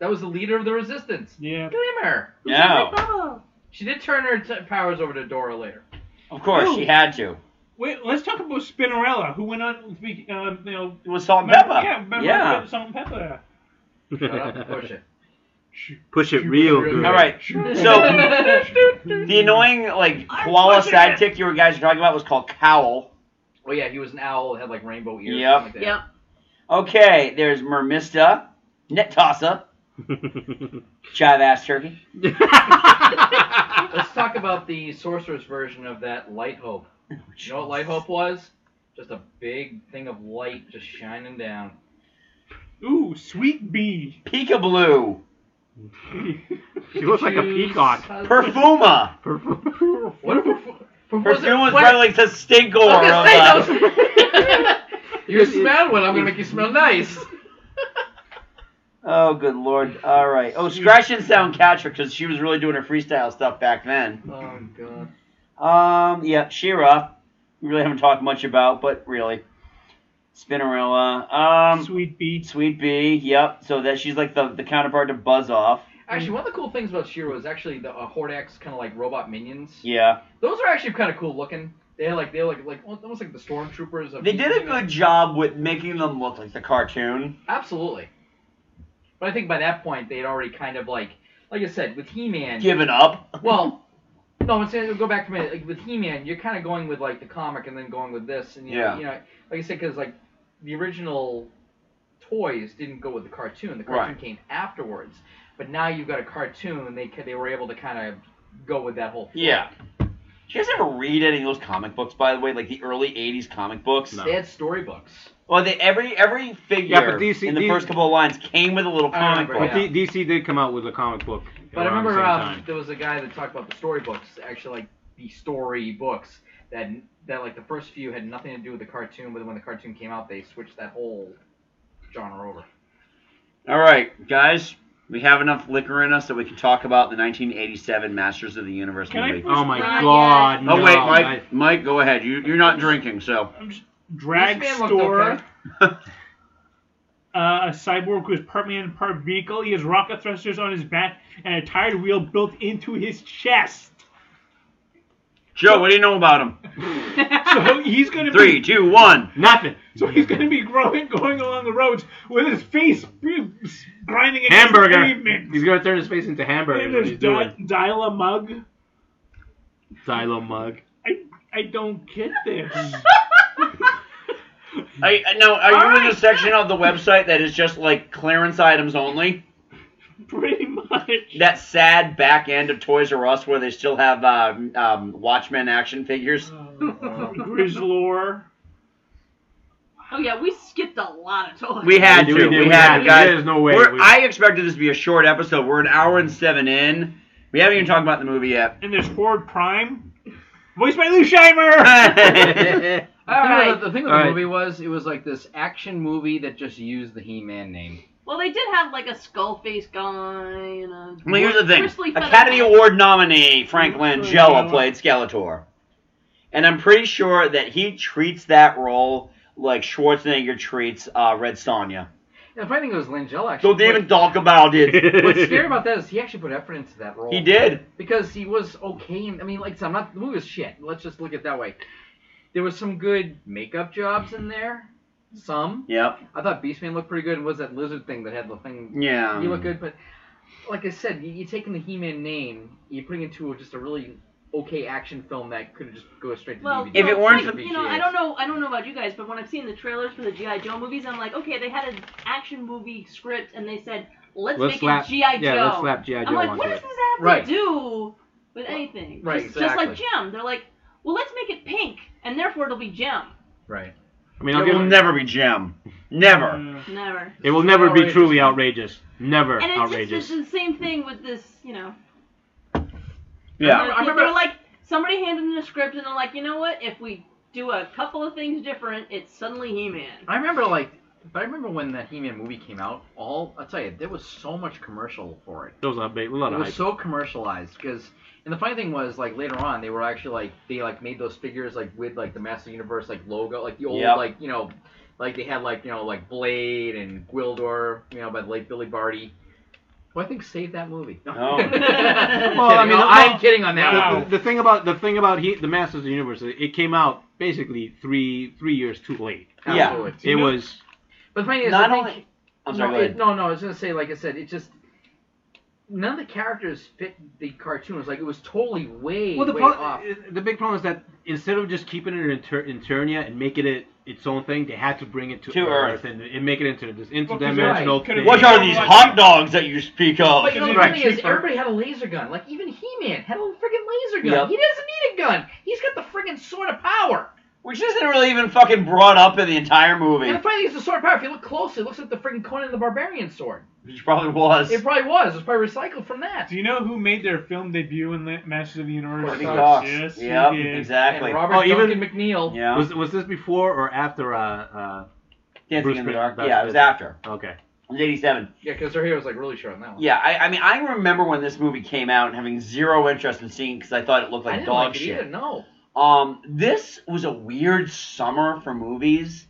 Speaker 8: That was the leader of the resistance.
Speaker 6: Yeah.
Speaker 8: Glimmer.
Speaker 5: Who Yeah. shot
Speaker 8: She did turn her t- powers over to
Speaker 7: *laughs*
Speaker 8: Dora later.
Speaker 5: Of course,
Speaker 6: Ooh.
Speaker 5: she had to.
Speaker 6: Wait, let's talk about Spinnerella, who went on to be, um, you know,
Speaker 5: was Salt and Pepper.
Speaker 6: Yeah, remember
Speaker 5: Yeah.
Speaker 6: Salt and Pepper.
Speaker 7: *laughs*
Speaker 5: *laughs*
Speaker 8: push it.
Speaker 7: Push it real good.
Speaker 5: All right.
Speaker 8: *laughs*
Speaker 5: So the annoying like koala
Speaker 8: pushing it.
Speaker 5: sidekick you guys were talking about was called Cowl.
Speaker 8: Oh yeah, he was an owl, had like rainbow ears.
Speaker 5: Yep.
Speaker 8: something Like that.
Speaker 9: Yep.
Speaker 5: Okay, there's Mermista, Netasa, Jive Ass Turkey.
Speaker 8: Let's talk about the sorceress version of that light hope. You know what light hope was? Just a big thing of light just shining down.
Speaker 6: Ooh, sweet bee.
Speaker 5: Peekablue.
Speaker 7: *laughs* She looks
Speaker 8: *laughs*
Speaker 7: like a peacock.
Speaker 5: Perfuma.
Speaker 7: *laughs*
Speaker 8: What a
Speaker 5: Perfuma was
Speaker 8: what?
Speaker 5: probably like the stink
Speaker 8: I
Speaker 5: or
Speaker 8: was gonna say, that
Speaker 5: of
Speaker 8: was-
Speaker 5: the-
Speaker 8: You smell one. I'm gonna make you smell
Speaker 5: *laughs*
Speaker 8: nice.
Speaker 5: *laughs* Oh, good lord. All right. Oh, Scratch and Sound Catcher, because she was really doing her freestyle stuff back then.
Speaker 8: Oh god.
Speaker 5: Um, yeah, Shira. We really haven't talked much about, but really. Spinnerella. Um,
Speaker 6: Sweet Bee.
Speaker 5: Sweet Bee, yep. So that she's like the, the counterpart to Buzz Off.
Speaker 8: Actually, one of the cool things about Shiro is actually the uh, Hordax kind of like robot minions.
Speaker 5: Yeah.
Speaker 8: Those are actually kind of cool looking. They had like they were like like almost like the stormtroopers. Of
Speaker 5: They did a good job with making them look like the cartoon.
Speaker 8: Absolutely. But I think by that point they'd already kind of like like I said with He-Man.
Speaker 5: Given up.
Speaker 8: Well, no, I'm saying go back to a minute. Like with He-Man, you're kind of going with like the comic and then going with this and you
Speaker 5: Yeah.
Speaker 8: Know, you know, like I said, because like the original toys didn't go with the cartoon. The
Speaker 5: Right.
Speaker 8: cartoon came afterwards. But now you've got a cartoon. They ca- they were able to kind of go with that whole.
Speaker 5: Yeah. Did you guys ever read any of those comic books, by the way? Like the early 80s comic books?
Speaker 8: They had storybooks.
Speaker 5: Well, they, every every figure
Speaker 7: Yeah, but DC
Speaker 5: in the first couple of lines came with a little comic book.
Speaker 7: But D- DC did come out with a comic book.
Speaker 8: But I
Speaker 7: around the
Speaker 8: remember
Speaker 7: same
Speaker 8: um,
Speaker 7: time.
Speaker 8: there was a guy that talked about the storybooks, actually like the story books that that like the first few had nothing to do with the cartoon, but when the cartoon came out, they switched that whole genre over.
Speaker 5: All right, guys. We have enough liquor in us that we can talk about the 1987 Masters of the Universe
Speaker 6: Can I
Speaker 5: movie.
Speaker 6: first- Oh my Not
Speaker 7: God, yet.
Speaker 5: Oh wait,
Speaker 7: no,
Speaker 5: Mike.
Speaker 7: I-
Speaker 5: Mike, go ahead. You you're not drinking, so.
Speaker 6: Drag
Speaker 8: This man looked
Speaker 6: store.
Speaker 8: okay.
Speaker 6: *laughs* Uh, a cyborg who is part man and part vehicle. He has rocket thrusters on his back and a tire wheel built into his chest.
Speaker 5: Joe, what do you know about him?
Speaker 6: So he's gonna
Speaker 5: Three,
Speaker 6: be
Speaker 5: two, one.
Speaker 7: Nothing.
Speaker 6: *laughs* so he's gonna be growing, going along the roads with his face *laughs* grinding against the
Speaker 7: Hamburger.
Speaker 6: pavement.
Speaker 7: He's gonna turn his face into hamburger.
Speaker 6: And
Speaker 7: is what he's
Speaker 6: there's di-
Speaker 7: doing.
Speaker 6: dial a mug.
Speaker 7: Silo mug.
Speaker 6: I don't get this.
Speaker 8: *laughs*
Speaker 5: I, I- now, are you in the section of the website that is just like clearance items only?
Speaker 6: Pretty much.
Speaker 5: That sad back end of Toys R Us where they still have um, um, Watchmen action figures.
Speaker 6: Oh.
Speaker 9: *laughs*
Speaker 6: Grizzlore.
Speaker 9: Oh yeah, we skipped a lot of toys.
Speaker 5: We had to. We, had to, guys.
Speaker 7: There's no way
Speaker 5: We're-
Speaker 7: we-
Speaker 5: I expected this to be a short episode. We're an hour and seven in. We haven't even talked about the movie yet. *laughs*
Speaker 6: And there's Horde Prime, voiced by Lou Scheimer.
Speaker 8: I don't know, the, the thing with
Speaker 5: All
Speaker 8: the
Speaker 5: right.
Speaker 8: movie was it was like this action movie that just used the He-Man name.
Speaker 9: Well, they did have like a skull face guy and a.
Speaker 5: Well, here's the thing.
Speaker 9: Bristly feather
Speaker 5: Academy
Speaker 9: guy.
Speaker 5: Award nominee Frank Langella
Speaker 9: Langella.
Speaker 5: played Skeletor. And I'm pretty sure that he treats that role like Schwarzenegger treats uh, Red Sonja.
Speaker 8: And the funny thing was Langella actually.
Speaker 5: Don't they even
Speaker 8: put-
Speaker 5: talk about
Speaker 8: *laughs*
Speaker 5: it.
Speaker 7: *laughs*
Speaker 8: What's scary about that is he actually put effort into that role.
Speaker 5: He did.
Speaker 8: because he was okay. In, I mean, like I said, I'm not the movie was shit. Let's just look at it that way. There was some good makeup jobs in there. Some.
Speaker 5: Yep.
Speaker 8: I thought Beastman looked pretty good. And was that lizard thing that had the thing?
Speaker 5: Yeah.
Speaker 8: He looked good, but like I said, you, you're taking the He-Man name, you're putting it to just a really okay action film that could just go straight to
Speaker 9: Well,
Speaker 8: DVD.
Speaker 5: If it
Speaker 9: no,
Speaker 5: weren't
Speaker 9: it's
Speaker 5: for-
Speaker 9: like, you know, I don't know, I don't know about you guys, but when I've seen the trailers for the GI Joe movies, I'm like, okay, they had an action movie script, and they said, let's,
Speaker 7: Let's
Speaker 9: make
Speaker 7: slap-
Speaker 9: it GI Joe.
Speaker 7: yeah, let's slap G.I.
Speaker 9: I'm
Speaker 7: Joe
Speaker 9: like,
Speaker 7: onto
Speaker 9: what does
Speaker 7: it.
Speaker 9: this have
Speaker 7: Right.
Speaker 9: to do with anything?
Speaker 7: right,
Speaker 9: Just, just like
Speaker 7: exactly.
Speaker 9: Gem, they're like, well, let's make it pink, and therefore it'll be Gem.
Speaker 8: Right.
Speaker 7: I mean, I'll
Speaker 5: it
Speaker 7: give
Speaker 5: will
Speaker 7: him-
Speaker 5: never be Jim. Never.
Speaker 9: Never.
Speaker 7: It will never be truly outrageous. Never
Speaker 9: And it's
Speaker 7: outrageous.
Speaker 9: just it's the same thing with this, you know.
Speaker 7: yeah.
Speaker 9: They're, they're like somebody handed them a script, and they're like, you know what? If we do a couple of things different, it's suddenly He-Man.
Speaker 8: I remember like, but I remember when that He-Man movie came out. All I'll tell you, there was so much commercial for it.
Speaker 7: There was a big- a lot
Speaker 8: it
Speaker 7: of
Speaker 8: was
Speaker 7: hype.
Speaker 8: so commercialized because, and the funny thing was like later on they were actually like they like made those figures like with like the Master Universe like logo like the old
Speaker 5: Yep.
Speaker 8: like you know, like they had like you know like Blade and Gwildor you know by the late Billy Barty. Who I think saved that movie. *laughs*
Speaker 5: No.
Speaker 8: I'm kidding.
Speaker 7: Well, I mean,
Speaker 8: No,
Speaker 7: well,
Speaker 8: I'm kidding on that.
Speaker 7: the-
Speaker 8: one.
Speaker 7: The, the thing about the thing about he, the Masters of the Universe, it it came out basically three three years too late.
Speaker 8: Yeah.
Speaker 7: it was.
Speaker 8: But the funny thing is,
Speaker 5: Not
Speaker 8: I think,
Speaker 5: only- I'm sorry,
Speaker 8: no,
Speaker 5: go ahead.
Speaker 8: it- no, no, I was gonna say, like I said, it just none of the characters fit the cartoon. It was like it was totally way,
Speaker 7: Well, the,
Speaker 8: way
Speaker 7: pro-
Speaker 8: off.
Speaker 7: uh, the big problem is that instead of just keeping it in, Tur- in Turnia and making it its own thing, they had to bring it to,
Speaker 5: To Earth.
Speaker 7: and, and make it into this
Speaker 8: Well, 'cause
Speaker 7: interdimensional
Speaker 8: right.
Speaker 7: thing.
Speaker 5: What are these hot dogs that you speak of?
Speaker 8: But you know, the funny thing is, everybody had a laser gun. Like even He-Man had a friggin' laser gun.
Speaker 5: Yep.
Speaker 8: He doesn't need a gun. He's got the friggin' sword of power.
Speaker 5: Which isn't really even fucking brought up in the entire movie.
Speaker 8: And the funny thing is, the sword of power. If you look closely, it looks like the friggin' Conan the Barbarian sword.
Speaker 5: Which probably was.
Speaker 8: It probably was. It's probably recycled from that.
Speaker 6: Do you know who made their film debut in the Masters of the Universe?
Speaker 5: Courtney Cox.
Speaker 6: Yes, he
Speaker 5: Yep,
Speaker 6: did.
Speaker 5: exactly. And Robert
Speaker 7: Oh, even- Duncan
Speaker 8: McNeil.
Speaker 5: Yeah.
Speaker 7: Was, was this before or after? Uh, uh,
Speaker 5: Dancing
Speaker 7: Bruce
Speaker 5: in the
Speaker 7: Lee-
Speaker 5: Dark?
Speaker 7: Bruce
Speaker 5: Yeah, it was
Speaker 7: Lee?
Speaker 5: after.
Speaker 7: Okay.
Speaker 5: It was 87.
Speaker 8: Yeah, because their hair was like really short on that one.
Speaker 5: Yeah, I, I mean, I remember when this movie came out and having zero interest in seeing because I thought it looked
Speaker 8: I
Speaker 5: like
Speaker 8: didn't
Speaker 5: dog
Speaker 8: like it
Speaker 5: shit.
Speaker 8: either. No.
Speaker 5: Um, this was a weird summer for movies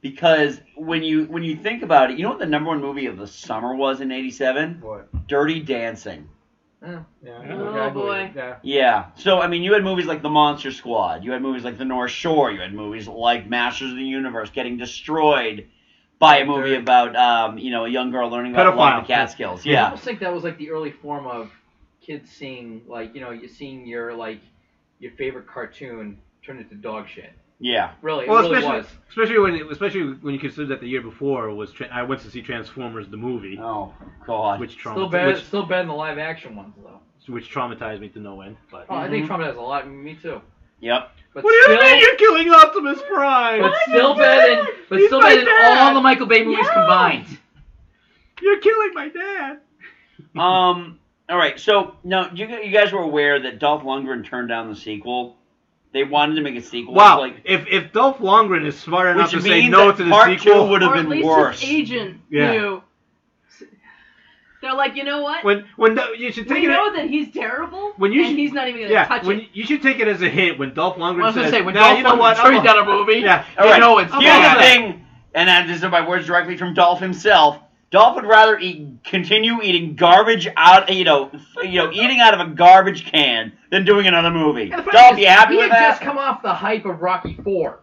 Speaker 5: because when you when you think about it, you know what the number one movie of the summer was in '87?
Speaker 7: What?
Speaker 5: Dirty Dancing.
Speaker 8: Yeah.
Speaker 9: Oh, boy.
Speaker 7: Yeah.
Speaker 5: Yeah. So I mean, you had movies like The Monster Squad. You had movies like The North Shore. You had movies like Masters of the Universe getting destroyed by a movie about um, you know a young girl learning about love in the
Speaker 8: Pedophile.
Speaker 5: Catskills.
Speaker 7: *laughs*
Speaker 8: I
Speaker 5: Yeah.
Speaker 8: almost think that was like the early form of kids seeing like you know you seeing your like your favorite cartoon turn into dog shit.
Speaker 5: Yeah.
Speaker 8: Really,
Speaker 7: Well,
Speaker 8: it really
Speaker 7: especially,
Speaker 8: was.
Speaker 7: especially when especially when you consider that the year before was tra- I went to see Transformers the movie.
Speaker 5: Oh God.
Speaker 7: Which
Speaker 8: Still
Speaker 7: traumatized
Speaker 8: better,
Speaker 7: which,
Speaker 8: still better than the live action ones though.
Speaker 7: which traumatized me to no end. But
Speaker 8: Oh, I think Trump has a lot. Me too.
Speaker 5: Yep.
Speaker 8: But
Speaker 7: What do you
Speaker 8: still,
Speaker 7: mean you're killing Optimus Prime?
Speaker 8: But still better than, but still better than all the Michael Bay movies
Speaker 7: No.
Speaker 8: combined.
Speaker 7: You're killing my dad.
Speaker 5: um. All right. So now you you guys were aware that Dolph Lundgren turned down the sequel. They wanted to make a sequel.
Speaker 7: Wow,
Speaker 5: Like,
Speaker 7: if if Dolph Lundgren is smart enough
Speaker 5: Which
Speaker 7: to say
Speaker 5: means
Speaker 7: no
Speaker 5: that
Speaker 7: to the
Speaker 5: part
Speaker 7: sequel,
Speaker 5: two would have
Speaker 9: Or at
Speaker 5: been
Speaker 9: least
Speaker 5: worse.
Speaker 9: his agent
Speaker 7: Yeah.
Speaker 9: knew. They're like, you know what?
Speaker 7: when when the, you should take
Speaker 9: we
Speaker 7: it
Speaker 9: know that he's terrible,
Speaker 7: when you
Speaker 9: and
Speaker 7: should-
Speaker 9: he's not even gonna
Speaker 7: yeah,
Speaker 9: touch
Speaker 7: when
Speaker 9: it.
Speaker 7: you should take it as a hint when Dolph Lundgren
Speaker 8: I was gonna
Speaker 7: says,
Speaker 8: say, when
Speaker 7: "Nah,
Speaker 8: Dolph
Speaker 7: you know what?
Speaker 8: Lundgren
Speaker 7: I'm
Speaker 8: turns
Speaker 7: a-"
Speaker 8: down a movie,
Speaker 7: yeah,
Speaker 5: All right.
Speaker 8: know it's
Speaker 5: Here's
Speaker 8: bad.
Speaker 5: the thing, and uh, these are my words directly from Dolph himself. Dolph would rather eat, continue eating garbage out, you know, f- you know, eating out of a garbage can than doing another movie.
Speaker 8: And the funny
Speaker 5: Dolph,
Speaker 8: thing
Speaker 5: you
Speaker 8: is,
Speaker 5: happy
Speaker 8: we
Speaker 5: with
Speaker 8: had
Speaker 5: that?
Speaker 8: just come off the hype of Rocky Four.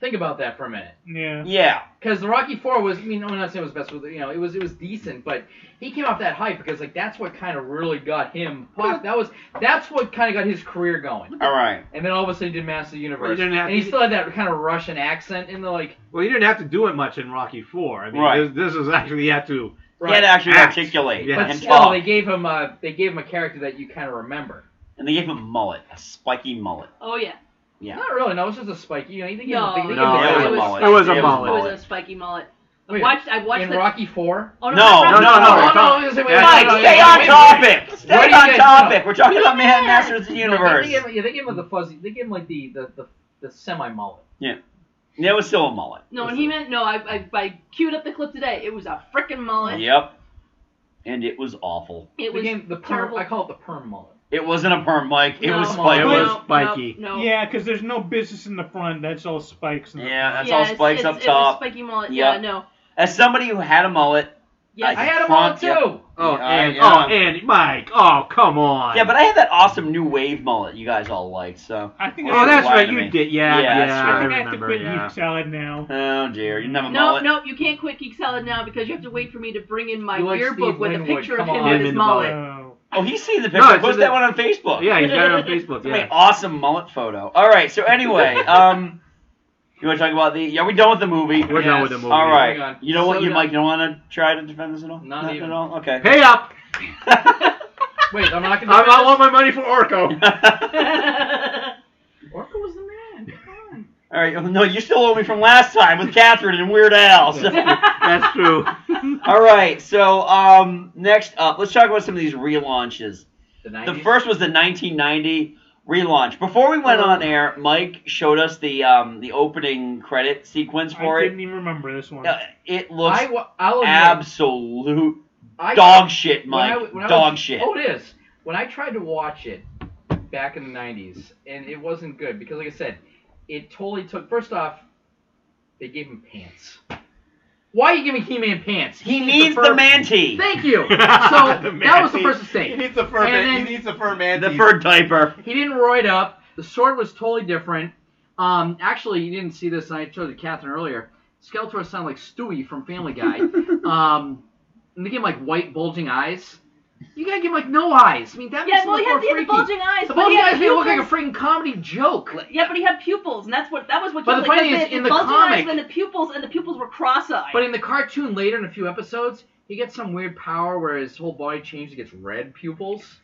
Speaker 8: Think about that for a minute.
Speaker 6: Yeah.
Speaker 5: yeah.
Speaker 8: Because the Rocky Four was, I mean, I'm not saying it was best, but you know, it was it was decent. But he came off that hype because like that's what kind of really got him. pop- That was that's what kind of got his career going.
Speaker 5: All right.
Speaker 8: And then all of a sudden, he did Master of the Universe,
Speaker 7: Well, he didn't have-
Speaker 8: and he still had that kind of Russian accent, and they're like,
Speaker 7: Well, you didn't have to do it much in Rocky Four. I mean,
Speaker 5: Right.
Speaker 7: this, this was actually you had to
Speaker 5: He had to actually articulate
Speaker 8: But
Speaker 5: and
Speaker 8: still,
Speaker 5: talk.
Speaker 8: oh, they gave him a they gave him a character that you kind of remember.
Speaker 5: And they gave him a mullet, a spiky mullet.
Speaker 9: Oh yeah.
Speaker 5: Yeah.
Speaker 8: Not really. No, it's just a spiky. You know, you think
Speaker 9: No,
Speaker 8: he was a big-
Speaker 5: No,
Speaker 8: he
Speaker 5: it was
Speaker 8: a
Speaker 5: a
Speaker 8: big-
Speaker 5: mullet. It was a It was a
Speaker 7: Oh,
Speaker 5: mullet.
Speaker 9: It
Speaker 5: mullet.
Speaker 9: was a spiky mullet. I
Speaker 8: Wait,
Speaker 9: watched. I watched
Speaker 8: in
Speaker 9: the-
Speaker 8: Rocky Four.
Speaker 9: Oh no,
Speaker 5: No, no, no,
Speaker 9: not Rocky Four.
Speaker 5: no,
Speaker 9: Oh,
Speaker 5: no.
Speaker 9: no, it was- it was-
Speaker 5: Mike,
Speaker 9: wait,
Speaker 5: stay
Speaker 9: wait,
Speaker 5: on
Speaker 9: wait, wait,
Speaker 5: topic.
Speaker 9: wait.
Speaker 5: Stay
Speaker 8: What do
Speaker 5: on
Speaker 8: you guys
Speaker 5: topic.
Speaker 8: know?
Speaker 5: We're talking about
Speaker 8: Yeah.
Speaker 5: Man Masters of the Universe.
Speaker 8: Yeah, they gave, yeah, they gave him the fuzzy. They gave him like the the the, the semi mullet.
Speaker 5: Yeah. Yeah, it was still a mullet.
Speaker 9: No, and he meant no. I, I I queued up the clip today. It was a freaking mullet.
Speaker 5: Yep. And it was awful.
Speaker 9: It
Speaker 8: the
Speaker 9: was
Speaker 8: game, the perm,
Speaker 9: terrible.
Speaker 8: I call it the perm mullet.
Speaker 5: It wasn't a perm, Mike. It
Speaker 9: No,
Speaker 5: was
Speaker 9: no,
Speaker 5: spiky.
Speaker 9: no, no, No.
Speaker 6: Yeah, because there's no business in the front. That's all spikes.
Speaker 5: Yeah, that's
Speaker 9: Yeah,
Speaker 5: all
Speaker 9: it's-
Speaker 5: spikes
Speaker 9: it's-
Speaker 5: up
Speaker 9: it was
Speaker 5: top.
Speaker 9: spiky mullet.
Speaker 5: Yep.
Speaker 9: Yeah, no.
Speaker 5: As somebody who had a mullet,
Speaker 9: Yes. I had a
Speaker 5: front-
Speaker 9: mullet,
Speaker 5: yeah.
Speaker 9: too.
Speaker 7: Oh,
Speaker 5: Yeah,
Speaker 7: and
Speaker 5: yeah.
Speaker 7: oh, and Mike. Oh, come on.
Speaker 5: Yeah, but I had that awesome new wave mullet you guys all liked, so.
Speaker 6: I think.
Speaker 7: Oh, that's
Speaker 5: Why
Speaker 7: right.
Speaker 5: to
Speaker 7: You
Speaker 5: me?
Speaker 7: did. Yeah,
Speaker 5: Yeah,
Speaker 7: yeah.
Speaker 5: that's
Speaker 6: I,
Speaker 5: right.
Speaker 6: think
Speaker 7: I
Speaker 6: I have to
Speaker 7: remember,
Speaker 6: quit
Speaker 7: yeah.
Speaker 6: youth salad now.
Speaker 5: Oh dear, you never
Speaker 9: No,
Speaker 5: mullet.
Speaker 9: no, you can't quit geek salad now because you have to wait for me to bring in my
Speaker 8: You like
Speaker 9: yearbook
Speaker 8: Steve
Speaker 9: with a
Speaker 8: Winwood,
Speaker 9: picture of
Speaker 8: come on.
Speaker 9: him with his
Speaker 8: Him in the
Speaker 9: mullet.
Speaker 5: Oh, he's seen the
Speaker 7: No,
Speaker 5: picture.
Speaker 7: it's
Speaker 5: Post
Speaker 7: in
Speaker 5: that
Speaker 7: the-
Speaker 5: one on Facebook.
Speaker 7: Yeah, he's got it on
Speaker 5: *laughs*
Speaker 7: Facebook.
Speaker 5: I mean,
Speaker 7: Yeah.
Speaker 5: awesome mullet photo. All right. So
Speaker 7: *laughs*
Speaker 5: anyway, um, you want to talk about the? Are we done with the movie?
Speaker 7: We're done with the movie.
Speaker 5: All
Speaker 7: We're
Speaker 5: right.
Speaker 7: done.
Speaker 5: You know what?
Speaker 7: So
Speaker 5: you
Speaker 7: done.
Speaker 5: Mike, you don't want to try to defend this at all?
Speaker 8: Not
Speaker 5: Nothing
Speaker 8: even.
Speaker 5: at all. Okay.
Speaker 7: Pay up.
Speaker 8: Wait, I'm not gonna.
Speaker 7: I, I want my money for Orco.
Speaker 5: *laughs*
Speaker 9: *laughs*
Speaker 8: Orca was the man. Come on.
Speaker 5: All right. No, you still owe me from last time with Catherine and Weird Al. so-
Speaker 8: *laughs*
Speaker 7: That's true.
Speaker 5: All right. So um, next up, let's talk about some of these relaunches.
Speaker 8: The,
Speaker 5: The
Speaker 8: 90s?
Speaker 5: first was the 1990 relaunch. Before we went on air, Mike showed us the um, the opening credit sequence for
Speaker 6: I
Speaker 5: it.
Speaker 6: didn't even remember this one.
Speaker 5: Uh, it looks
Speaker 8: I wa- I'll admit,
Speaker 5: absolute
Speaker 8: I-
Speaker 5: dog shit,
Speaker 8: when I
Speaker 5: Mike.
Speaker 8: w- when I
Speaker 5: dog
Speaker 8: was-
Speaker 5: shit.
Speaker 8: Oh, it is. When I tried to watch it back in the '90s, and it wasn't good because, like I said, it totally took. First off, they gave him pants. Why are you giving He-Man pants?
Speaker 5: He needs the
Speaker 8: fur-
Speaker 5: mantee.
Speaker 8: Thank you. So that was the first mistake.
Speaker 7: He needs the fur.
Speaker 8: And
Speaker 7: man-
Speaker 8: then-
Speaker 7: He needs the fur man.
Speaker 5: The fur diaper.
Speaker 8: He didn't roid up. The sword was totally different. Um, actually, you didn't see this, and I showed it to Catherine earlier. Skeletor sounded like Stewie from Family Guy. um, and they gave him like white bulging eyes. You gotta give him like no eyes. I mean, that
Speaker 9: Yeah,
Speaker 8: makes
Speaker 9: well,
Speaker 8: him
Speaker 9: he
Speaker 8: look
Speaker 9: had
Speaker 8: more
Speaker 9: he had the
Speaker 8: freaky.
Speaker 9: bulging eyes.
Speaker 8: The
Speaker 9: but he
Speaker 8: bulging
Speaker 9: had
Speaker 8: eyes made it look like a
Speaker 9: pupils.
Speaker 8: freaking comedy joke.
Speaker 9: Yeah, but he had pupils, and that's what that was what.
Speaker 8: But
Speaker 9: killed
Speaker 8: the
Speaker 9: it,
Speaker 8: funny
Speaker 9: 'cause
Speaker 8: is,
Speaker 9: they had
Speaker 8: in the
Speaker 9: bulging
Speaker 8: comic-
Speaker 9: eyes and the pupils, and the pupils were cross-eyed.
Speaker 8: But in the cartoon later in a few episodes, he gets some weird power where his whole body changes. He gets red pupils.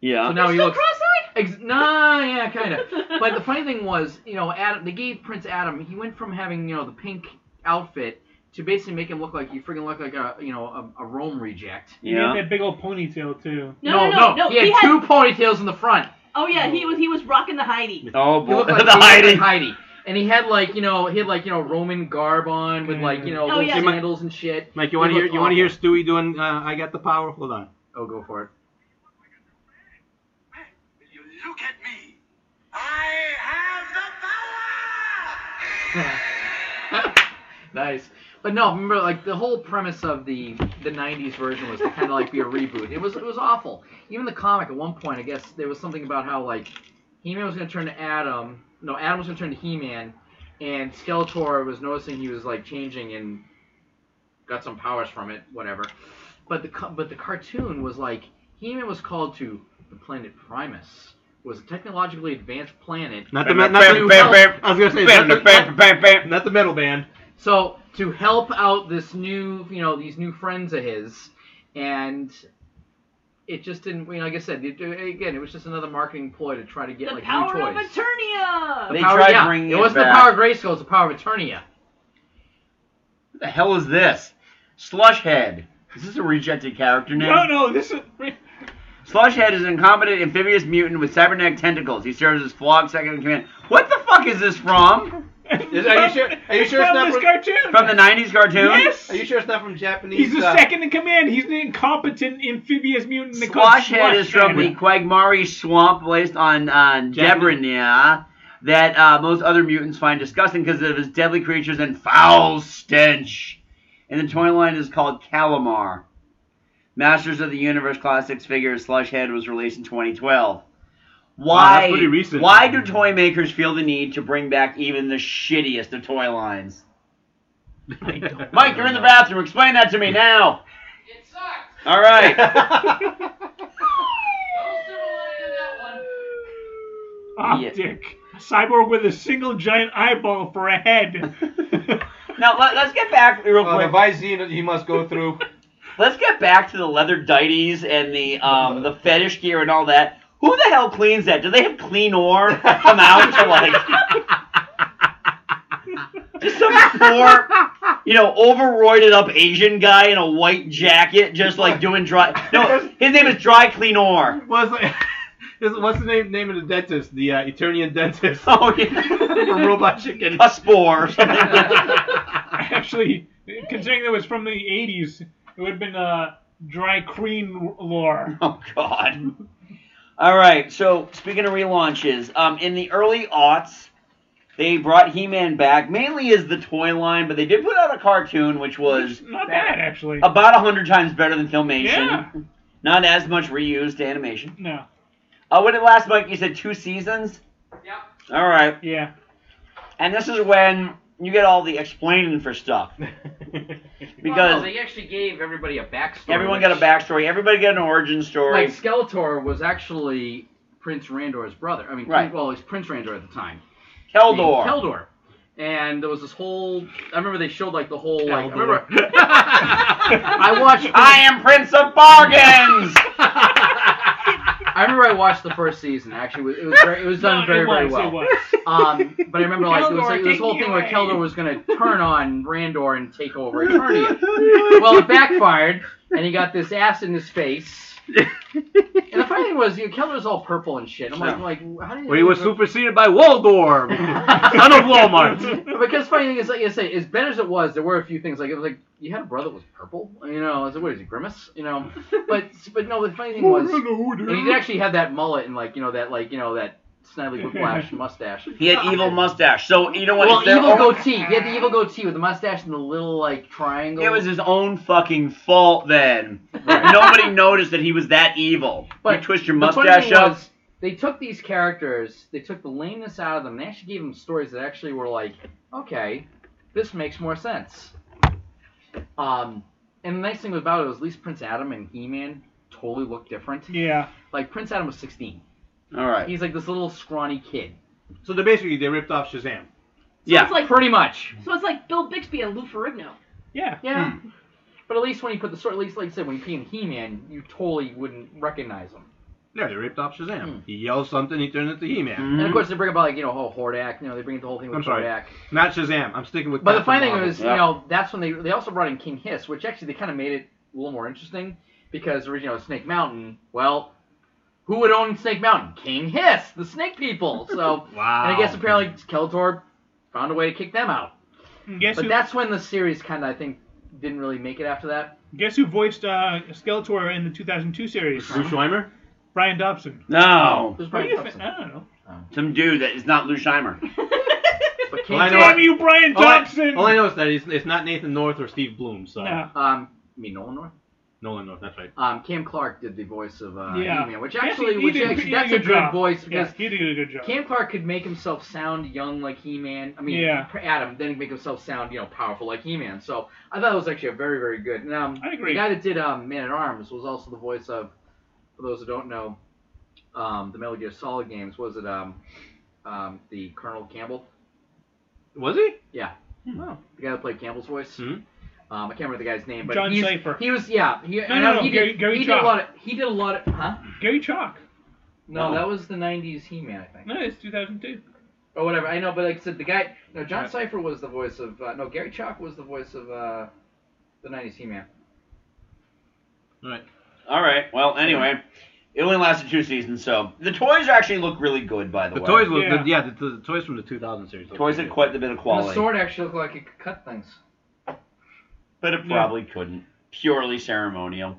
Speaker 5: Yeah.
Speaker 8: So now he
Speaker 9: Still
Speaker 8: looks.
Speaker 9: cross-eyed.
Speaker 8: Ex- no, yeah, kind of. but the funny thing was, you know, Adam. They gave Prince Adam. He went from having you know the pink outfit to basically make him look like you freaking look like a you know a, a Rome reject.
Speaker 6: He had that big old ponytail too.
Speaker 9: No, no, no, no,
Speaker 8: He had
Speaker 9: he had-
Speaker 8: two ponytails in the front.
Speaker 9: Oh yeah, he was he was rocking the Heidi.
Speaker 5: Oh
Speaker 8: He
Speaker 5: boy,
Speaker 8: looked
Speaker 5: the
Speaker 7: *laughs*
Speaker 8: like, he looked like
Speaker 5: hiding.
Speaker 8: Heidi. And he had like you know he had like you know Roman garb on with like you know
Speaker 9: Oh,
Speaker 8: little
Speaker 9: yeah.
Speaker 8: sandals and shit.
Speaker 7: Mike, you
Speaker 8: He
Speaker 7: want to hear?
Speaker 8: looked
Speaker 7: You want to hear
Speaker 8: awful.
Speaker 7: Stewie doing? Uh, I got the power. Hold on.
Speaker 8: Oh, go for it.
Speaker 16: Look at me. I have the power.
Speaker 8: *laughs* nice. But no, remember like the whole premise of the the '90s version was to kind of like be a reboot. It was it was awful. Even the comic at one point, I guess there was something about how like He-Man was going to turn to Adam. No, Adam was going to turn to He-Man, and Skeletor was noticing he was like changing and got some powers from it, whatever. But the co- but the cartoon was like He-Man was called to the planet Primus, was a technologically advanced planet.
Speaker 7: Not the me- not the-
Speaker 8: to help-
Speaker 7: I was gonna say not the, not the metal band.
Speaker 8: so to help out this new, you know, these new friends of his, and it just didn't. You know, like I said, it, again, it was just another marketing ploy to try to get
Speaker 9: The
Speaker 8: like
Speaker 9: power
Speaker 8: new
Speaker 9: of
Speaker 8: toys.
Speaker 9: Eternia.
Speaker 5: They tried
Speaker 8: yeah,
Speaker 5: bringing
Speaker 8: it
Speaker 5: it
Speaker 8: wasn't
Speaker 5: back.
Speaker 8: the power of Grayskull, it was the power of Eternia.
Speaker 5: What the hell is this? Slushhead. Is this a rejected character name?
Speaker 6: No, no, this is.
Speaker 5: Slushhead is an incompetent amphibious mutant with cybernetic tentacles. He serves as Flog second in command. What the fuck is this from?
Speaker 7: Is- are you sure? Are you sure it's
Speaker 6: from
Speaker 7: not
Speaker 6: this
Speaker 7: from?
Speaker 6: cartoon?
Speaker 5: From the 90s cartoon?
Speaker 6: Yes.
Speaker 7: Are you sure it's not from Japanese?
Speaker 6: He's the
Speaker 7: uh,
Speaker 6: second in command. He's the incompetent amphibious mutant. they call
Speaker 5: Swashhead is from the
Speaker 6: Swashhead.
Speaker 5: Quagmire swamp placed on uh, Debrania that uh, most other mutants find disgusting because of his deadly creatures and foul stench. And the toy line is called Calamar. Masters of the Universe Classics figure Slushhead was released in 2012.
Speaker 7: Wow,
Speaker 5: Why?
Speaker 7: that's pretty recent.
Speaker 5: Why do toy makers feel the need to bring back even the shittiest of toy lines? Mike, you're in the bathroom. Explain that to me now.
Speaker 8: It sucked.
Speaker 5: All
Speaker 7: *laughs*
Speaker 5: right.
Speaker 6: optic Ah, cyborg with a single giant eyeball for a head.
Speaker 8: *laughs*
Speaker 5: Now let, let's get back real
Speaker 7: Uh, the
Speaker 5: quick.
Speaker 7: *laughs* Visine he must go through.
Speaker 5: Let's get back to the leather dighties and the um, the fetish gear and all that. Who the hell cleans that? Do they have clean ore come out to *laughs* like just some poor, you know, overroided up Asian guy in a white jacket, just like doing dry. No, his name is Dry Clean Ore.
Speaker 7: What's the, what's the name name of the dentist? The uh, Eternian dentist.
Speaker 5: Oh yeah,
Speaker 7: *laughs* from
Speaker 5: *laughs*
Speaker 7: Robot Chicken.
Speaker 5: A spore. *laughs*
Speaker 6: Actually, considering that it was from the 80s, it would have been uh, dry cream lore.
Speaker 5: *laughs* Oh God. All right. So speaking of relaunches, um, in the early aughts, they brought He-Man back mainly as the toy line, but they did put out a cartoon which was
Speaker 6: Not bad, actually.
Speaker 5: about a hundred times better than Filmation.
Speaker 6: Yeah.
Speaker 5: *laughs* Not as much reused to animation.
Speaker 6: No.
Speaker 5: Uh, when it last, Mike, you said two seasons.
Speaker 6: Yeah.
Speaker 5: All right.
Speaker 6: Yeah.
Speaker 5: And this is when you get all the explaining for stuff
Speaker 8: Well, no,
Speaker 5: because
Speaker 8: they actually gave everybody a backstory.
Speaker 5: everyone got a backstory, everybody got an origin story.
Speaker 8: Like Skeletor was actually Prince Randor's brother. I mean,
Speaker 5: Right.
Speaker 8: well, he's Prince Randor at the time.
Speaker 5: Keldor.
Speaker 8: Named Keldor. And there was this whole. I remember they showed like the whole. Like, I remember. I watched.
Speaker 5: I am Prince of Bargains.
Speaker 8: I remember I watched the first season. Actually, it was very, it was done
Speaker 6: No, it
Speaker 8: very very
Speaker 6: was,
Speaker 8: well.
Speaker 6: it was.
Speaker 8: Um, but I remember like it was
Speaker 6: Keldor,
Speaker 8: like, this
Speaker 6: take
Speaker 8: whole
Speaker 6: me
Speaker 8: thing where
Speaker 6: away.
Speaker 8: Keldor was gonna turn on Randor and take over Eternia. well, it backfired, and he got this ass in his face. and the funny thing was, you know, Keldor's all purple and shit. I'm like, I'm like how do you?
Speaker 7: Well, he was superseded by Waldorf,
Speaker 5: *laughs*
Speaker 7: son of Walmart.
Speaker 8: because funny thing is, like I say, as bad as it was, there were a few things like it was like you had a brother that was purple, you know. I was like, what is he, grimace? You know, but but no, the funny thing was, and he did actually have that mullet and like you know that like you know that snidely whiplash mustache.
Speaker 5: He had evil mustache. So you know what?
Speaker 8: Well,
Speaker 5: It's their
Speaker 8: evil
Speaker 5: own-
Speaker 8: goatee. He had the evil goatee with the mustache and the little like triangle.
Speaker 5: *laughs* It was his own fucking fault then. Nobody noticed that he was that evil. you twist your
Speaker 8: the funny
Speaker 5: mustache
Speaker 8: thing
Speaker 5: up.
Speaker 8: was, they took these characters, they took the lameness out of them, and they actually gave them stories that actually were like, okay, this makes more sense. Um, and the nice thing about it was at least Prince Adam and He Man totally looked different. *laughs*
Speaker 6: Yeah.
Speaker 8: Like Prince Adam was 16.
Speaker 5: All right.
Speaker 8: He's like this little scrawny kid.
Speaker 7: So they basically they ripped off Shazam.
Speaker 8: yeah,
Speaker 9: it's like-
Speaker 8: pretty much.
Speaker 9: So it's like Bill Bixby and Lou
Speaker 8: *laughs*
Speaker 9: Ferrigno. *laughs*
Speaker 6: Yeah.
Speaker 5: hmm.
Speaker 8: Yeah. But at least when you put the story, at least like I said, when you became He Man, you totally wouldn't recognize him.
Speaker 7: Yeah, they ripped off Shazam. He yells something, he turns into He-Man.
Speaker 8: And
Speaker 5: Mm-hmm.
Speaker 8: of course, they bring about like you know whole Hordak. You know, they bring the whole thing with
Speaker 7: I'm sorry,
Speaker 8: Hordak.
Speaker 7: not Shazam. I'm sticking with.
Speaker 8: But the
Speaker 7: Captain
Speaker 8: funny thing
Speaker 7: Marvel.
Speaker 8: was, you know, that's when they they also brought in King Hiss, which actually they kind of made it a little more interesting because originally you know, Snake Mountain. Well, who would own Snake Mountain? King Hiss, the
Speaker 6: *laughs*
Speaker 8: Snake People. So
Speaker 7: Wow.
Speaker 8: And I guess apparently Skeletor found a way to kick them out.
Speaker 6: Mm, Guess
Speaker 8: but
Speaker 6: who?
Speaker 8: that's when the series kind of I think didn't really make it after that.
Speaker 6: Guess who voiced uh, Skeletor in the 2002 series?
Speaker 7: Bruce Schweimer.
Speaker 6: Brian Dobson.
Speaker 5: No.
Speaker 8: There's
Speaker 6: What do
Speaker 8: Brian
Speaker 6: you
Speaker 8: Dobson.
Speaker 6: thi- I don't know.
Speaker 5: Some dude that is not Lou Scheimer.
Speaker 8: But King
Speaker 7: Well, I know-
Speaker 6: Damn you, Brian
Speaker 7: All I,
Speaker 6: Dobson!
Speaker 7: all I know is that it's, it's not Nathan North or Steve Bloom. So
Speaker 6: No.
Speaker 8: um, I mean Nolan North.
Speaker 7: Nolan North. That's right.
Speaker 8: Um, Cam Clark did the voice of uh,
Speaker 6: Yeah.
Speaker 8: He-Man, which
Speaker 6: Yes,
Speaker 8: actually,
Speaker 6: he- he
Speaker 8: which
Speaker 6: did-
Speaker 8: actually
Speaker 6: he did
Speaker 8: that's
Speaker 6: a
Speaker 8: a
Speaker 6: good
Speaker 8: good
Speaker 6: job.
Speaker 8: voice
Speaker 6: Yeah,
Speaker 8: because
Speaker 6: he did a good job.
Speaker 8: Cam Clark could make himself sound young like He-Man. I mean,
Speaker 6: Yeah.
Speaker 8: Adam then make himself sound you know powerful like He-Man. So I thought it was actually a very very good. And um,
Speaker 6: I agree.
Speaker 8: the guy that did um, Man at Arms was also the voice of, for those who don't know, um, the Metal Gear Solid games. Was it um, um, the Colonel Campbell?
Speaker 7: Was he?
Speaker 8: Yeah.
Speaker 6: Hmm.
Speaker 7: Oh.
Speaker 8: The guy that played Campbell's voice.
Speaker 7: Mhm.
Speaker 8: Um, I can't remember the guy's name, but
Speaker 6: John
Speaker 8: he's,
Speaker 6: Schaefer.
Speaker 8: he was yeah. He,
Speaker 6: No,
Speaker 8: and,
Speaker 6: no,
Speaker 8: um,
Speaker 6: no,
Speaker 8: he
Speaker 6: Gary-
Speaker 8: did,
Speaker 6: Gary
Speaker 8: he
Speaker 6: Chalk.
Speaker 8: did a lot of he did a lot of huh.
Speaker 6: Gary Chalk.
Speaker 8: No,
Speaker 5: No.
Speaker 8: that was the '90s He-Man, I think,
Speaker 6: No, it's 2002.
Speaker 8: or whatever. I know, but like I said, the guy. No, John Cipher was the voice of. Uh, no, Gary Chalk was the voice of uh, the '90s He-Man.
Speaker 7: All right.
Speaker 5: All right. Well, anyway, it only lasted two seasons, so the toys actually look really good, by the,
Speaker 7: The
Speaker 5: way.
Speaker 7: toys look.
Speaker 6: Yeah.
Speaker 7: Yeah, the, the, the toys from the 2000 series. look
Speaker 5: toys
Speaker 7: good.
Speaker 5: had quite a bit of
Speaker 8: And the
Speaker 5: quality,
Speaker 8: sword actually looked like it could cut things.
Speaker 5: but it probably couldn't. Purely ceremonial.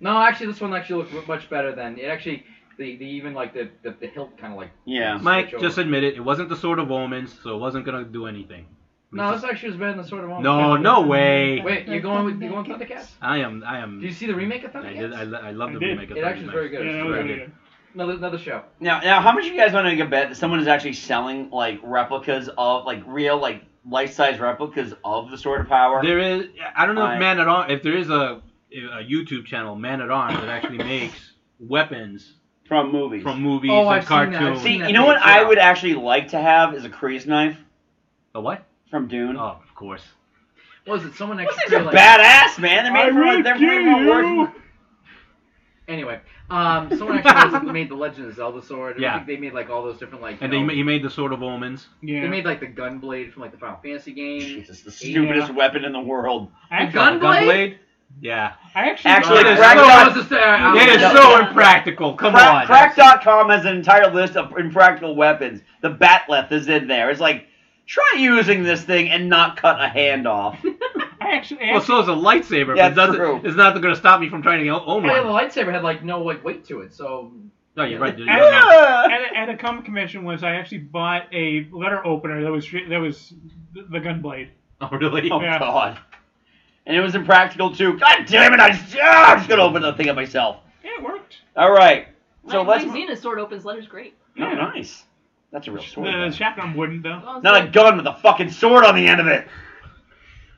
Speaker 8: No, actually, this one actually looked much better than it actually. The, the even like the the, the hilt kind of like.
Speaker 5: Yeah.
Speaker 7: Mike,
Speaker 8: switch
Speaker 7: just
Speaker 8: over.
Speaker 7: admit it. It wasn't the Sword of Omens, so it wasn't gonna do anything.
Speaker 8: No, this actually was better than Sword of Honor.
Speaker 7: No, no way.
Speaker 8: Wait, you're going with you going with Thundercats?
Speaker 7: I am. I am.
Speaker 8: Do you see the remake of
Speaker 7: I,
Speaker 8: Thundercats?
Speaker 7: did, I, lo- I love the
Speaker 6: I did.
Speaker 7: remake. of
Speaker 8: it actually
Speaker 7: Thundercats.
Speaker 8: was very good.
Speaker 6: Yeah,
Speaker 8: It
Speaker 6: that
Speaker 8: was
Speaker 6: was
Speaker 8: very
Speaker 6: really
Speaker 8: good.
Speaker 6: good.
Speaker 8: Another another show.
Speaker 5: Now, now, how much you guys want to take a bet that someone is actually selling like replicas of like real like life-size replicas of the Sword of Power?
Speaker 7: There is. I don't know
Speaker 5: I-
Speaker 7: if Man at Arms. If there is a a YouTube channel, Man at Arms, that actually makes weapons
Speaker 5: from movies.
Speaker 7: from movies
Speaker 8: Oh,
Speaker 7: and
Speaker 8: I've seen
Speaker 7: cartoons.
Speaker 8: that. I've
Speaker 5: See,
Speaker 8: seen that
Speaker 5: you know what
Speaker 8: picture.
Speaker 5: I would actually like to have is a crease knife
Speaker 7: A what?
Speaker 5: from Dune
Speaker 7: Oh, of course.
Speaker 8: What was it someone next
Speaker 5: things are badass, man. They're made
Speaker 8: I
Speaker 5: for-
Speaker 8: will
Speaker 5: they're way
Speaker 8: kill
Speaker 5: more worth-
Speaker 8: you. Anyway, um, someone *laughs* actually made the Legend of Zelda sword. and I
Speaker 7: Yeah.
Speaker 8: think they made like all those different like.
Speaker 7: And
Speaker 8: you
Speaker 7: they,
Speaker 8: know,
Speaker 7: ma- he made the Sword of Omens.
Speaker 8: They made like the gun blade from like the Final Fantasy game. Jesus, the
Speaker 5: stupidest weapon in the world.
Speaker 8: The gun blade?
Speaker 7: Yeah.
Speaker 6: I
Speaker 5: Actually,
Speaker 7: it is
Speaker 5: crack
Speaker 7: so,
Speaker 5: dot-
Speaker 7: it is so impractical. Come
Speaker 5: Crack-
Speaker 7: on.
Speaker 5: Crack.com has an entire list of impractical weapons. The batleth is in there. It's like, try using this thing and not cut a hand
Speaker 7: *laughs*
Speaker 5: off.
Speaker 6: I actually, I
Speaker 7: Well, Oh, so is a lightsaber.
Speaker 5: Yeah,
Speaker 7: but it doesn't,
Speaker 5: true.
Speaker 7: It's not going to stop me from trying to own
Speaker 8: Yeah, the
Speaker 7: one.
Speaker 8: lightsaber had like no like weight to it, so.
Speaker 7: No,
Speaker 5: *laughs*
Speaker 7: you're right. dude.
Speaker 6: At, at, a, at a comic convention once, I actually bought a letter opener that was that was th- the gun blade.
Speaker 7: Oh, really?
Speaker 5: Oh,
Speaker 6: Yeah.
Speaker 5: God. And it was impractical, too. God damn it, I, ah, I'm just going to open the thing up myself.
Speaker 6: Yeah, it worked.
Speaker 5: All right. So
Speaker 9: my,
Speaker 5: let's.
Speaker 9: my Xena sword opens letters great.
Speaker 5: Oh, nice. That's a real
Speaker 7: uh,
Speaker 5: sword.
Speaker 6: The shotgun wouldn't though.
Speaker 9: Well, it's
Speaker 5: Not a gun with a fucking sword on the end of it.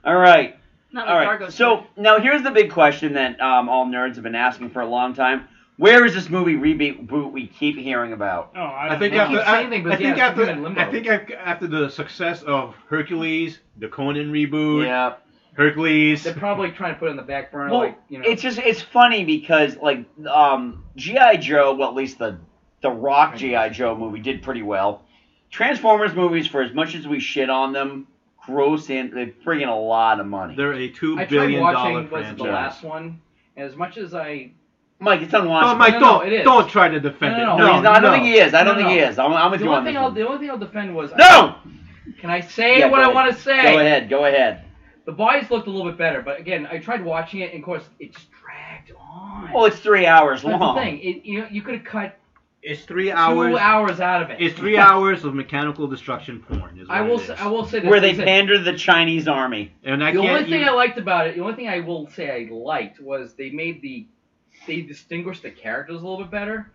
Speaker 5: All right.
Speaker 9: Not
Speaker 5: all
Speaker 9: like
Speaker 5: right.
Speaker 9: Dargo's
Speaker 5: So now here's the big question that um, all nerds have been asking for a long time. Where is this movie reboot boot we keep hearing about?
Speaker 6: Oh, I,
Speaker 7: I think
Speaker 5: They
Speaker 7: after
Speaker 5: keep
Speaker 7: I,
Speaker 5: saying things, but
Speaker 7: I
Speaker 5: yeah,
Speaker 7: think
Speaker 5: it's
Speaker 7: after
Speaker 5: been in limbo.
Speaker 7: I think af- after the success of Hercules, the Conan reboot,
Speaker 5: Yep.
Speaker 7: Hercules.
Speaker 8: They're probably trying to put it in the back burner,
Speaker 5: Well,
Speaker 8: like you know.
Speaker 5: it's just it's funny because like um, GI Joe, well at least the the Rock GI Joe movie did pretty well. Transformers movies, for as much as we shit on them, gross and they bring in a lot of money.
Speaker 7: They're a two
Speaker 8: I tried
Speaker 7: billion
Speaker 8: watching
Speaker 7: dollar
Speaker 8: was it
Speaker 7: franchise.
Speaker 8: the last one, and as much as I.
Speaker 5: Mike, it's unwatchable.
Speaker 7: Oh, Mike,
Speaker 8: No, no,
Speaker 7: don't
Speaker 8: it is.
Speaker 7: don't try to defend it.
Speaker 8: No, no, no,
Speaker 7: No,
Speaker 8: he's not-
Speaker 5: I don't
Speaker 7: no.
Speaker 5: think he is. I don't
Speaker 8: No,
Speaker 5: think he
Speaker 8: no.
Speaker 5: is. I'm, I'm with
Speaker 8: the
Speaker 5: you
Speaker 8: only
Speaker 5: on
Speaker 8: thing
Speaker 5: this.
Speaker 8: I'll
Speaker 5: one.
Speaker 8: the only thing I'll defend was
Speaker 5: No.
Speaker 8: Can I say
Speaker 5: Yeah, go
Speaker 8: what I
Speaker 5: ahead.
Speaker 8: want to say?
Speaker 5: Go ahead. Go ahead.
Speaker 8: The boys looked a little bit better, but again, I tried watching it, and of course, it's
Speaker 5: Well, it's three hours
Speaker 8: That's the
Speaker 5: long.
Speaker 8: thing. It, you know, you could have cut
Speaker 7: It's three
Speaker 8: two
Speaker 7: hours.
Speaker 8: hours out of it.
Speaker 7: It's three hours of mechanical destruction porn. Is what
Speaker 8: I will.
Speaker 7: It is.
Speaker 8: Say, I will say this.
Speaker 5: where they
Speaker 8: Listen,
Speaker 5: pander to the Chinese army.
Speaker 7: and I
Speaker 8: The
Speaker 7: can't.
Speaker 8: only thing
Speaker 7: even-
Speaker 8: I liked about it, the only thing I will say I liked was they made the, they distinguished the characters a little bit better.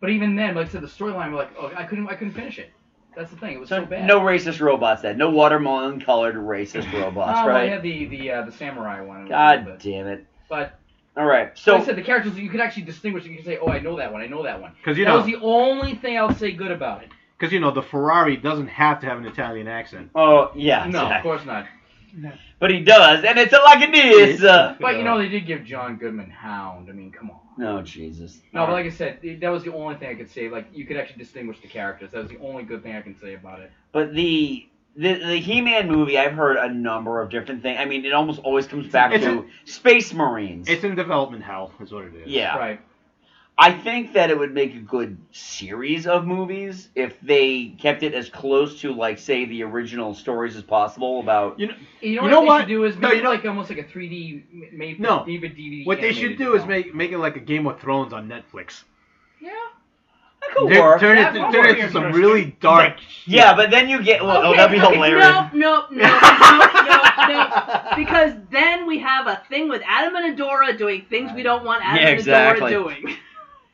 Speaker 8: But even then, like I said, the storyline, we're like, oh, I couldn't, I couldn't finish it. That's the thing. It was so, bad.
Speaker 5: No racist robots then. No watermelon colored
Speaker 8: *laughs*
Speaker 5: racist
Speaker 8: Oh,
Speaker 5: robots,
Speaker 8: well, I
Speaker 5: right?
Speaker 8: had the the uh, the samurai one.
Speaker 5: God damn it.
Speaker 8: But
Speaker 5: All right.
Speaker 8: so
Speaker 5: So
Speaker 8: like I said the characters you could actually distinguish. You could say, oh, I know that one. I know that one.
Speaker 7: 'Cause you
Speaker 8: that
Speaker 7: know-
Speaker 8: was the only thing I'll say good about it.
Speaker 7: Because you know the Ferrari doesn't have to have an Italian accent.
Speaker 5: Oh yeah.
Speaker 8: No,
Speaker 5: exactly.
Speaker 8: of course not.
Speaker 5: But he does, and it's like it is.
Speaker 8: *laughs*
Speaker 5: Uh,
Speaker 8: But you know they did give John Goodman Hound. I mean, come on.
Speaker 5: No, Jesus.
Speaker 8: No, but like I said, it- that was the only thing I could say. Like you could actually distinguish the characters. That was the only good thing I can say about it.
Speaker 5: But the the, the He-Man movie, I've heard a number of different things. I mean, it almost always comes back
Speaker 7: It's
Speaker 5: to Space Marines.
Speaker 7: It's in development hell, is what it is.
Speaker 5: Yeah.
Speaker 8: Right.
Speaker 5: I think that it would make a good series of movies if they kept it as close to, like, say, the original stories as possible about.
Speaker 7: You know,
Speaker 8: You
Speaker 7: You
Speaker 8: know what,
Speaker 7: know
Speaker 8: they
Speaker 7: what?
Speaker 8: should do is
Speaker 7: No,
Speaker 8: make
Speaker 7: you
Speaker 8: it
Speaker 7: know-
Speaker 8: like almost like a 3D m- made for
Speaker 7: No.
Speaker 8: DVD.
Speaker 7: What they should
Speaker 8: animated
Speaker 7: do is
Speaker 8: film.
Speaker 7: make make it like a Game of Thrones on Netflix.
Speaker 8: Yeah.
Speaker 5: That could
Speaker 7: Turn-
Speaker 5: work.
Speaker 7: Turn
Speaker 5: That
Speaker 7: it
Speaker 5: could
Speaker 7: turn
Speaker 5: work.
Speaker 7: it to some really dark.
Speaker 5: Yeah, but then you get. Well, oh,
Speaker 9: Okay,
Speaker 5: that'd be
Speaker 9: okay,
Speaker 5: hilarious.
Speaker 9: *laughs* No, no, no, no, no, no. Because then we have a thing with Adam and Adora doing things we don't want Adam
Speaker 5: Yeah,
Speaker 9: and
Speaker 5: exactly.
Speaker 9: Adora doing. *laughs*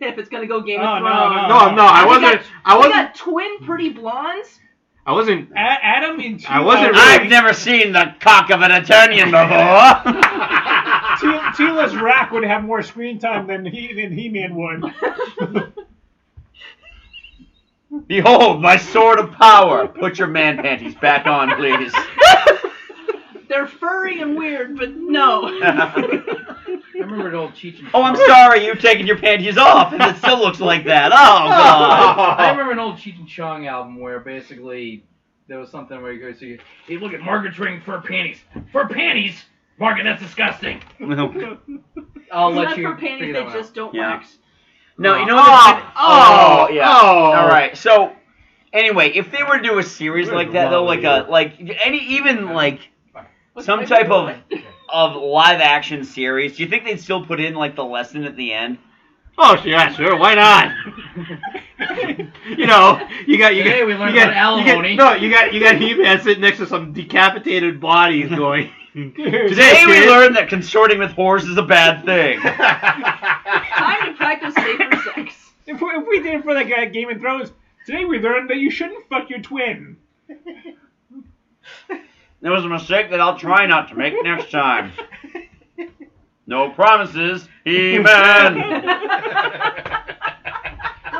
Speaker 9: if it's gonna go Game
Speaker 6: Oh,
Speaker 9: of
Speaker 6: no,
Speaker 9: Thrones.
Speaker 6: no,
Speaker 7: No, no, I
Speaker 9: We
Speaker 7: wasn't.
Speaker 9: got-
Speaker 7: I
Speaker 9: We
Speaker 7: wasn't.
Speaker 9: got twin pretty blondes.
Speaker 7: I
Speaker 8: *laughs*
Speaker 7: wasn't.
Speaker 6: A- Adam in
Speaker 7: I wasn't
Speaker 5: I've
Speaker 7: really.
Speaker 5: never seen the cock of an Eternian
Speaker 8: Oh,
Speaker 7: *laughs*
Speaker 5: before.
Speaker 6: *laughs* T- Tila's rack would have more screen time than he than He Man would.
Speaker 5: Behold, my sword of power. Put your man panties back on, please.
Speaker 9: They're furry and weird, but no.
Speaker 8: I remember an old
Speaker 7: *laughs*
Speaker 8: Cheech and
Speaker 5: Oh, I'm sorry, you've taken your panties off, and it still looks like that. Oh, *laughs* God.
Speaker 8: *laughs* I remember an old Cheech and Chong album where basically there was something where *laughs* you go see, hey, look at Margaret's wearing fur panties. Fur panties. Margaret, that's disgusting. I'll
Speaker 9: Not
Speaker 8: let you.
Speaker 9: for panties,
Speaker 8: figure
Speaker 9: they
Speaker 8: that one out.
Speaker 9: just don't
Speaker 5: Yeah.
Speaker 9: wax.
Speaker 5: No, you know
Speaker 7: Oh,
Speaker 5: what?
Speaker 7: *laughs* oh,
Speaker 5: yeah.
Speaker 7: oh.
Speaker 5: All right. So, anyway, if they were to do a series like that, though, like a like any even like some type of of live action series, do you think they'd still put in like the lesson at the end?
Speaker 7: Oh yeah, sure. Why
Speaker 5: *laughs*
Speaker 7: not? you know, you got you got
Speaker 8: Hey, we learned
Speaker 7: you got,
Speaker 8: about
Speaker 7: you got-
Speaker 8: alimony.
Speaker 7: no, you got you got He-Man sitting next to some decapitated
Speaker 5: *laughs*
Speaker 7: bodies going. Today,
Speaker 5: Today we
Speaker 7: kid." *laughs*
Speaker 5: learned that consorting with whores is a bad thing. *laughs*
Speaker 9: Time to
Speaker 8: *laughs*
Speaker 9: practice safer sex.
Speaker 6: If we, if we did it for like uh, Game of Thrones, today we learned that you shouldn't fuck your twin.
Speaker 5: It was a mistake that I'll try not to make next *laughs* time.
Speaker 8: *laughs*
Speaker 5: No promises, He-Man.
Speaker 8: No,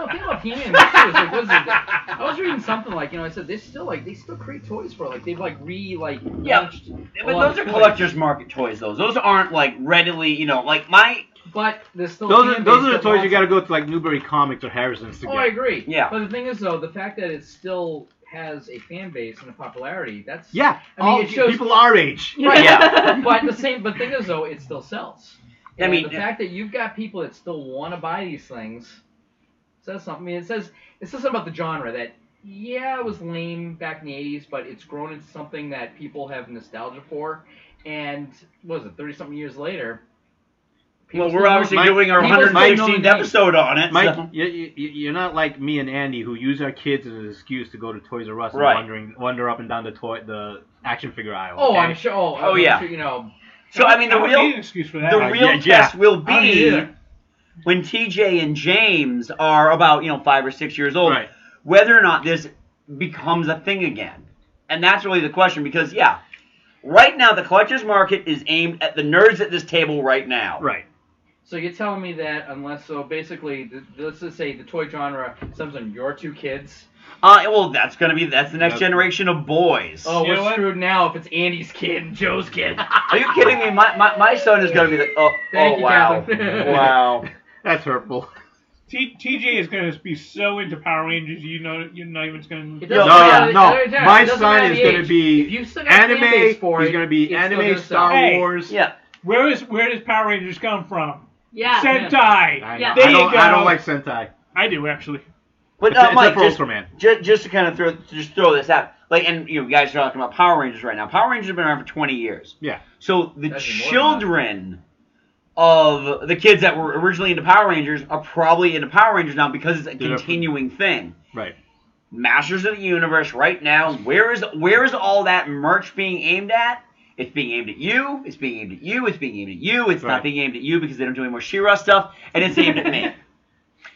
Speaker 8: think about He-Man was too, so it was- I was reading something like you know I said they still like they still create toys for it. like they've like re like
Speaker 5: Yeah, but those are collectors market toys. Those those aren't like readily, you know, like my.
Speaker 8: But there's still
Speaker 7: Those are, those are the toys you got to go to like Newberry Comics or Harrison's to
Speaker 8: Oh,
Speaker 7: get.
Speaker 8: I agree.
Speaker 7: Yeah.
Speaker 8: But the thing is, though, the fact that it still has a fan base and a popularity, that's
Speaker 7: Yeah,
Speaker 8: I mean,
Speaker 7: all
Speaker 8: it shows
Speaker 7: people our age.
Speaker 8: Right.
Speaker 7: Yeah.
Speaker 8: but the same. But the thing is, though, it still sells.
Speaker 5: I
Speaker 8: And
Speaker 5: mean, it-
Speaker 8: the fact that you've got people that still want to buy these things says something. I mean, it says it says something about the genre that yeah, it was lame back in the '80s, but it's grown into something that people have nostalgia for. And what was it, thirty something years later?
Speaker 5: Well,
Speaker 8: people
Speaker 5: we're
Speaker 8: still
Speaker 5: obviously
Speaker 8: know-
Speaker 5: doing our
Speaker 8: people still know the
Speaker 5: 116th
Speaker 8: name.
Speaker 5: episode on it.
Speaker 7: Mike,
Speaker 5: so-
Speaker 7: you, you, you're not like me and Andy who use our kids as an excuse to go to Toys R Us
Speaker 5: Right.
Speaker 7: and wandering, wander up and down the toy, the action figure aisle.
Speaker 8: Oh, I'm
Speaker 7: okay?
Speaker 8: sure. Oh,
Speaker 5: Oh,
Speaker 8: I'm
Speaker 5: yeah.
Speaker 8: Sure, you know.
Speaker 5: So I mean, the
Speaker 8: don't
Speaker 5: real
Speaker 8: need an excuse for that.
Speaker 5: the
Speaker 8: Uh,
Speaker 5: real
Speaker 8: yeah, yeah.
Speaker 5: test will
Speaker 8: I don't need
Speaker 5: be
Speaker 8: it.
Speaker 5: when TJ and James are about you know five or six years old, whether or not this becomes a thing again, and that's really the question because yeah, right now the collectors market is aimed at the nerds at this table right now.
Speaker 7: Right.
Speaker 8: So you're telling me that unless so basically, th- let's just say the toy genre stems on your two kids.
Speaker 5: Uh, well, that's gonna be that's the next generation of boys.
Speaker 8: Oh, we're screwed now if it's Andy's kid and Joe's kid.
Speaker 5: Are you kidding me? My, my, my son is gonna be the oh,
Speaker 8: Thank
Speaker 5: oh
Speaker 8: you,
Speaker 5: wow
Speaker 8: *laughs* Catherine.
Speaker 5: wow.
Speaker 7: That's hurtful.
Speaker 6: T- TJ is going to be so into Power Rangers, you know, you're not even going to.
Speaker 7: No, no, no. My son is going to be anime. He's going to be anime, Star Wars.
Speaker 5: Yeah.
Speaker 6: Where is where does Power Rangers come from?
Speaker 9: *laughs* Yeah.
Speaker 6: Sentai.
Speaker 9: I know.
Speaker 7: I
Speaker 6: There you
Speaker 7: don't-
Speaker 6: go.
Speaker 7: I don't like Sentai.
Speaker 6: I do actually.
Speaker 5: But
Speaker 6: Except-
Speaker 5: uh, Mike,
Speaker 6: except for
Speaker 5: just,
Speaker 6: Ultraman.
Speaker 5: ju- just to kind of throw just throw this out, like, and you, know, you guys are talking about Power Rangers right now. Power Rangers have been around for twenty years.
Speaker 7: Yeah.
Speaker 5: So the children of the kids that were originally into Power Rangers are probably into Power Rangers now because it's a
Speaker 7: They're-
Speaker 5: continuing thing.
Speaker 7: Right.
Speaker 5: Masters of the Universe right now. Where is where is all that merch being aimed at? It's being aimed at you. It's being aimed at you. It's being aimed at you. It's not being aimed at you because they don't do any more She-Ra stuff, and it's aimed at me.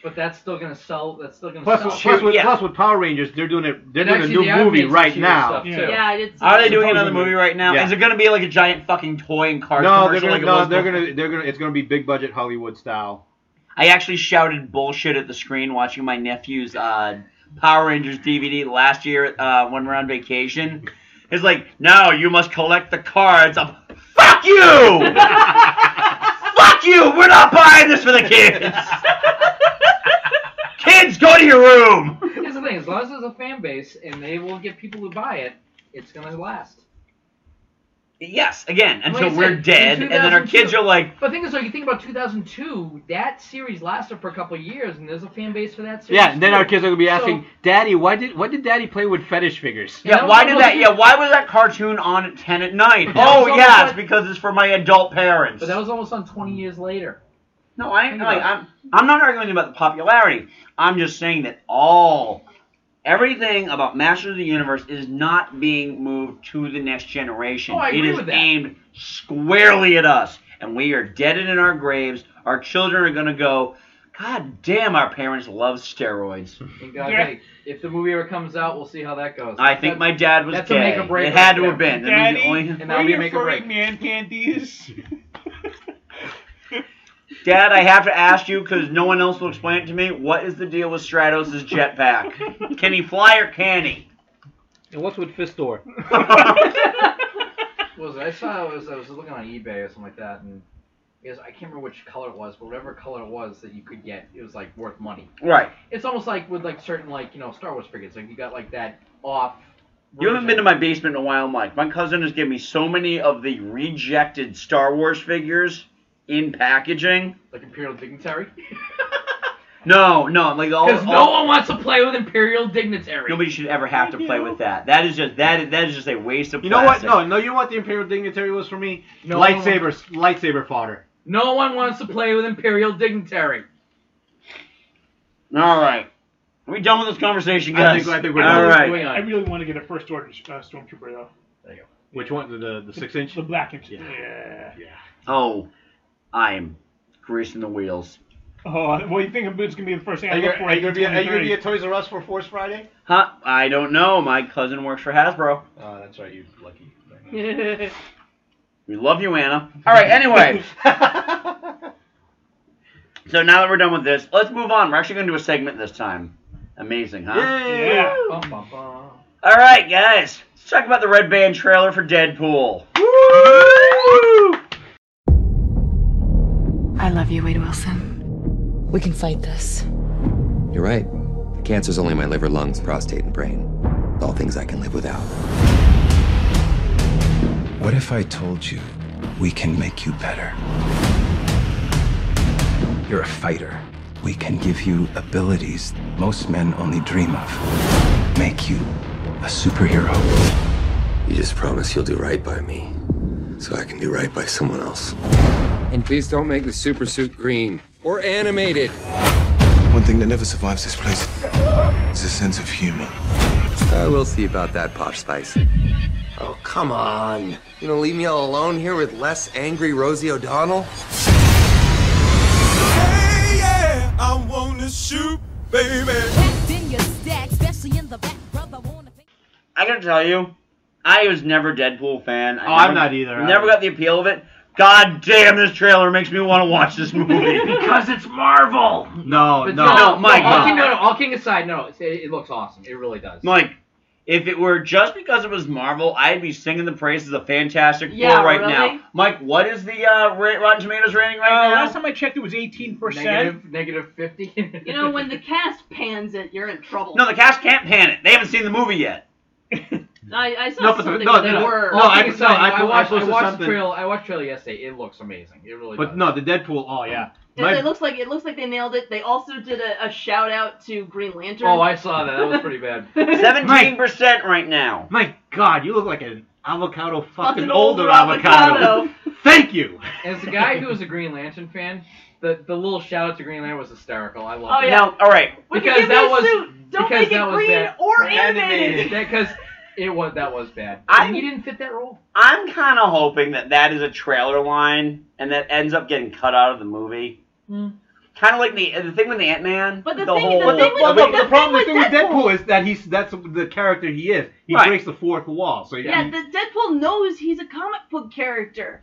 Speaker 8: But that's still going to sell. That's still going to
Speaker 7: Plus,
Speaker 8: sell.
Speaker 7: plus, with, plus with Power Rangers, they're doing it. They're doing
Speaker 8: And
Speaker 7: a
Speaker 8: actually
Speaker 7: new
Speaker 8: the anime
Speaker 7: movie
Speaker 8: is
Speaker 7: right
Speaker 8: cute
Speaker 7: now.
Speaker 8: stuff, too. Yeah, it's-
Speaker 5: Are they doing another
Speaker 7: Supposedly.
Speaker 5: movie right now?
Speaker 7: Yeah.
Speaker 5: Is it going to be like a giant fucking toy and card
Speaker 7: No, they're
Speaker 5: commercial?
Speaker 7: gonna,
Speaker 5: like it
Speaker 7: no,
Speaker 5: was
Speaker 7: they're
Speaker 5: before?
Speaker 7: gonna, they're gonna, it's gonna be big budget Hollywood style.
Speaker 5: I actually shouted bullshit at the screen watching my nephew's uh, Power Rangers DVD last year uh, when we were on vacation. It's like, now you must collect the cards. I'm, fuck you!
Speaker 7: *laughs*
Speaker 5: fuck you! We're not buying this for the
Speaker 7: *laughs*
Speaker 5: kids! kids, go to your room!
Speaker 8: Here's the thing: as long as there's a fan base and they will get people who buy it, it's going to last.
Speaker 5: Yes, again,
Speaker 8: Like
Speaker 5: until
Speaker 8: I said,
Speaker 5: we're
Speaker 8: in
Speaker 5: dead, and then our kids
Speaker 8: 2002
Speaker 5: are like,
Speaker 8: But the thing is, like, you think about 2002, that series lasted for a couple of years, and there's a fan base for that series.
Speaker 7: Yeah, and then
Speaker 8: too.
Speaker 7: our kids are gonna be
Speaker 8: So-
Speaker 7: asking, "Daddy, why did, why did Daddy play with fetish figures?"
Speaker 5: Yeah, why did that? Yeah, why was that cartoon on at ten at night?
Speaker 7: That
Speaker 5: Oh
Speaker 7: was all
Speaker 5: yeah,
Speaker 7: the-
Speaker 5: it's because it's for my adult parents.
Speaker 8: But that was almost on 20 years later.
Speaker 5: No, I like, I'm I'm not arguing about the popularity. I'm just saying that all everything about Masters of the Universe is not being moved to the next generation.
Speaker 8: Oh, I agree
Speaker 5: it is
Speaker 8: with that.
Speaker 5: aimed squarely at us, and we are dead and in our graves. Our children are gonna go. God damn, our parents love steroids.
Speaker 8: And God, hey, if the movie ever comes out, we'll see how that goes.
Speaker 5: I think my dad was
Speaker 8: that's a
Speaker 5: gay.
Speaker 8: make or break
Speaker 5: it had to
Speaker 8: right
Speaker 5: have been.
Speaker 8: there.
Speaker 5: That was the
Speaker 8: Daddy,
Speaker 5: only-
Speaker 8: and that'll be a make or break.
Speaker 5: *laughs*
Speaker 6: Man candies.
Speaker 5: Dad, I have to ask you because no one else will explain it to me. What is the deal with Stratos'
Speaker 7: *laughs*
Speaker 5: jetpack? Can he fly or can he?
Speaker 7: And what's with Fistor?
Speaker 8: What was it? I saw I was I was looking on eBay or something like that, and it was, I can't remember which color it was, but whatever color it was that you could get, it was like worth money.
Speaker 5: *laughs* Right.
Speaker 8: It's almost like with like certain like you know Star Wars figures, like you got like that off.
Speaker 5: You haven't been to my basement in a while, Mike. My cousin has given me so many of the rejected Star Wars figures in packaging.
Speaker 8: like Imperial Dignitary. *laughs*
Speaker 5: No, no, like all.
Speaker 8: Because no
Speaker 5: all-
Speaker 8: one wants to play with Imperial Dignitary.
Speaker 5: Nobody should ever have to play with that. That is just that is, that is just a waste of.
Speaker 7: *laughs* You know what?
Speaker 5: plastic.
Speaker 7: No, no. You know what the Imperial Dignitary was for me?
Speaker 8: No.
Speaker 7: Lightsabers, lightsaber fodder.
Speaker 8: No one wants to play with Imperial Dignitary.
Speaker 5: All right. Are we done with this conversation,
Speaker 7: I
Speaker 5: guys?
Speaker 7: think- I think we're
Speaker 5: All
Speaker 7: done.
Speaker 5: right.
Speaker 6: I really want to get a first order uh, stormtrooper though.
Speaker 8: There you go.
Speaker 7: Which one? The the six inch?
Speaker 6: The black inch. Yeah.
Speaker 5: Oh, I'm greasing the wheels.
Speaker 6: Oh, what do you think of Boots gonna be the first thing I look for? in 2030?
Speaker 7: Toys R Us for Force Friday?
Speaker 5: Huh? I don't know. My cousin works for Hasbro.
Speaker 7: Oh, that's right. You're lucky.
Speaker 5: *laughs*
Speaker 7: *laughs*
Speaker 5: We love you, Anna. All right. Anyway, So now that we're done with this, let's move on. We're actually going to do a segment this time. Amazing, huh?
Speaker 8: Yeah.
Speaker 5: All right, guys. Let's talk about the Red Band trailer for Deadpool.
Speaker 17: I love you, Wade Wilson. We can fight this.
Speaker 18: You're right. The cancer's only my liver, lungs, prostate, and brain. All things I can live without.
Speaker 19: What if I told you we can make you better? You're a fighter. We can give you abilities most men only dream of. Make you a superhero.
Speaker 18: You just promise you'll do right by me, so I can do right by someone else.
Speaker 20: And please don't make the super suit green or animated.
Speaker 21: One thing that never survives this place is a sense of humor.
Speaker 18: I will see about that, Posh Spice. Oh, come on. You gonna leave me all alone here with less angry Rosie O'Donnell?
Speaker 16: Hey, yeah, I wanna shoot, baby.
Speaker 5: I gotta tell you, I was never a Deadpool fan. I
Speaker 7: Oh, I'm
Speaker 5: never-
Speaker 7: not either.
Speaker 5: Never got the appeal of it. God damn, this trailer makes me want to watch this
Speaker 7: *laughs*
Speaker 5: movie because it's Marvel.
Speaker 7: No,
Speaker 5: no, no, Mike,
Speaker 8: all
Speaker 5: no.
Speaker 8: King, no, no, all kidding aside, no, it's- it, it looks awesome. It really does.
Speaker 5: Mike, if it were just because it was Marvel, I'd be singing the praises of Fantastic
Speaker 6: Yeah,
Speaker 5: Four right
Speaker 6: really?
Speaker 5: now. Mike, what is the uh, Ra- Rotten Tomatoes rating right
Speaker 6: Uh,
Speaker 5: now?
Speaker 6: last time I checked, it was 18%.
Speaker 5: Negative-
Speaker 8: negative 50. *laughs*
Speaker 9: You know, when the cast pans it, you're in trouble.
Speaker 5: No, the cast can't pan it. They haven't seen the movie yet.
Speaker 9: I, I saw
Speaker 5: No, but the-
Speaker 9: something
Speaker 5: no,
Speaker 9: where
Speaker 5: no,
Speaker 9: they
Speaker 5: no.
Speaker 9: were.
Speaker 5: No,
Speaker 8: All
Speaker 5: I-
Speaker 8: kidding
Speaker 5: no,
Speaker 8: aside,
Speaker 5: I- I
Speaker 8: I watched,
Speaker 5: posted
Speaker 8: I watched the
Speaker 5: something.
Speaker 8: trailer. I watched the trailer yesterday. It looks amazing. It really
Speaker 7: But
Speaker 8: does.
Speaker 7: no, the Deadpool. Oh yeah.
Speaker 9: It, it looks like it looks like they nailed it. They also did a, a shout out to Green Lantern. Oh,
Speaker 8: Oh,
Speaker 9: *laughs*
Speaker 8: I saw that. That was pretty *laughs* bad.
Speaker 5: Seventeen percent right now.
Speaker 7: My God, you look like an avocado, fucking
Speaker 8: an
Speaker 7: older,
Speaker 8: older
Speaker 7: avocado.
Speaker 8: avocado.
Speaker 7: *laughs* Thank you.
Speaker 8: As a guy who was a Green Lantern fan, the, the little shout out to Green Lantern was hysterical. I love
Speaker 9: Oh,
Speaker 8: it.
Speaker 9: yeah. Now,
Speaker 5: all right.
Speaker 9: Would you give me a suit? Don't
Speaker 8: because
Speaker 9: make it
Speaker 8: that was
Speaker 9: green
Speaker 8: bad.
Speaker 9: or animated.
Speaker 8: Because it was that was bad.
Speaker 5: I'm-
Speaker 8: he didn't fit that role.
Speaker 5: I'm kind of hoping that that is a trailer line and that ends up getting cut out of the movie. Kind of like the the thing with the Ant Man.
Speaker 9: But
Speaker 5: the,
Speaker 9: thing-
Speaker 5: whole
Speaker 9: the thing
Speaker 7: But the, problem with Deadpool is that he's that's the character he is. He
Speaker 5: Right.
Speaker 7: breaks the fourth wall. So
Speaker 9: yeah, the Deadpool knows he's a comic book character,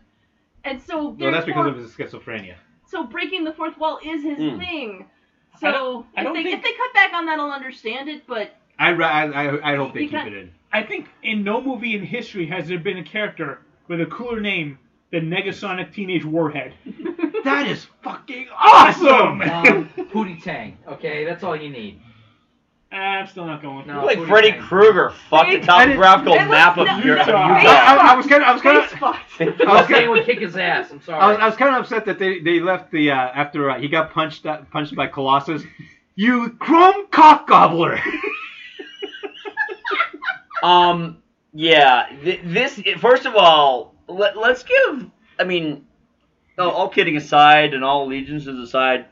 Speaker 9: and so
Speaker 7: no, that's because
Speaker 9: therefore-
Speaker 7: of his schizophrenia.
Speaker 9: so breaking the fourth wall is his
Speaker 8: Hmm.
Speaker 7: Mm.
Speaker 9: thing.
Speaker 7: I
Speaker 9: So
Speaker 7: don't- I don't
Speaker 9: if, they,
Speaker 7: think-
Speaker 9: if they cut back on that, I'll understand it. But
Speaker 7: I ra- I, I, I hope they
Speaker 9: Because-
Speaker 7: keep it in.
Speaker 6: I think in no movie in history has there been a character with a cooler name than Negasonic Teenage Warhead.
Speaker 7: that is fucking
Speaker 6: awesome!
Speaker 8: Um, Hootie Tang. Okay, that's all you need.
Speaker 6: Uh, I'm still not going.
Speaker 8: No,
Speaker 5: You're like
Speaker 8: Hootie
Speaker 5: Freddy
Speaker 8: Tang.
Speaker 5: Krueger fucked the topographical map of your. of Utah.
Speaker 7: *laughs* I, I was kind of, I was kind of, I was
Speaker 8: Hootie Tang
Speaker 7: kind
Speaker 8: would kick his ass. I'm sorry.
Speaker 7: I was, I was kind of upset that they, they left the uh, after uh, he got punched uh, punched by Colossus. You chrome cock gobbler. *laughs*
Speaker 5: Um. Yeah. Th- this. First of all, let, let's give. I mean, all, all kidding aside and all allegiances aside,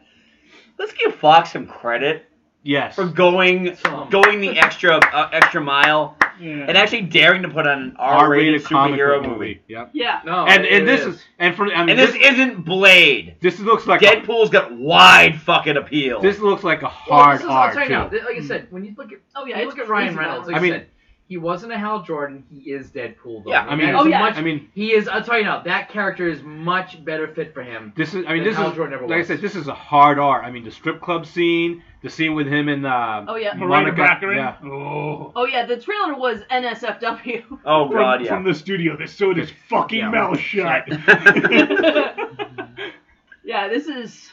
Speaker 5: let's give Fox some credit.
Speaker 7: Yes.
Speaker 5: For going going the extra uh, extra mile and actually daring to put on an R-rated,
Speaker 7: comic
Speaker 5: superhero
Speaker 7: book
Speaker 5: movie. Oh,
Speaker 7: Yep.
Speaker 9: yeah.
Speaker 7: and and this is. and for I mean
Speaker 5: And this, isn't Blade.
Speaker 7: This looks like
Speaker 5: Deadpool's got wide fucking appeal.
Speaker 7: This looks like a
Speaker 8: Well,
Speaker 7: hard
Speaker 8: this is- I'll
Speaker 7: R
Speaker 8: tell you
Speaker 7: too.
Speaker 8: now, th- like I said, when you look at
Speaker 9: Oh, yeah,
Speaker 8: you
Speaker 9: it's
Speaker 8: look at Ryan
Speaker 9: crazy
Speaker 8: Reynolds.
Speaker 9: now.
Speaker 8: Like I
Speaker 7: I mean-
Speaker 8: said, he wasn't a Hal Jordan. He is Deadpool. Though.
Speaker 7: Yeah, I
Speaker 8: And
Speaker 7: mean-
Speaker 8: that
Speaker 7: Oh,
Speaker 8: is a
Speaker 7: yeah.
Speaker 8: much-
Speaker 7: I mean-
Speaker 8: he is. I'll tell you now, that character is much better fit for him.
Speaker 7: This is, I mean,
Speaker 8: than
Speaker 7: this
Speaker 8: Hal
Speaker 7: is,
Speaker 8: Jordan
Speaker 7: like
Speaker 8: ever
Speaker 7: I
Speaker 8: was.
Speaker 7: said, this is a hard R. I mean, the strip club scene, the scene with him and, uh,
Speaker 9: Oh, yeah. Miranda
Speaker 7: Monica.
Speaker 6: Baccarin?
Speaker 7: Yeah.
Speaker 9: oh yeah, the trailer was *laughs* NSFW.
Speaker 5: Oh,
Speaker 6: from,
Speaker 5: God, yeah.
Speaker 7: *laughs*
Speaker 6: From the studio that sewed his fucking
Speaker 5: Yeah.
Speaker 6: mouth shut.
Speaker 9: yeah, this is.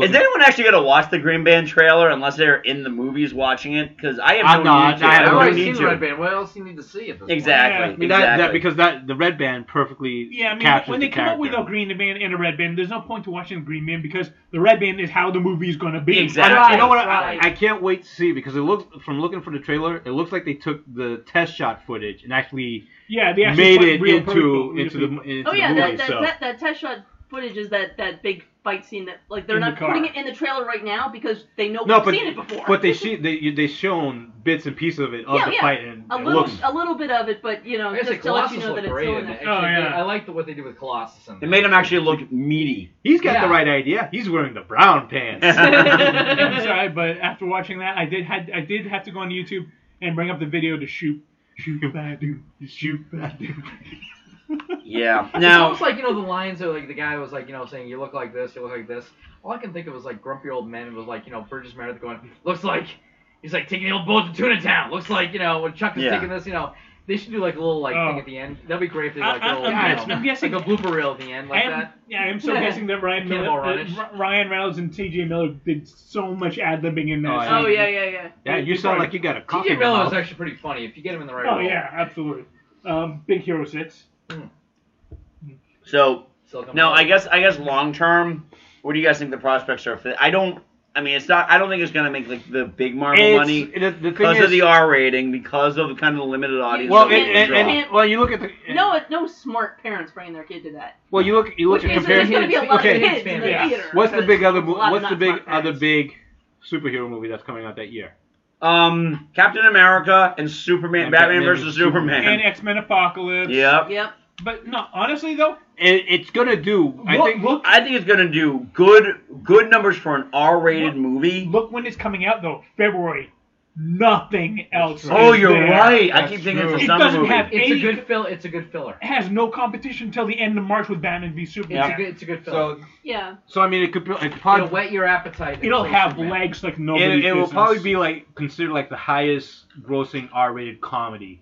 Speaker 5: Is anyone actually gonna watch the Green Band trailer unless they're in the movies watching it? Because I have
Speaker 7: I'm
Speaker 5: no
Speaker 7: not.
Speaker 5: need to.
Speaker 7: I have
Speaker 8: I've
Speaker 7: no
Speaker 8: already
Speaker 7: need
Speaker 8: seen
Speaker 7: to.
Speaker 8: Red Band. What else do you need to see at this
Speaker 5: Exactly,
Speaker 7: I mean, that, that, because that, the red band perfectly
Speaker 6: Yeah, I mean,
Speaker 7: captures
Speaker 6: when
Speaker 7: the
Speaker 6: they come
Speaker 7: character.
Speaker 6: up with a green band and a red band, there's no point to watching the green band because the red band is how the movie is going to be.
Speaker 7: I, you know what? I, I can't wait to see because it looks from looking from the trailer, it looks like they took the test shot footage and actually
Speaker 6: Yeah, they actually
Speaker 7: made
Speaker 6: put
Speaker 7: it
Speaker 6: real
Speaker 7: into
Speaker 6: people-
Speaker 7: into the into
Speaker 9: oh yeah,
Speaker 7: the movie.
Speaker 9: that, that,
Speaker 7: so
Speaker 9: that that test shot footage is that that big fight scene that like they're
Speaker 7: In the
Speaker 9: not
Speaker 7: car.
Speaker 9: putting it in the trailer right now because they know
Speaker 7: no,
Speaker 9: we've
Speaker 7: but
Speaker 9: seen it before.
Speaker 7: but they she, they they shown bits and pieces of it of
Speaker 9: yeah,
Speaker 7: the
Speaker 9: yeah.
Speaker 7: fight and
Speaker 9: a
Speaker 7: it
Speaker 9: little
Speaker 7: looks Oh,
Speaker 9: a little bit of it, but you know,
Speaker 8: I guess
Speaker 9: just
Speaker 8: like,
Speaker 9: to let
Speaker 8: Colossus
Speaker 9: you know
Speaker 8: looked
Speaker 9: that it's
Speaker 8: great.
Speaker 9: still in
Speaker 8: in
Speaker 9: there.
Speaker 8: it. Actually, I liked what they did with Colossus. In
Speaker 5: It made him actually look meaty.
Speaker 7: He's got
Speaker 8: Yeah.
Speaker 7: the right idea. He's wearing the brown pants.
Speaker 6: *laughs*
Speaker 9: *laughs*
Speaker 6: I'm sorry, but after watching that, I did had I did have to go on YouTube and bring up the video to shoot. Shoot, I do. Shoot, I do.
Speaker 5: *laughs* Yeah.
Speaker 8: It's
Speaker 5: Now,
Speaker 8: almost like you know the lines of like the guy was like you know saying you look like this, you look like this. All I can think of was like grumpy old men. It was like you know Burgess Meredith going, looks like he's like taking the old boat to Tuna Town. Looks like you know when Chuck is
Speaker 6: Yeah.
Speaker 8: taking this, you know. They should do like a little like
Speaker 6: Oh.
Speaker 8: thing at the end. That'd be great if they did,
Speaker 6: I-
Speaker 8: like
Speaker 6: I-
Speaker 8: a little,
Speaker 6: I'm
Speaker 8: you
Speaker 6: guessing-
Speaker 8: know,
Speaker 6: I'm guessing-
Speaker 8: like a blooper reel at the end like
Speaker 6: I am-
Speaker 8: that.
Speaker 6: Yeah, I'm so guessing that Ryan Miller,
Speaker 8: Cannonball Run-ish.
Speaker 6: uh, R- Ryan Reynolds and T.J. Miller did so much ad libbing in this.
Speaker 8: Oh, yeah. Oh, yeah,
Speaker 9: yeah, yeah.
Speaker 7: Yeah, you sound like you got a cock
Speaker 8: TJ
Speaker 7: in your
Speaker 8: Miller is
Speaker 7: mouth.
Speaker 8: actually pretty funny if you get him in the right
Speaker 6: Oh
Speaker 8: role.
Speaker 6: yeah, absolutely. Um, Big Hero Six.
Speaker 5: so
Speaker 8: Silicon
Speaker 5: no, I
Speaker 8: Valley.
Speaker 5: guess I guess long term, what do you guys think the prospects are for? th- I don't. I mean, it's not. I don't think it's gonna make like the big Marvel
Speaker 7: It's-
Speaker 5: money
Speaker 7: the- the thing
Speaker 5: because
Speaker 7: is-
Speaker 5: of the R rating, because of the kind of the limited audience.
Speaker 7: Well,
Speaker 5: that
Speaker 7: and-
Speaker 5: will
Speaker 7: and-
Speaker 5: draw.
Speaker 7: and- well, you look at the
Speaker 9: No, it- no smart parents bringing their kid to that.
Speaker 7: Well, you look. You look
Speaker 9: Which
Speaker 7: at
Speaker 9: means there's
Speaker 7: comparing.
Speaker 9: gonna be a lot of
Speaker 7: okay.
Speaker 9: kids in the Yeah. theater,
Speaker 7: What's the
Speaker 9: because
Speaker 7: big other?
Speaker 9: there's a
Speaker 7: mo-
Speaker 9: lot of
Speaker 7: What's the
Speaker 9: not
Speaker 7: big
Speaker 9: smart
Speaker 7: other big superhero movie that's coming out that year?
Speaker 5: Um, Captain America and Superman,
Speaker 7: And
Speaker 5: Batman,
Speaker 7: Batman
Speaker 5: versus
Speaker 7: and
Speaker 5: Superman.
Speaker 6: And X Men Apocalypse.
Speaker 5: Yep.
Speaker 9: Yep.
Speaker 6: But no, honestly though,
Speaker 7: it, it's gonna do.
Speaker 5: I think I think it's gonna do good good numbers for an R-rated movie.
Speaker 6: Look when it's coming out though, February. Nothing else.
Speaker 5: Oh,
Speaker 6: is
Speaker 5: you're
Speaker 6: there.
Speaker 5: right. I keep thinking it's a
Speaker 6: It
Speaker 5: summer
Speaker 6: doesn't
Speaker 5: movie.
Speaker 6: have
Speaker 8: It's
Speaker 6: any-
Speaker 8: a good fill. It's a good filler.
Speaker 6: It has no competition until the end of March with Batman v Superman.
Speaker 8: It's a good. It's a good filler.
Speaker 9: Yeah.
Speaker 7: So I mean, it could. be- It
Speaker 8: It'll
Speaker 7: probably,
Speaker 8: wet your appetite.
Speaker 6: It'll
Speaker 8: until
Speaker 6: have
Speaker 8: Superman.
Speaker 6: legs like
Speaker 7: it,
Speaker 6: nobody's
Speaker 7: it will
Speaker 6: business.
Speaker 7: probably be like considered like the highest grossing R-rated comedy.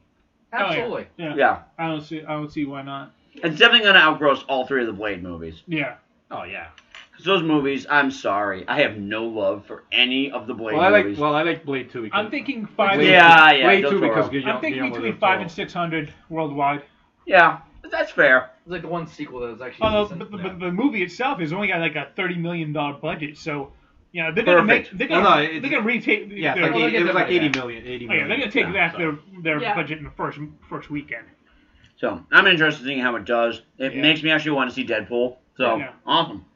Speaker 6: Oh, yeah.
Speaker 8: Absolutely.
Speaker 6: yeah.
Speaker 5: Yeah.
Speaker 6: I don't see. I don't see why not.
Speaker 5: It's definitely gonna outgross all three of the Blade movies.
Speaker 6: Yeah.
Speaker 7: Oh yeah.
Speaker 5: 'Cause those movies, I'm sorry, I have no love for any of the Blade
Speaker 7: Well, I like.
Speaker 5: movies.
Speaker 7: Well, I like Blade Two. Because,
Speaker 6: I'm thinking five.
Speaker 5: Blade Yeah, two. yeah,
Speaker 7: Blade
Speaker 5: Del
Speaker 7: Two
Speaker 5: Toro.
Speaker 7: because
Speaker 6: I'm thinking between five and six hundred worldwide.
Speaker 5: yeah, that's fair.
Speaker 8: It's like the one sequel that was actually.
Speaker 6: Although
Speaker 8: decent.
Speaker 6: Oh, but, but the movie itself has only got like a thirty million dollar budget, so you know they're gonna
Speaker 7: Perfect.
Speaker 6: make they're
Speaker 7: Well,
Speaker 6: gonna
Speaker 7: no, it's-
Speaker 6: they're gonna retake.
Speaker 7: Yeah, it's
Speaker 6: their-
Speaker 7: like eight- it was like 80 million. 80
Speaker 6: Oh, yeah, they're gonna
Speaker 7: million.
Speaker 6: take
Speaker 7: Yeah,
Speaker 6: back
Speaker 7: so.
Speaker 6: their their
Speaker 9: Yeah.
Speaker 6: budget in the first first weekend.
Speaker 5: So I'm interested in seeing how it does. It makes me actually want to see Deadpool. So
Speaker 6: Yeah.
Speaker 5: awesome.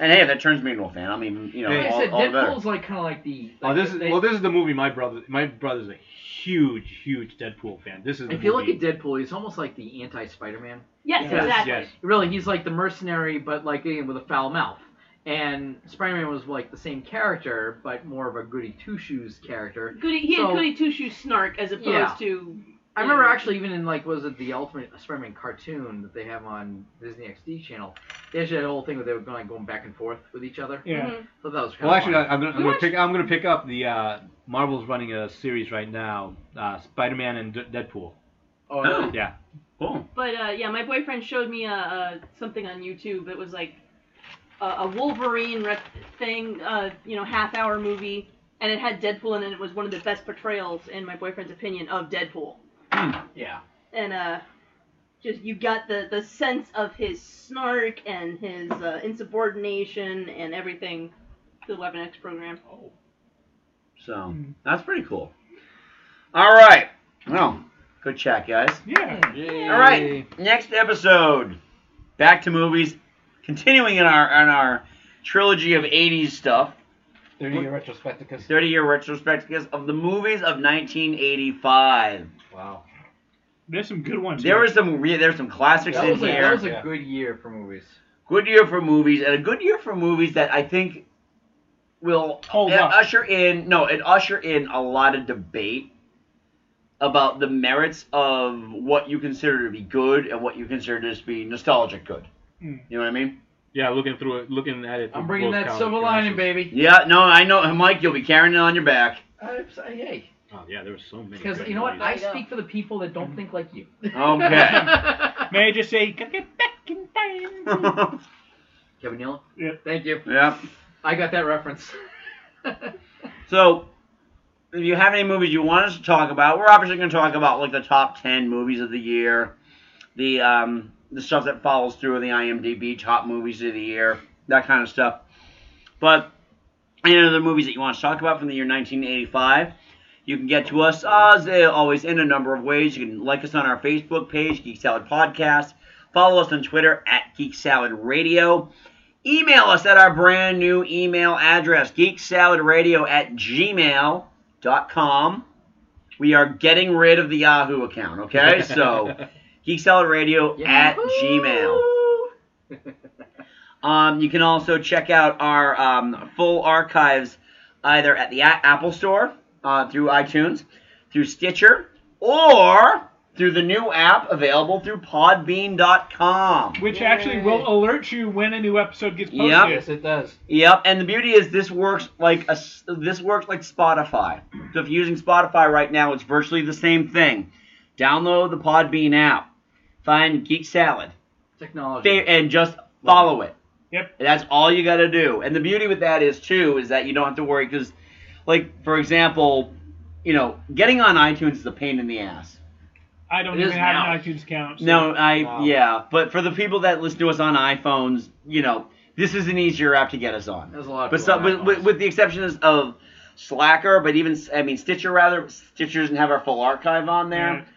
Speaker 5: And hey, if that turns me into a fan, I'm even you know
Speaker 7: Yeah.
Speaker 8: Like I
Speaker 5: all,
Speaker 8: said,
Speaker 5: all the better.
Speaker 8: Deadpool's like kind of like the.
Speaker 7: Oh,
Speaker 8: Like
Speaker 7: this is
Speaker 8: they-
Speaker 7: well. This is the movie my brother. My brother's a huge, huge Deadpool fan. This is. The
Speaker 8: If you look
Speaker 7: movie.
Speaker 8: at Deadpool, he's almost like the anti-Spider-Man.
Speaker 9: Yes,
Speaker 8: Because-
Speaker 9: exactly.
Speaker 7: Yes.
Speaker 8: Really, he's like the mercenary, but like again, with a foul mouth. And Spider-Man was like the same character, but more of a goody two shoes character.
Speaker 9: Goody, he
Speaker 8: So-
Speaker 9: had goody two shoes snark as opposed
Speaker 8: Yeah.
Speaker 9: to.
Speaker 8: I remember actually even in like was it the Ultimate Spider-Man cartoon that they have on Disney XD channel. They actually had a whole thing where they were going going back and forth with each other.
Speaker 7: Yeah.
Speaker 9: Mm-hmm.
Speaker 7: Mhm.
Speaker 8: So that was kind
Speaker 7: Well,
Speaker 8: of
Speaker 7: actually,
Speaker 8: fun.
Speaker 7: I- I'm gonna, I'm gonna pick. I'm gonna pick up the uh, Marvel's running a series right now, uh, Spider-Man and D-
Speaker 8: *gasps*
Speaker 7: Deadpool. *laughs*
Speaker 8: Oh, really?
Speaker 7: yeah.
Speaker 5: Cool.
Speaker 9: But uh, yeah, my boyfriend showed me uh, uh, something on YouTube. It was like a, a Wolverine rep- thing, uh, you know, half hour movie, and it had Deadpool, in it. it was one of the best portrayals, in my boyfriend's opinion, of Deadpool.
Speaker 8: yeah.
Speaker 9: And uh, just you got the the sense of his snark and his uh, insubordination and everything. The 11X program.
Speaker 5: So
Speaker 8: Hmm.
Speaker 5: that's pretty cool. All right. Well, good chat, guys.
Speaker 6: Yeah.
Speaker 5: All right. Next episode, back to movies, continuing in our on our trilogy of '80s stuff.
Speaker 13: 30 year retrospectivus.
Speaker 5: 30 year retrospectives of the movies of 1985.
Speaker 8: Wow.
Speaker 6: There's some good ones.
Speaker 5: There
Speaker 6: here.
Speaker 5: was some re- there's some classics
Speaker 8: That
Speaker 5: in
Speaker 8: was, a,
Speaker 5: here.
Speaker 8: that was a good year for movies.
Speaker 5: good year for movies and a good year for movies that I think will
Speaker 6: Hold
Speaker 5: it
Speaker 6: up.
Speaker 5: usher in no, it usher in a lot of debate about the merits of what you consider to be good and what you consider to just be nostalgic good.
Speaker 6: Mm.
Speaker 5: You know what I mean?
Speaker 7: Yeah, looking through it, looking at it.
Speaker 8: I'm
Speaker 7: through
Speaker 8: bringing
Speaker 7: both
Speaker 8: that
Speaker 7: counts.
Speaker 8: silver lining, baby.
Speaker 5: Yeah, no, I know, Mike. You'll be carrying it on your back.
Speaker 8: I'm sorry, hey.
Speaker 7: Oh yeah, there were so many.
Speaker 8: Because
Speaker 7: good
Speaker 8: you know what? *laughs*
Speaker 7: movies.
Speaker 8: I speak for the people that don't think like you. *laughs*
Speaker 6: *laughs*
Speaker 5: Okay. *laughs*
Speaker 6: May I just say, "Gotta get back in time.
Speaker 8: Kevin Nealon?
Speaker 6: Yeah.
Speaker 8: Thank you.
Speaker 5: Yep.
Speaker 8: I got that reference.
Speaker 5: So, if you have any movies you want us to talk about, we're obviously going to talk about like the top ten movies of the year, the um, the stuff that follows through the IMDb top movies of the year, that kind of stuff. But any other movies that you want us to talk about from the year 1985, you can get to us uh, as they always in a number of ways. You can like us on our Facebook page, Geek Salad Podcast. Follow us on Twitter at Geek Salad Radio. Email us at our brand new email address, geeksaladradio at gmail.com. We are getting rid of the Yahoo account, okay? So, geeksaladradio at gmail. Um, you can also check out our um, full archives either at the A- Apple Store, uh, through iTunes, through Stitcher, or through the new app available through podbean.com.
Speaker 6: Which actually will alert you when a new episode gets posted.
Speaker 5: Yep. Yes,
Speaker 6: it does.
Speaker 5: Yep, and the beauty is this works like a s this works like Spotify. So if you're using Spotify right now, it's virtually the same thing. Download the Podbean app, find Geek Salad,
Speaker 8: Technology.
Speaker 5: fa- and just follow it.
Speaker 6: Yep.
Speaker 5: And that's all you got to do. And the beauty with that is too is that you don't have to worry because, like for example, you know, getting on iTunes is a pain in the ass.
Speaker 6: I don't
Speaker 5: It is
Speaker 6: even have
Speaker 5: now.
Speaker 6: an iTunes account. so-
Speaker 5: No, I
Speaker 6: Wow.
Speaker 5: yeah, but for the people that listen to us on iPhones, you know, this is an easier app to get us on.
Speaker 8: There's a lot of
Speaker 5: But
Speaker 8: people
Speaker 5: some, with,
Speaker 8: on
Speaker 5: with, with the exception of Slacker, but even I mean Stitcher rather, Stitcher doesn't have our full archive on there.
Speaker 8: Mm-hmm.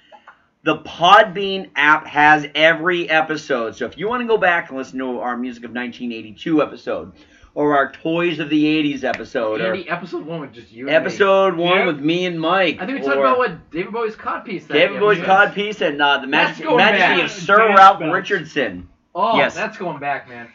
Speaker 5: The Podbean app has every episode, so if you want to go back and listen to our music of 1982 episode, or our Toys of the 80s episode, or
Speaker 8: Andy, episode one with just you. and me.
Speaker 5: episode one with me and Mike,
Speaker 8: I think we
Speaker 5: or-
Speaker 8: talked about what David Bowie's cod piece. That
Speaker 5: David Boy's
Speaker 8: episode.
Speaker 5: Codpiece and uh, the
Speaker 8: That's
Speaker 5: Majesty,
Speaker 8: going
Speaker 5: Majesty
Speaker 8: back.
Speaker 5: of Sir
Speaker 8: Dance
Speaker 5: Ralph
Speaker 8: belts.
Speaker 5: Richardson.
Speaker 8: Oh,
Speaker 5: yes.
Speaker 8: that's going back, man.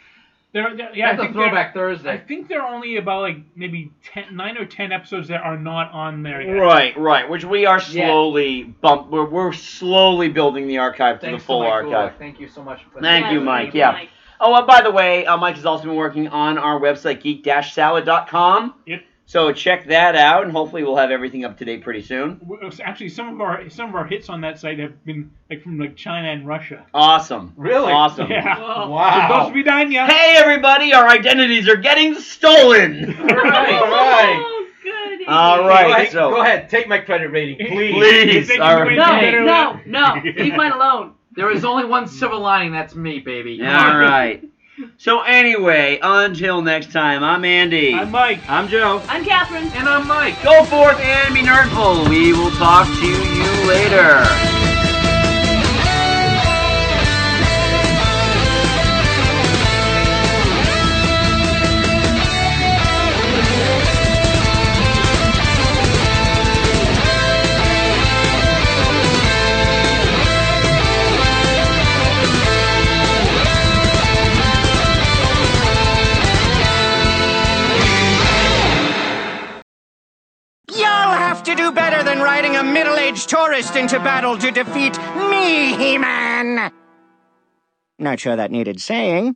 Speaker 6: There, there- yeah,
Speaker 8: That's a
Speaker 6: I think there-
Speaker 8: throwback Thursday.
Speaker 6: I think there are only about like maybe 10, nine or ten episodes that are not on there yet.
Speaker 5: Right, right. Which we are slowly bump. We're, we're slowly building the archive to the
Speaker 8: Thanks
Speaker 5: full
Speaker 8: to Mike
Speaker 5: archive.
Speaker 8: Bullock. Thank you so much. For
Speaker 5: Thank you, Mike. Yeah. Oh, and by the way, uh, Mike has also been working on our website, geek-salad.com.
Speaker 6: Yep.
Speaker 5: So check that out, and hopefully we'll have everything up to date pretty soon.
Speaker 6: W- uh, Actually, some of our some of our hits on that site have been like from like China and Russia.
Speaker 5: Awesome.
Speaker 6: Really?
Speaker 5: Awesome.
Speaker 6: Yeah. Whoa. Wow. Supposed to be done, yeah.
Speaker 5: Hey, everybody! Our identities are getting stolen. All
Speaker 7: *laughs* right. All right.
Speaker 9: oh,
Speaker 5: All
Speaker 7: Go
Speaker 5: right.
Speaker 7: ahead,
Speaker 5: So
Speaker 7: go ahead, take my credit rating,
Speaker 5: *laughs*
Speaker 7: please.
Speaker 5: Please, They can all do it
Speaker 8: No, no, no. Leave mine alone. There is only one silver lining. That's me, baby. Come
Speaker 5: All
Speaker 8: on.
Speaker 5: right. So anyway, until next time, I'm Andy. I'm
Speaker 6: Mike.
Speaker 5: I'm Joe.
Speaker 9: I'm Catherine.
Speaker 8: And I'm Mike.
Speaker 5: Go forth and be nerdful. We will talk to you later.
Speaker 10: You'll have to do better than riding a middle aged tourist into battle to defeat me, He Man! Not sure that needed saying.